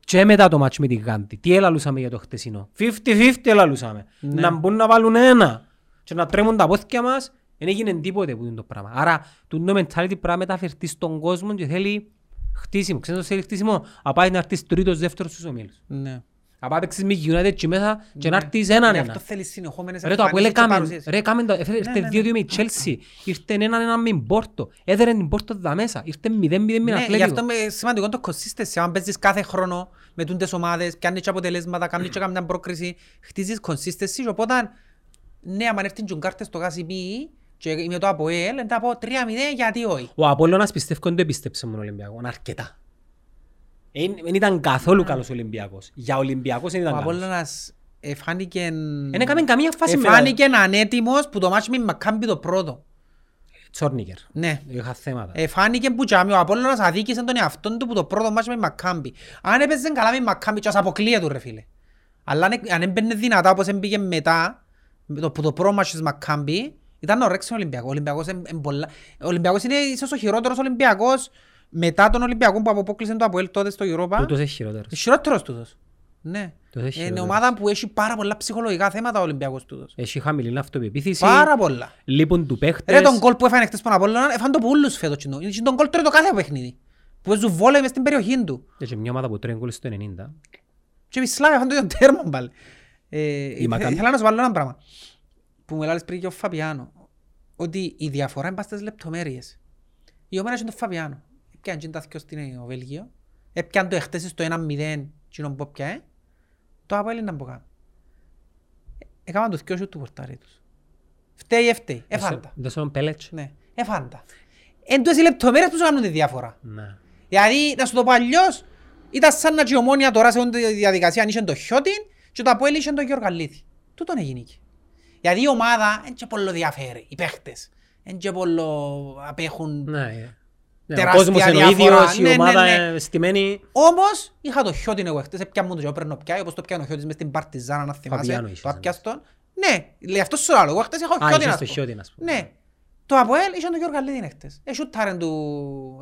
Και μετά το μάτσο με τη Γάντη. Τι έλαλουσαμε για το χτεσινό. 50-50 έλαλουσαμε. Ναι. Να μπουν να βάλουν ένα. Και να τρέμουν τα πόθηκια μας. Δεν έγινε τίποτε που είναι το πράγμα. Άρα το no mentality πρέπει να μεταφερθεί στον κόσμο και θέλει χτίσιμο. Ξέρεις το θέλει χτίσιμο. Να πάει να έρθεις τρίτος, δεύτερος στους ομίλους. Ναι. Να πάει παίξεις με United και μέσα και να έρθεις έναν Γι' ένα. αυτό θέλεις συνεχόμενες Ρε το Αποέλ εμφανίσεις και έκαμε, παρουσίες. ρε έκαμε το, έφερε- Ναι, ήρθε ναι, 2-2 με η Chelsea, ήρθε έναν έναν με την Πόρτο, έδερε την Πόρτο δα μέσα, ήρθε 0-0 με την Ναι, γι' αυτό Ατλέτικο. είναι σημαντικό είναι το consistency. Αν παίζεις κάθε χρόνο με τούντες ομάδες, πιάνεις και αποτελέσματα, κάνεις και καμιά πρόκριση, χτίζεις consistency. Και Οπότε, ναι, άμα έρθουν και κάρτες στο ΚΑΣΙΠΗ και με το ΑΠΟΕΛ, θα πω 3-0 γιατί όχι. Ο Απόλλωνας πιστεύω δεν το επίστεψε με τον Ολυμπιακό, αρκετά. Εν- Δεν ήταν καθόλου καλός ο Ολυμπιακός. Για Ολυμπιακός δεν Ο ήταν καλός. Απόλλωνας ε, φάνηκε... Δεν έκαμε καμία φάση με Εφάνηκε ανέτοιμος που το μάτσο με Μακάμπι το πρώτο. Τσόρνικερ. Ναι. Είχα θέματα. Εφάνηκε που τζάμι ο Απόλλωνας αδίκησε τον εαυτόν του που το πρώτο μάτσο με Μακάμπι. Αν έπαιζε καλά με Μακάμπι και ας αποκλείε του ρε φίλε. Αλλά αν, ε- αν έμπαινε δυνατά όπως έμπαιγε μετά με το, που το πρώτο μάτσο της Μακάμπι ήταν ωραίξιο ο Ολυμπιακός. Ο Ολυμπιακός, εμ, εμ, πολλά... ο Ολυμπιακός είναι ίσως ο χειρότερος Ολυμπιακός μετά τον Ολυμπιακό που αποπόκλεισε το Αποέλ τότε στο Europa. Τούτος έχει χειρότερος. Χειρότερος τούτος. Ναι. Το έχει Είναι ο ομάδα που έχει πάρα πολλά ψυχολογικά θέματα ο Ολυμπιακός τούτος. Έχει χαμηλή αυτοπεποίθηση, Πάρα πολλά. λείπουν του Ρε παίχτες. τον κόλ που έφανε χτες τον Απόλλωνα, έφανε το πουλούς φέτος. κοινό. Είναι τον κόλ τρώει το κάθε παιχνίδι. Που παίζουν βόλεϊ μες στην περιοχή του. Έχει μια ομάδα που τρώει γκολ στο 90. Και εμείς Σλάβια έφανε το ίδιο τέρμα πάλι. Ε, ήθε- Μακάμπι. Ήθελα να σου βάλω ένα πράγμα. Που μου έλεγες πριν και ο Φαπιάνο. Ότι η διαφορά είναι στις λεπτομέρειες. Η ομάδα είναι τον Φαπιάνο. Έπιαν και τα δυο στην ε, ο Βέλγιο. Έπιαν το εχθές στο 1-0. Κοινόν που έπιαε. ε. Το Αποέλ είναι να μπω κάτω. Ε, Έκαναν το δυο σιούτ του πορτάρι τους. Φταίει, έφταίει. Έφανε τα. Δώσε τον Πέλετς. Ναι, εφάντα. Εν τόσες οι λεπτομέρειες που σου κάνουν τη διάφορα. Ναι. Δηλαδή, να σου το πω αλλιώς, Ήταν σαν να και η ομόνια τώρα σε όντε διαδικασία αν είχε το Χιώτιν και το Αποέλ είχε το Γεωργαλίδη. Τούτον έγινε. εκεί. Γιατί η ομάδα δεν και πολύ διαφέρει, οι παίχτες. Δεν και πολύ απέχουν. Ναι, ε. ναι. Ο Τεράστια κόσμος είναι ο διαφορά. ίδιος, η Ναι, ναι, ομάδα ναι. ε, στημένη. Όμως είχα το Χιώτιν εγώ χτες, έπια μου το και εγώ παίρνω πιάει, όπως το πιάνω Χιώτης μες στην Παρτιζάνα να Φαβιάνο θυμάσαι. είχες, Το ναι. άπιαστον. Ναι, λέει αυτό σου άλλο, εγώ χτες είχα Α, είχες Χιώτιν. το Χιώτιν, ας πούμε. Ναι. Το Αποέλ είχε τον Γεωργαλίδη χτες. Εσούταρεν του...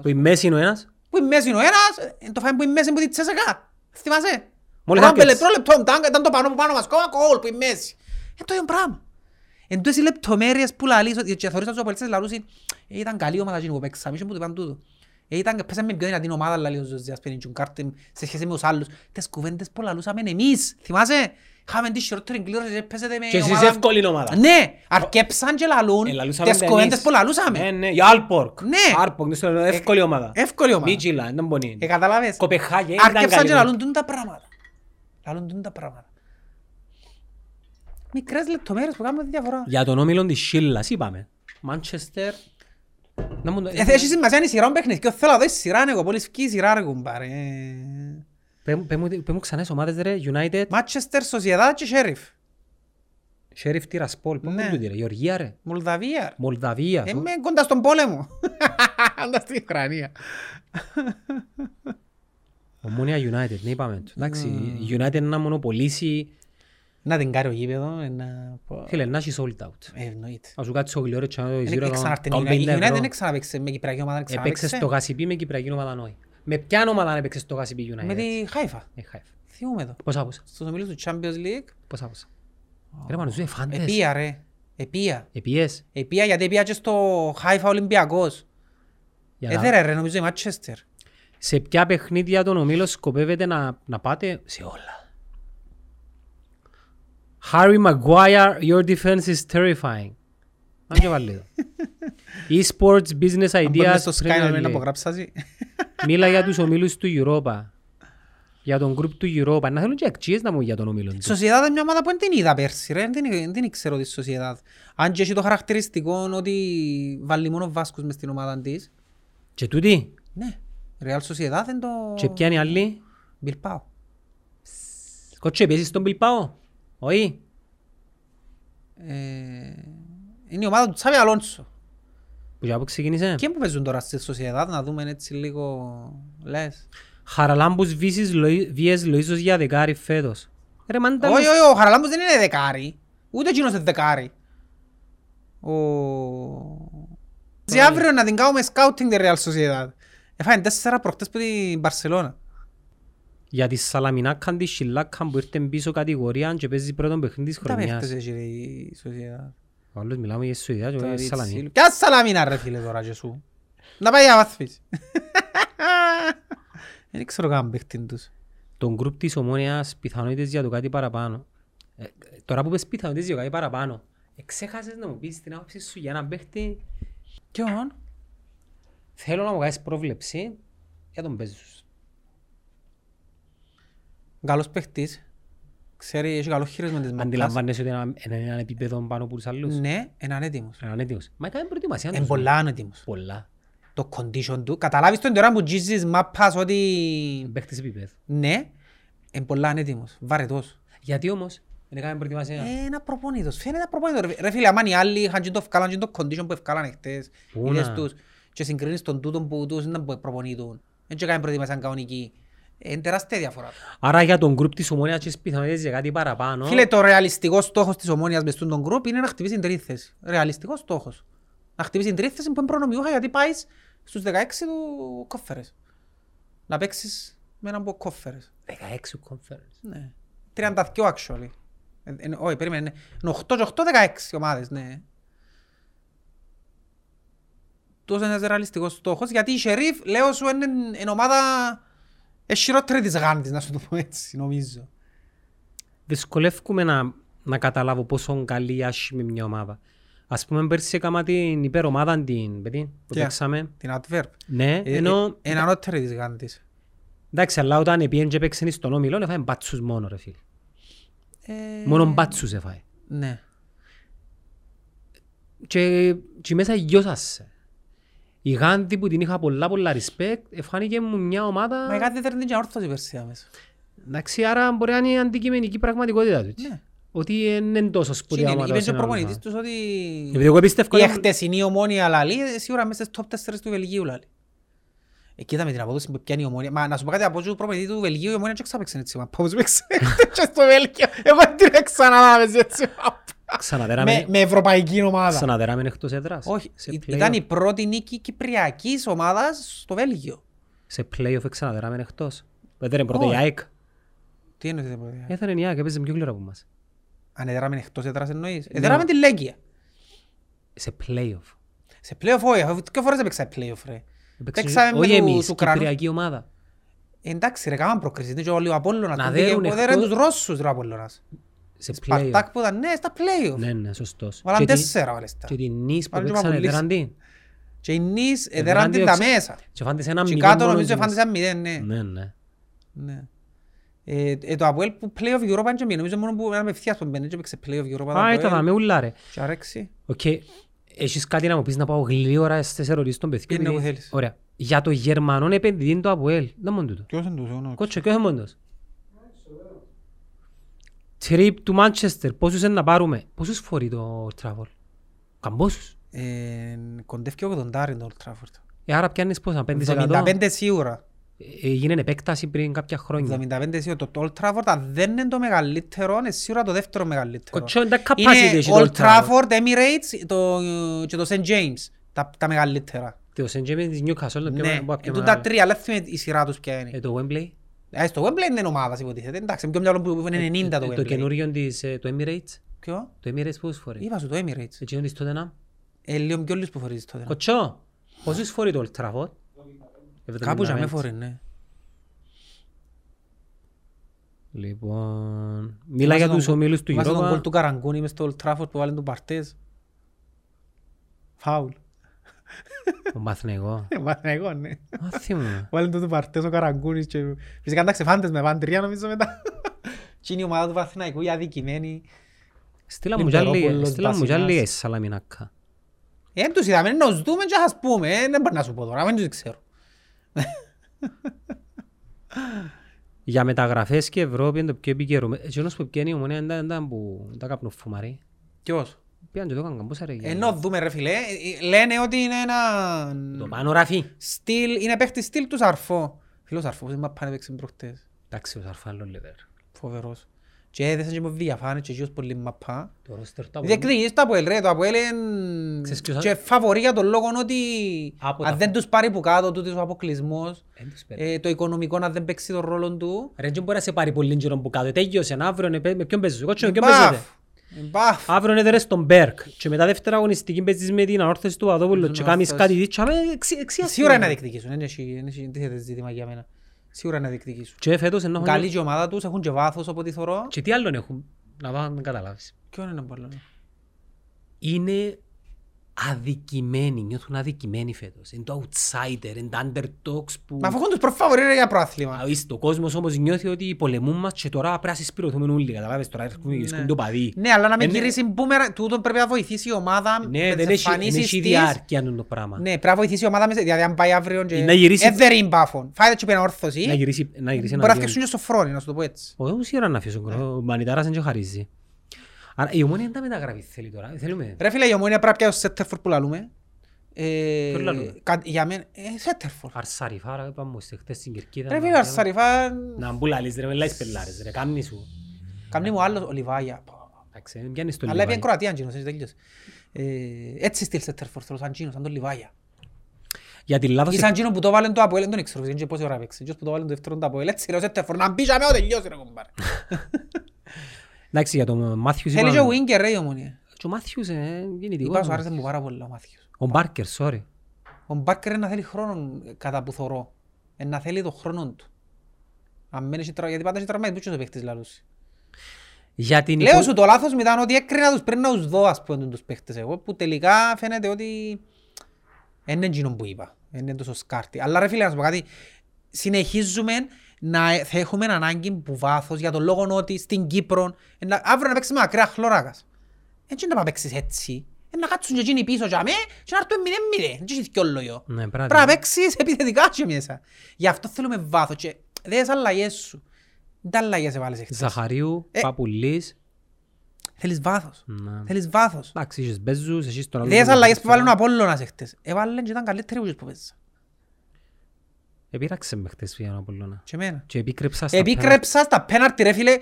Που η μέση είναι ο ένας. που είναι μέσα είναι ο ένας, ε, το φάμε που είναι μέσα που τη τσέσακα. Θυμάσαι. Μόλις Ράμπε άρχισε. λεπτό λεπτό, ήταν- ήταν το πάνω που πάνω μας κόμμα, κόλ που είναι μέσα. Ε, το ίδιο πράγμα. Εν τούτες οι λεπτομέρειες που λαλείς, ότι- και θεωρείς ότι ο Απολίτσας λαλούσι, «Ε, ήταν καλή ομάδα εκείνη που παίξαμε, είχε που του είπαν τούτο. Ε, ήταν, πέσαμε πιο δυνατή ομάδα, λαλεί ο Ζωζιάς Πενιντζουνκάρτη, σε σχέση με τους άλλους. Τες κουβέντες που λαλούσαμε εμείς, θυμάσαι. Είχαμε τη χειρότερη κλήρωση, και παίζετε με Και εσείς ομάδα- εύκολη είναι ομάδα. Ναι, αρκέψαν και λαλούν Ε, λαλούσαμε τις τα κουβέντες εμείς. που λαλούσαμε. Ναι, ναι, η Άλπορκ. Ναι. Ε, Άλπορκ, ναι, είναι εύκολη ομάδα. Εύκολη ομάδα. Μίτζιλα, δεν μπορεί. Ε, καταλάβες. Κοπεχάγια, ήταν Αρκεψαν καλή και ομάδα. λαλούν τούν τα πράγματα. Λαλούν τούν τα πράγματα. Μικρές λεπτομέρειες που κάνουμε τη διαφορά. Για τον όμιλο της Σίλας είπαμε. Μάντσεστερ. Να μου το- Ε, Έχεις σημασία είναι η σειρά παιχνίδι και θέλω να δω η σειρά εγώ Ε, πολύ σκή η σειρά ρε κουμπάρε. Πες μου- πες μου- πες μου ξανά τις ομάδες ρε. United, Μάτσεστερ, Σοσιαδά και Sheriff. Sheriff Tiraspol. Πού Ναι. Ε, είναι τούτη, ρε, Γεωργία ρε. Μολδαβία. Μολδαβία. σου. Είμαι κοντά στον πόλεμο. Κοντά στην Ουκρανία. Ομόνια United, ναι είπαμε. το. Εντάξει, η United να μονοπολίσει. Να την κάνει ο γήπεδο. ε, να πω. Φίλε, να έχεις sold out. Ε, Εννοείται. Να σου κάτσεις ο γλυόρες και να το Δεν ζήρο είναι ξανάρτη η κάνω United. Η 50 ευρώ. United δεν ξαναπαίξε με Κυπριακή ομάδα. δεν Έπαιξε ξαναπαίξε. στο Γασιπί με Κυπριακή ομάδα νόη. Με ποια ομάδα έπαιξες στο Γασιπί United. Με τη Χάιφα. Ε, Χάιφ. Θυμούμε εδώ. Πώς άκουσα, Στους ομίλους του Champions League. πώς άκουσα. Ρε Ε, Μανουζού, εφάντες. Επία ρε. Επία. Επίες. Επία γιατί επία και στο Χάιφα Ολυμπιακός. Για να- Έδερε ρε νομίζω η Μάτσεστερ. Σε ποια παιχνίδια τον ομίλος σκοπεύετε να, να πάτε σε όλα. Harry Maguire, your defense is terrifying. Αν και βάλει εδώ. E-sports, business Αν μπορείς ideas, στο Sky να Premier μην League. απογράψασαι. Μίλα για τους ομίλους του Europa. Για τον group του Europa. Να θέλουν και αξίες να μου για τον ομίλο του. Σοσιαδάδ είναι μια ομάδα που δεν την είδα πέρσι ρε. Δεν, δεν, δεν ξέρω τη Σοσιαδάδ. Αν και έχει το χαρακτηριστικό ότι βάλει μόνο βάσκους μες στην ομάδα της. Και τούτη. Ναι. Real Sociedad δεν το... Και ποια είναι η άλλη. Bilbao. Κότσε, πιέσεις τον Bilbao. Όχι. Ε, είναι η ομάδα του Τσάβη Αλόνσο. Που για που ξεκίνησε. Και που παίζουν τώρα στη Sociedad να δούμε έτσι λίγο... Λες. Χαραλάμπους Βίσης Λοΐ- Βίες Λοΐζος για δεκάρι φέτος. Ρε μάντα. Όχι, όχι, ο Χαραλάμπος δεν είναι δεκάρι. Ούτε εκείνος είναι δεκάρι. Ο... Σε αύριο να την κάνουμε σκάουτινγκ τη Real Sociedad. Έφαγε τέσσερα προχτές που την Μπαρσελώνα. Για τη Σαλαμινάκαν, τη Σιλάκαν που ήρθε πίσω κατηγορία και παίζει πρώτον παιχνίδι της Τι τα παίχτες χρονιάς. έχει ρε, η Sociedad. Ο άλλος μιλάμε για Σουηδιά και Το για Ρίτσι. Σαλαμίνα. Ποια Σαλαμίνα ρε φίλε τώρα και σου. Να πάει για βάθμιση. Δεν ξέρω καν παίχτην τους. Τον γκρουπ της Ομόνιας πιθανότητες για το κάτι παραπάνω. Ε, ε, τώρα που πες πιθανότητες για κάτι παραπάνω, εξέχασες να μου πεις την άποψη σου για έναν παίχτη. Ποιον? Θέλω να μου κάνεις πρόβλεψη για τον Μπέζους. Καλός παίχτης. Ξέρει, έχει καλό χειρισμό της μπάλας. Αντιλαμβάνεσαι ότι είναι ένα- έναν επίπεδο πάνω από τους άλλους. Ναι, έναν έτοιμος. Έναν έτοιμος. Μα έκανε προετοιμασία Είναι τους, Ε, πολλά ανέτοιμος. Πολλά. το condition του. Καταλάβεις τον τώρα που τζίζεις μάπας ότι Παίχτης επίπεδο. ναι, είναι πολλά ανέτοιμος, βαρετός. Γιατί όμως δεν έκανε προετοιμασία. Ένα προπονήτος, φαίνεται ένα προπονήτος. Ρε- Ρε φίλε, αμάν οι άλλοι είχαν και το ευκάλαν και το condition που ευκάλαν χτες, Πού είδες να. τους και συγκρίνεις τον τούτον που τους ήταν που προπονήτουν. Δεν και κάνει προετοιμασία κανονική. Ε, Είναι τεράστια διαφορά. Άρα για τον γκρουπ της Ομόνιας έχεις πιθανότητες για κάτι παραπάνω. Φίλε, το ρεαλιστικό στόχος της ομόνιας μες τον γκρουπ είναι να χτυπήσεις την τρίτη θέση. Ρεαλιστικός στόχος. Να χτυπήσεις την τρίτη θέση που είναι προνομιούχα γιατί πάεις στους 16 του κόφερες. Να παίξεις με έναν που κόφερες. 16 conference. Ναι. 32 actually. Ε, ε, Όχι, περίμενε. Είναι 8 και 8, 16 ομάδες, ναι. Τόσος είναι ένας ρεαλιστικός στόχος, γιατί η Σερίφ, λέω σου, είναι είναι ομάδα ε, χειρότερη της Γάνδης, να σου το πω έτσι, νομίζω. Δυσκολεύκομαι να, να καταλάβω πόσο καλή ή άσχημη μια ομάδα. Ας πούμε πέρσι έκανα την υπερομάδα την παιδί που Τι, παίξαμε. Την adverb. Ναι, Ε, ενώ ε, Είναι ανώτερη της Γάνδης. εντάξει αλλά όταν επίεν και παίξαν στον όμιλο έφαγε μπάτσους μόνο ρε φίλε. Ε, Μόνο μπάτσους έφαγε. Ναι. Και, και μέσα γιώσασε. Η Γάντι που την είχα πολλά πολλά respect, εφάνηκε μου μια ομάδα... Μα η κάτι δεν είναι όρθος η Περσία μέσα. Εντάξει, άρα μπορεί να είναι αντικειμενική πραγματικότητα του. έτσι. Ναι. Ότι δεν είναι τόσο σπουδαία ομάδα. Είπες και όσο ο να προπονητής λέγαμε. τους ότι Επειδή εγώ πιστεύω... η εχτεσινή ομόνια λαλή σίγουρα μέσα στις top 4 του Βελγίου λαλή. Ε, κοίτα με την απόδοση που πιάνει η ομόνια. Μα να σου πω κάτι από τους προπονητή του Βελγίου η ομόνια και ξάπαιξε έτσι. Μα πώς παίξε και στο Βέλγιο. Εγώ την ξαναδάμε έτσι. Με- Ξαναδεράμε- Με ευρωπαϊκή ομάδα. Ξαναδεράμε εκτός έδρας. Όχι, Σε η- play-off. ήταν η πρώτη νίκη κυπριακής ομάδας στο Βέλγιο. Σε play-off ξαναδεράμε εκτός. Έδερε πρώτα η Όχι. ΑΕΚ. Τι εννοείς την πρώτη. Έδερε η ΑΕΚ, έπαιζε πιο γλυκά από εμάς. Αν έδραμε εκτός έδρας εννοείς. Ναι. Έδραμε τη Λέγκια. Σε play-off. Σε play-off όχι, αφού δύο φορές έπαιξα play-off ρε. Έπαιξε- Παίξαμε με Όχι του- εμείς, του η Κρανούς. Κυπριακή ομάδα. Ε, Εντάξει ρε, κάμαν προκρίσεις, είναι και όλοι ο Απόλλωνας. Να που δέρουν πήγε- που δέραν εκτός- τους Ρώσους ρε ο Απόλλωνας. Σε play-off. Σπαρτάκ που ήταν, ναι, στα play-off. Ναι, ναι, σωστός. Βάλαν Και τη- τέσσερα μάλιστα. Και την νης που Βάλαν και παίξανε Παπουλής. έδεραν την. Και οι Νης Έδεραν έδεραν δύο την τα εξ- μέσα. Και φάντες ένα Και μηδέν κάτω μόνο νομίζω της. φάντασαν μηδέν, ναι. Ναι, ναι. Ναι. Ε, ε, το Αποέλ που play-off Europa είναι και μη, νομίζω μόνο που έναν ευθείας που μπαίνει και έπαιξε play-off Europa. το Α, τα Αποέλ. δάμε ούλα ρε. Και αρέξει. Οκ. Έχεις κάτι να μου πεις να πάω γλύωρα στις ερωτήσεις των παιδιών. Είναι επειδή- που θέλεις. Ωραία. Για το Γερμανόν επενδυτή του Αποέλ. Δεν μόνο τούτο. Ποιος είναι τους, ο- Κότσο, και όχι μόνος. Τρίπ του Μάντσεστερ. Πόσους είναι να πάρουμε. Πόσους φορεί το τράβολ. Καμπόσους. Ε, κοντεύει και 80 το Old Trafford. Ε, Άρα πιάνεις πόσα, 5%. 75 σίγουρα. Ε, Έγινε επέκταση πριν κάποια χρόνια. 75 σίγουρα. Το Old Trafford αν δεν είναι το μεγαλύτερο, είναι σίγουρα το δεύτερο μεγαλύτερο. Κοτσό, είναι τα capacity Είναι έχει το Old Old Trafford. Trafford, Emirates το, και το St. James. Τα, τα μεγαλύτερα. Το St. James της Newcastle είναι πιο Ναι, μεγάλο. είναι τα τρία, αλλά δεν θυμάμαι η σειρά τους ποια Ε, είναι. Το Wembley. Ε, στο Wembley είναι ομάδα, υποτίθεται. Εντάξει, είναι πιο μυαλό που είναι 90 το Ε, Το Wembley. καινούριο της, ε, του Emirates. Ποιο? Το Emirates πόσους φορεί. Είπα σου το Emirates. Εκείνο της Tottenham. Ε, λίγο πιο λίγους που φορείς τότε. Κοτσό, πόσους φορεί το Old Trafford. Κάπου για 75. με φορεί, ναι. Λοιπόν, μίλα για τους ομίλους του Θυμάσαι τον Europa. γκολ του Καραγκούνη μες στο Old Trafford που βάλει τον Παρτέζ. Φάουλ. Ο Μαθηναϊκό. Ε, Μάθαινα εγώ, ναι. Α, θυμούμαι. Βάλει τον του Παρτέζ ο Καραγκούνης και φυσικά εντάξει φάντες με βαντρία νομίζω μετά. Και είναι η ομάδα του Παθηναϊκού η αδικημένη. Στείλα μου κι άλλη- Λιμπερόπουλος, στείλα μου κι άλλη Βασιλιάς. ε, σαλαμινάκα. Ε, εν τους είδαμε, να τους δούμε και ας πούμε. Ε, δεν μπορεί να σου πω τώρα, δεν τους ξέρω. Για μεταγραφές και Ευρώπη είναι το πιο επικαιρό. Εκείνος που πιένει η ομονία ήταν- ήταν που τα καπνοφουμαρεί. Ποιος. Πήγαν και το έκαναν καμπόσα ρε. γεια. Ενώ δούμε ρε φίλε, ε, ε, λένε ότι είναι Το ένα πάνω ραφί. στυλ, είναι παίχτης στυλ του Σαρφό. Φίλος Σαρφός, δεν μας πάνε παίξε προχτές. Εντάξει, ο Σαρφάλλος λέει τώρα. Φοβερός. Και έδεσαν και με διαφάνεια και γιος πολύ μαπά. Το roster του Αποέλ. Διεκδικείς το Αποέλ ρε, το Αποέλ είναι Ξέρεις ποιος- και φαβορεί για τον λόγο ότι Από τα- αν δεν τους πάρει που κάτω τούτος ο αποκλεισμός, Δεν τους παίρνει. ε, το οικονομικό να δεν παίξει τον ρόλο του. Ρε, δεν μπορεί να σε πάρει πολύ καιρό που κάτω. Τέγιος, ένα αύριο, είναι- με ποιον παίζεις. Εγώ ξέρω με ποιον παίζετε. Μπαφ! Μπαφ! Αύριο Ε, είναι δερες στον Μπέρκ και μετά δεύτερα αγωνιστική παίζεις με την ανόρθωση του Παδόπουλου και κάνεις ανόρθωση. κάτι δίτσια με εξι- εξιαστικό. Σίγουρα να διεκδικήσουν, δεν έχει δεν έχει τίθεται ζήτημα για μένα. Σίγουρα να διεκδικήσουν. Και φέτος ενώ έχουν- Καλή και η ομάδα τους, έχουν και βάθος από ό,τι θωρώ. Και τι άλλον έχουν, να πάω να μην καταλάβεις. Ποιον είναι πολύ. Είναι αδικημένοι, νιώθουν αδικημένοι φέτος. Είναι το outsider, είναι τα underdogs που... Μα αφού έχουν τους προφαβορεί ρε για προάθλημα. Α, Είστε, ο κόσμος όμως νιώθει ότι πολεμούν μας και τώρα πρέπει να συσπηρωθούμε όλοι. Καταλάβες τώρα έρχονται και βρίσκουν το παδί. Ναι, αλλά να μην Ε, ναι. γυρίσει μπούμερα, τούτον πρέπει να βοηθήσει η ομάδα Ναι, με τις δεν έχει- δεν εμφανίσεις έχει της. διάρκεια τούτο το πράγμα. Ναι, πρέπει να βοηθήσει η ομάδα μες- δηλαδή αν πάει αύριο και... Να γυρίσει- Ε, δεν είναι μπάφων. Φάει τα τσιπένα όρθωση. Να γυρίσει να γυρίσει Μπορεί να εναντίον. φτιάξουν Ναι. και στο φρόνι, να σου το πω έτσι. Ο σίγουρα να αφήσω Ο Μανιτάρας δεν και χαρίζει. Άρα η ομόνια δεν τα μεταγραφή θέλει τώρα. Θέλουμε. Ρε φίλε, η ομόνια πρέπει να πιάσει το Σέτερφορ που λαλούμε. Ε, Ποιον λαλούμε? κα- για μένα, ε, Σέτερφορ. Αρσαριφάρα, είπαμε σε χτες στην Κερκίδα. Ρε Ε, να- φίλε, ο Αρσαριφά, Να μπουλαλείς ρε, με λάεις πελάρες ρε, κάμνη σου. καμνεί μου άλλος, ο Λιβάγια. Εντάξει, μην πιάνεις το Αλλά λιβάι. έπιαν Κροατία, Αντζίνος, έτσι τελείωσε. Ε, έτσι στυλ Σέτερφορ, θέλω σαν Τζίνο, σαν τον Λιβάγια. Για τη Λάδο Ή σε- σαν Τζίνο που το βάλεν το Αποέλ, δεν ξέρω, δεν ξέρω πόση ώρα παίξει. Τζιος που το βάλεν το δεύτερο το Αποέλ, έτσι ρε ο Σέτερφορ, να μπει για μένα, τελειώσει, ρε, κομπάρε. Εντάξει, για τον Μάθιους Θέλει και είπαμε. ο Winger, ρε, η ομόνια. Και ο Μάθιους ε, κινητικός. Είπα, σου ο άρεσε Μάθιους. μου πάρα πολύ ο Μάθιος. Ο Μπάρκερ, sorry. Ο Μπάρκερ να θέλει χρόνο ε, κατά που θωρώ. Ε, να θέλει το χρόνο του. Αν μένει τραυμα, γιατί πάντα έχει τραυματισμούς και ο παίχτης λαλούς. Για την Λέω υπο- σου το λάθος μου ήταν ότι έκρινα τους πριν να τους δω ας πούμε τους παίχτες εγώ που τελικά φαίνεται ότι δεν είναι εκείνο που είπα. Δεν είναι τόσο σκάρτη. Αλλά ρε φίλε να σου πω κάτι. Συνεχίζουμε να ε- θα έχουμε ανάγκη που βάθος για τον λόγο ότι στην Κύπρο ε, να- αύριο να παίξεις με ακραία χλωράκας. Έτσι να πάει να παίξεις έτσι. Ε, να κάτσουν και εκείνοι πίσω για μέ και να έρθουν μηδέν μηδέν. Δεν έχεις δυο λόγιο. Ναι, Πρέπει πράγματι. να παίξεις επιθετικά και μέσα. Γι' αυτό θέλουμε βάθος και δες τις αλλαγές σου. Τι αλλαγές έβαλες εχθές. Ζαχαρίου, Ε. Παπουλής. Θέλεις βάθος. Ναι. Θέλεις βάθος. Εντάξει, είχες Μπέζους, εσείς τον Δες αλλαγές που βάλουν ο Απόλλωνας εχθές. Έβαλαν Ε, και ήταν καλύτεροι που που παίζα. Επήραξε με χτες φύγαν ο Απολλώνα. Και εμένα. Και επίκρεψα στα Επίκρεψα στα πέναρτι ρε φίλε.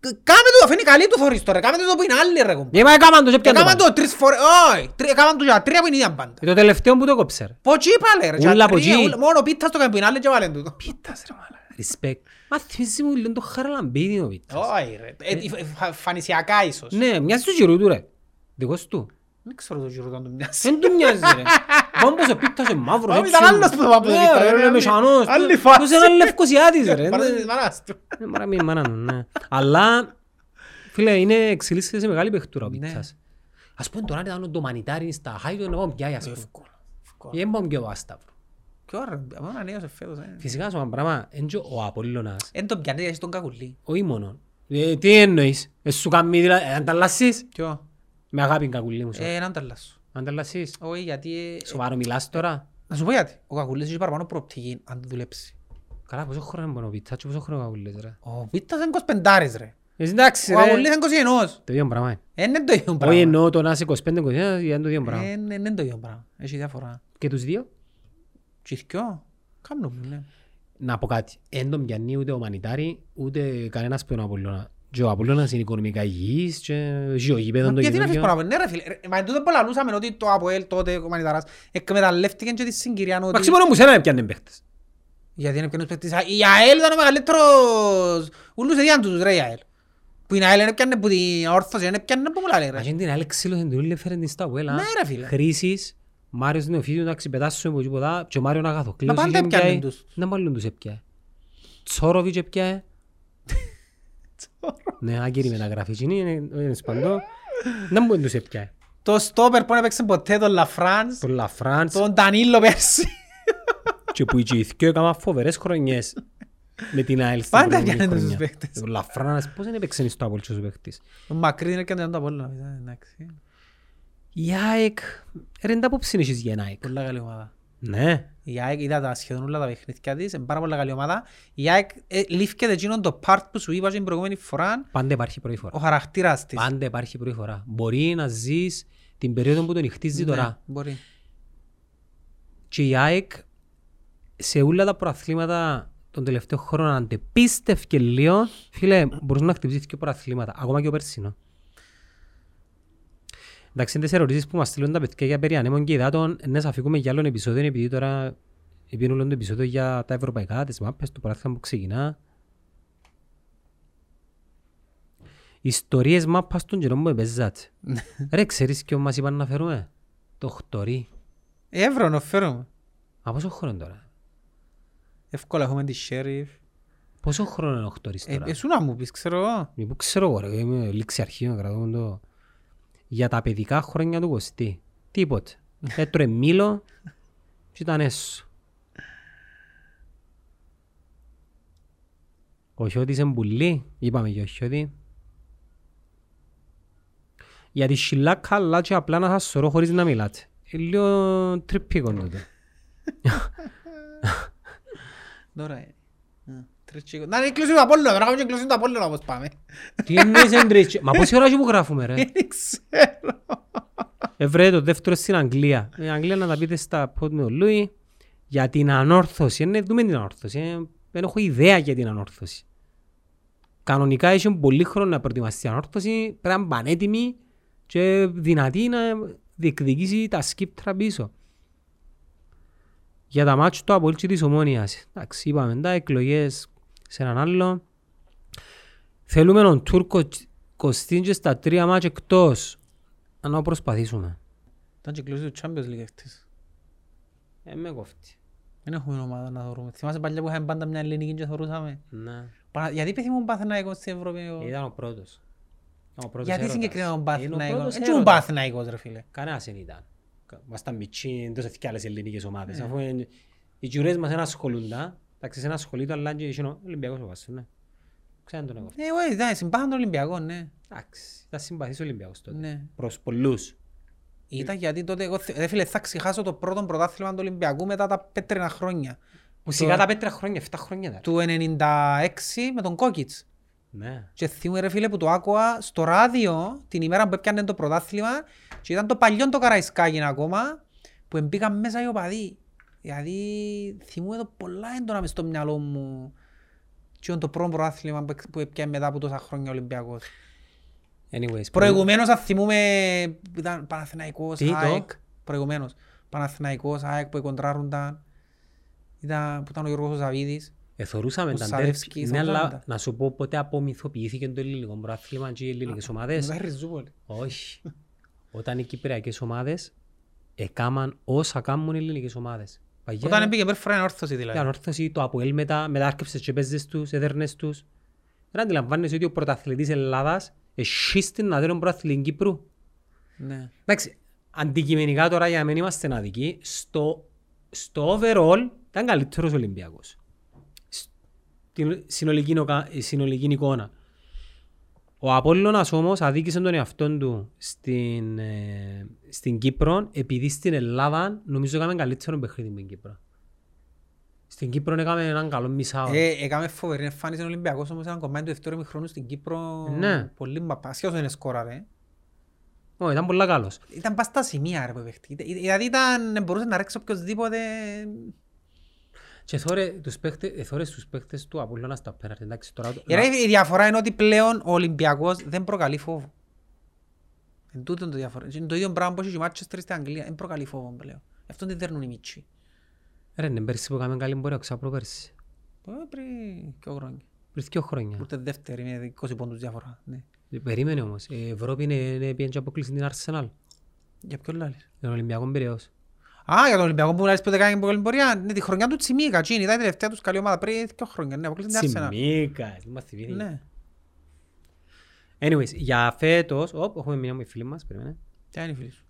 Κάμε του, αφήνει καλή του θωρείς τώρα. Κάμε του το που είναι άλλοι ρε κομπά. πέναλτι. Ε, μα έκαναν το, και πιάνε το Κάμε πάλι. το τρεις φορές. Όχι. τρι- Κάμε του για τρία που είναι η ίδια πάντα. Ε, Το τελευταίο που το κόψε ρε. Ποτσί πάλε ρε. Ούλα για τρία, ποτσί. ούλα- Μόνο πίτας το κάνει που είναι άλλοι και βάλε τούτο. Πίτας ρε μάλα. Respect. Μα θυμίζει μου λίγο το χαραλαμπίδι ο Πίτας. Όχι ρε. Ε, ε, φα- Φανησιακά ίσως. Ναι, μοιάζει του γυρού του ρε. Δικός του. Δεν ξέρω το γύρο του αν του μοιάζει. Δεν του μοιάζει ρε. Βάμπος ο Πίτας είναι μαύρος. Μα, ήταν άλλος που το Βάμπος ο Ναι, Πίτας, ρε, ρε, είναι άλλη- μεσανός. άλλη Του- φάση. τους είναι ένα λευκοσιάτης, ρε. Παρά Ναι. της μανάς του. Ε, Μάρα μη μάνα μου, ναι. Αλλά, φίλε, είναι εξελίσσεται σε μεγάλη παιχτούρα ο Ναι. Πίτσας. Ας πούμε τώρα αν ήταν ο Ντομανιτάρι στα Χάιντο να πάω πιάει, ας πούμε. Ή δεν πάω πιο άσταυρος. Ποιο ρε, μόνο να νέωσε φέτος, ε. Φυσικά, σου πράγμα, εν τζο ο Απόλλωνας, Εν τον πιάνει γιατί τον κακουλεί. όχι μόνο. Ε, Τι εννοείς, ε, σου κάνει δηλαδή, ε, ανταλλασσεις. Ποιο. Με αγάπη κακουλή μου, σου. Ε, έναν ταλάσσο. ανταλλασσεις. Όχι γιατί... ε, Σοβαρό μιλάς τώρα. Να σου πω γιατί. Ο κακουλής έχει παραπάνω προοπτική αν το δουλέψει. Καλά, πόσο χρόνο μπορεί ο Πίτσας και πόσο χρόνο ο Κακουλής, ρε. Ο Βίτας είναι 25 ρε. Ε, Εντάξει, Ο κακουλής ρε. είναι 21. Το ίδιο πράγμα. είναι. Ε, Είναι το ίδιο Όχι πράγμα. εννοώ το να είσαι 25-21, είναι το ίδιο πράγμα. Ε, Είναι είναι το ίδιο πράγμα. Έχει διαφορά. Και τους δύο. Τσιθκιό. Κάμνο μου λένε. να πω κάτι. Δεν τον πιάνει ούτε ο Μανιτάρη, ούτε κανένας που τον Απόλλωνα. Και ο Απόλλωνας είναι οικονομικά υγιής και ζει ο γήπεδος το Γιατί να αφήσεις καινούργιο. παραπάνω. Ναι ρε φίλε. Ρε, Μα εν τούτο που λαλούσαμε ότι το ΑΠΟΕΛ τότε ο Μανιταράς εκμεταλλεύτηκε και τη συγκυρία ότι- Εντάξει, μόνο μου σένα πιάνε παίχτες. Γιατί είναι πιανούς παίκτης. Η ΑΕΛ ήταν ο μεγαλύτερος. Ούλους εδίαν τους ρε η ΑΕΛ. Που η ΑΕΛ είναι πιάνε που την όρθωση, είναι πιάνε που πολλά λέει ρε. Μα και την άλλη ξύλο δεν του λέει φέρε την στα βουέλα. Ναι, ρε, φίλε. Χρήσης, Μάριος Νεοφίτου, εντάξει, πετάσσουμε από εκεί ποτά και ο Μάριον Αγαθοκλήρος. Μα πάντα είχε έπιανε πιάει- τους. Ναι, μάλλον τους έπιαε. Τσόροβιτς έπιαε. Ναι, άκυρη μεταγραφή. εκείνη είναι- είναι σπαντό. Να μου τους έπιαε. Το στόπερ που έπαιξε ποτέ τον Λαφράνς, Τον Λαφράνς, τον Ντανίλο πέρσι. και που οι Τζιθκιό έκαναν φοβερές χρονιές με την ΑΕΛ στην Πάντα προηγούμενη πιάνε τους χρονιά. παίκτες. Ο Λαφράνας πώς δεν έπαιξε στο Απόλτσο ο παίκτης. Ο Μακρύν είναι πιάνε τον Απόλλωνα. μετά, εντάξει. Η ΑΕΚ, ρε είναι τα απόψη έχεις για την ΑΕΚ. Πολλά καλή ομάδα. Ναι. Η ΑΕΚ είδα τα σχεδόν όλα τα παιχνίδια της, είναι πάρα πολλά καλή ομάδα. Η ΑΕΚ ε, λήφκεται εκείνον το part που σου είπα την προηγούμενη φορά, Πάντα υπάρχει ο προήφορα. χαρακτήρας της. Πάντα υπάρχει προήφορα. Μπορεί να ζεις την περίοδο που τον χτίζει Ναι, τώρα. μπορεί. Και η ΑΕΚ σε όλα τα προαθλήματα των τελευταίων χρόνων αν τε πίστευκε λίγο, φίλε, μπορούσε να χτυπήσει και προαθλήματα, ακόμα και ο Περσίνο. Εντάξει, είναι τις ερωτήσεις που μας στείλουν τα παιδιά για περί ανέμων και υδάτων, ναι, σε αφήκουμε για άλλον επεισόδιο, επειδή τώρα επειδή όλο το επεισόδιο για τα ευρωπαϊκά, τις μάπες, το παράθυμα που ξεκινά. Ιστορίες μάπας των καιρών που επέζατε. Ρε, ξέρεις ποιο μας είπαν να φέρουμε. Το χτωρί. Εύρω να φέρουμε. Από πόσο χρόνο τώρα. Εύκολα έχουμε τη Sheriff. Πόσο χρόνο είναι ο χτωρί Ε, τώρα. Εσύ να μου πεις, ξέρω εγώ. Μη που ξέρω εγώ, ρε, είμαι λήξη αρχείων, κρατώ το. Για τα παιδικά χρόνια του Κωστή. Τίποτε. Έτρωε μήλο και ήταν έσω. Ο Χιώτης είναι πουλή, είπαμε για ο Χιώτη. Για τη σιλά καλά και απλά να σας σωρώ χωρίς να μιλάτε. Ε, Λίγο τρυπήκον τότε. Τώρα ε. Ε, τρεις και είκοσι. Να είναι η κλωσή του Απόλλωνα, τώρα κάνουμε και κλωσή του Απόλλωνα όπως πάμε. Τι εννοείς εντρίτσι. Μα πόση ώρα και που γράφουμε ρε. Δεν ξέρω. Ευρέ το δεύτερο στην Αγγλία. Η Αγγλία να τα πείτε στα πόδια με τον Λούι για την ανόρθωση. Είναι, δούμε την ανόρθωση. Ε, δεν έχω ιδέα για την ανόρθωση. Κανονικά είχε πολύ χρόνο να προετοιμαστείς η ανόρθωση. Πρέπει να είναι πανέτοιμη και δυνατή να διεκδικήσει τα σκύπτρα πίσω. Για τα μάτια του απολύτου της ομόνιας. Εντάξει, είπαμε τα εκλογές σε έναν άλλο. Θέλουμε τον Τούρκο Κωστίντζε στα τρία μάτια εκτός. Αν να προσπαθήσουμε. Ήταν και η κλωσή του Champions League χτες. Ε, με κόφτει. Δεν έχουμε ομάδα να θεωρούμε. Θυμάσαι παλιά που είχαμε πάντα μια ελληνική και θεωρούσαμε. Ναι. Παρα- Γιατί πεθυμούν Παθηναϊκός στην Ευρώπη. ο- Ήταν ο πρώτος. Ήταν Ο πρώτος Γιατί έρωτας. συγκεκριμένα ο Είναι ο Παθηναϊκός. πρώτος Δεν ξέρω έρωτας. Παθηναϊκός ρε φίλε. Κανένας δεν ήταν. Μας ήταν μητσί, δεν τόσο και άλλες ελληνικές ομάδες. Αφού εν- οι γιουρές μας δεν ασχολούνταν. Εντάξει, σε ένα σχολείο αλλά και είχε ο Ολυμπιακός ο Βάσος, ναι. Ξέρω τον εγώ. Ε, όχι, εντάξει, συμπάθαν τον Ολυμπιακό, ναι. Εντάξει, ήταν συμπαθής ο Ολυμπιακός τότε. Ε, Ναι. Προς πολλούς. Ήταν γιατί τότε, εγώ, θε- ρε φίλε, θα ξεχάσω το πρώτο πρωτάθλημα του Ολυμπιακού μετά τα πέτρινα χρόνια. Που σιγά τα πέτρα χρόνια, 7 χρόνια ήταν. Του 96 με τον Κόκιτς. Ναι. Και θυμούμαι ρε φίλε που το άκουα στο ράδιο την ημέρα που έπιανε το πρωτάθλημα και ήταν το παλιό το Καραϊσκάκι ακόμα που μπήκαν μέσα οι οπαδοί. Δηλαδή θυμούμαι το πολλά έντονα μες στο μυαλό μου και το πρώτο πρωτάθλημα που εξ- που έπιανε μετά από τόσα χρόνια ο Ολυμπιακός. Anyways, Προηγουμένως αν θυμούμε ήταν Παναθηναϊκός, Τι, το? ΑΕΚ. Προηγουμένως. Παναθηναϊκός, ΑΕΚ που κοντράρονταν. Ήταν, που ήταν ο Γιώργος Ζαβίδης. Εθωρούσαμε Ο ε, τα Σαρεύσκης, ντέρμπι. Ναι, εθωρούσαμε αλλά τα. να σου πω πότε απομυθοποιήθηκε το ελληνικό πρωτάθλημα και οι ελληνικές ομάδες. Μετά Ριζούπολη. Όχι. Όταν οι κυπριακές ομάδες έκαναν όσα κάνουν οι ελληνικές ομάδες. Παγιά- Όταν πήγε πρώτη φορά η ανόρθωση Η δηλαδή. ανόρθωση, το ΑΠΟΕΛ μετά, μετά άρκεψες και παίζες τους, έδερνες τους. Δεν αντιλαμβάνεσαι ότι ο πρωταθλητής Ελλάδας εσύστη να δέρουν πρωταθλητή Κύπρου. Ναι. Εντάξει, αντικειμενικά τώρα για να μην είμαστε αδικοί, στο, στο overall ήταν καλύτερος ο Ολυμπιακός. Στην συνολική, νοκα- συνολική εικόνα. Ο Απόλλωνας όμως αδίκησε τον εαυτόν του στην, ε, στην Κύπρο επειδή στην Ελλάδα νομίζω έκαμε καλύτερο παιχνίδι με την Κύπρο. Στην Κύπρο έκαμε έναν καλό μισάωρο. Ε, έκαμε φοβερή εμφάνιση ο Ολυμπιακός όμως ένα κομμάτι του δεύτερου μηχρόνου στην Κύπρο Ναι. πολύ μπαπά. Σχεδόν δεν σκόραρε. Ω, ήταν πολύ καλός. Ήταν πας στα σημεία ρε που παίχτη. Ήταν- Δηλαδή ήταν, μπορούσε να ρέξει οποιοςδήποτε. Και θόρε τους παίχτες, ε, θόρες τους παίχτες του Απόλλωνα στα πέναρτη. Εντάξει, τώρα... το- Η ρε- Η διαφορά είναι ότι πλέον ο Ολυμπιακός δεν προκαλεί φόβο. Εν τούτο είναι το διαφορά. Είναι το ίδιο πράγμα που έχει και η Manchester στην Αγγλία. Δεν προκαλεί φόβο πλέον. Γι' Αυτό δεν δέρνουν οι μίτσοι. Ρε, ναι, πέρσι που έκαμε καλή μπορεί, ξαπροπέρσι. Ε, Πριν και χρόνια. Πριν δύο χρόνια. Ούτε δεύτερη με 20 πόντους διαφορά. Ναι. Ε, Περίμενε όμως. Η Ευρώπη είναι, είναι πιέν και αποκλείσει την Arsenal. Για ποιον λάλλεις. Τον Ολυμπιακό Πειραιώς. Α, για τον Ολυμπιακό που λάλλεις πότε κάνει πορεία. Ναι, τη χρονιά του Τσιμίκα. Τζίνι, ήταν η τελευταία τους καλή ομάδα πριν δύο χρόνια. Ναι, αποκλείστηκε την Arsenal. Τσιμίκας, δεν μας θυμήθηκε. Ναι. Anyways, για φέτος... Οπ, έχουμε μια μου φίλη μας, περίμενε. Τι είναι οι φίλοι σου.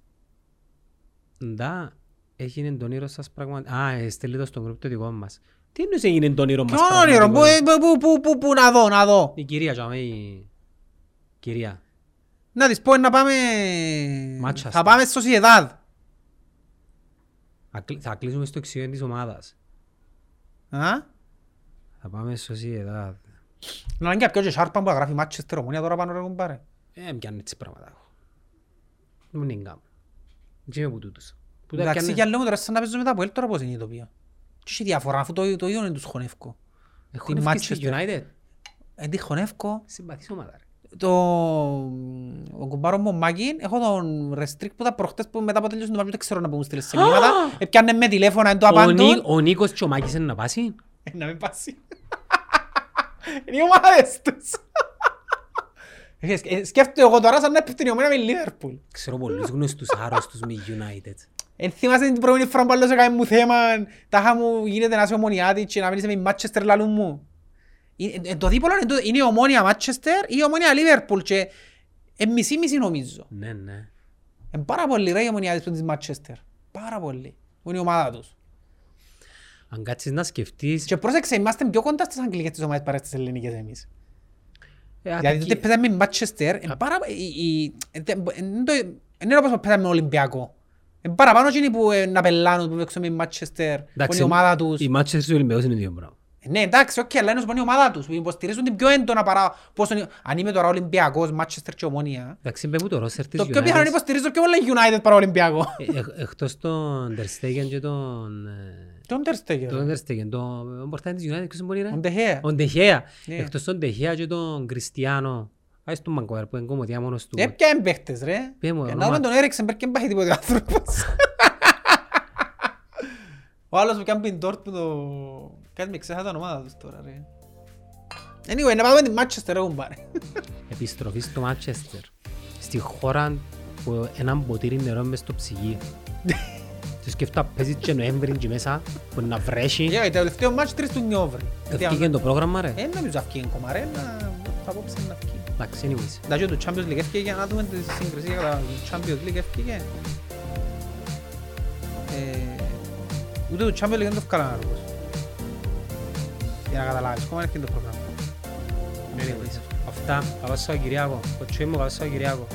Ντά, έγινε το όνειρο σας πραγματικό. Α, ε, στείλτε το στο group το δικό μας. Τι εννοείς έγινε το όνειρο μας Ποιον όνειρο, ε- πού, πραγματικό? πού, πού, πού, πού, να δω, να δω. Η κυρία, τζαμέ, η... Κυρία. Να της πω να πάμε... Μάτσας. Θα πάμε στο Σιεδάδ. Ακλ- Θα κλείσουμε στο εξιόν της ομάδας. Α, Θα πάμε στο Sociedad. Να είναι και ποιος και σάρπα που γράφει Μάτσεστερ ομονία τώρα πάνω ρε κομπάρε. Ε, μ' πιάνουν έτσι πράγματα. εγώ. Δεν μου την κάνω. Δεν είμαι που τούτος. Που τα Εντάξει, πιάνε- για λόγω τώρα σαν να παίζουμε τα Αποέλ τώρα πώς είναι η τοπία. Τι έχει διαφορά αφού το, το ίδιο είναι τους χωνεύκω. Έχω Την νευκεί στη Manchester. United. Εν τη χωνεύκω, Συμπαθής ομάδα ρε. Ε, το... Ο κουμπάρος μου ο Μάκιν, έχω τον Ρεστρίκ που ήταν προχτές που μετά από τελειώσουν το μάτι, δεν ξέρω να πω μου στείλες σε μηνύματα. Επιάνε Ε, με τηλέφωνα, εν το Ο, Νί, απάντων. ο Νίκος και ο Μάκης είναι να πάσει. Ε, Να μην πάσει. Είναι οι ομάδες τους. Ε, σκε- ε, Σκέφτομαι εγώ τώρα σαν να έπεφτει η ομένα με η Λίβερπουλ. Ξέρω πολλούς γνωστούς άρρωστους με United. Εν θυμάσαι την προηγούμενη φορά που άλλος έκανε μου θέμα, τάχα μου γίνεται να είσαι ομονιάτης και να μείνεις με η Μάτσεστερ λαλούν μου. Ε, ε, Το δίπολο είναι τούτο. είναι η ομόνια Μάτσεστερ ή η ομόνια Λίβερπουλ και ε, μισή-μισή νομίζω. Ναι, ναι. Είναι πάρα πολλοί ρε οι ομονιάδες που είναι της Μάτσεστερ. Πάρα πολλοί. Που είναι η ομάδα τους. Αν κάτσεις να σκεφτείς... Και πρόσεξε, είμαστε πιο κοντά στις αγγλικές της ομάδες παρά στις ελληνικές εμείς. Ε, Δηλαδή ατακή- τότε παίζαμε με Manchester, εν πάρα- η- η- εν τε- εν το- εν είναι όπως παίζαμε με Ολυμπιακό. Εν παραπάνω εκείνοι που ε, να πελάνουν, που παίξουν με Manchester, που είναι η ομάδα τους. Οι μάτσες του Ολυμπιακού είναι δύο πράγμα. Ναι, εντάξει, οκ, αλλά είναι όπως είναι η ομάδα τους, που υποστηρίζουν την πιο έντονα παρά πόσο είναι- Αν είμαι τώρα Ολυμπιακός, Manchester και Ομόνια, Εντάξει, είπε που το ρόσερ της το πιο πιθανό είναι United... υποστηρίζω πιο πολλά United παρά Ολυμπιακό. ε, ε, Εκτός των Ter Stegen και των... ε, Τον Ε, Ter Stegen. Τον Ter Stegen, τον ο πορτάρι της United, ποιος μπορεί ρε. Τον De Gea. Ο De Gea. Ναι. Εκτός των De Gea και τον Κριστιανό. Άσε τον Μαγκουάρ που είναι κομμωτιά μόνος του. Ε, ποια είναι παίχτες, ρε. Πες Για να μου, ονόματα. δούμε τον Έριξενμπεργκ, δεν πάει τίποτε ο άνθρωπος. Ο άλλος που κάνει την Dortmund, ο- κάτι με ξέχασα την ομάδα τους τώρα, ρε. Anyway, να πάμε την Manchester, ρε, κουμπάρε. Επιστροφή στο Μάτσεστερ. Στη χώρα που έναν ποτήρι νερό μες στο ψυγείο. Και σκεφτά παίζει και Νοέμβρη και μέσα που να βρέσει. Για, το τελευταίο match, τρεις του Νιόβρη. Ευκήγε το πρόγραμμα ρε. Ε, νομίζω αυκεί ακόμα, ρε, να- απόψε είναι αυκεί. Εντάξει, anyways. Εντάξει, το Champions League έφυγε για να δούμε τη σύγκριση για τα Champions League έφυγε. Ε, ούτε το Champions League δεν το έφυγαν αργός. Για να καταλάβεις, ακόμα έρχεται το πρόγραμμα. Anyways. Αυτά. Καβάσαο Κυριάκο. Κοτσί μου, καβάσαο Κυριάκο.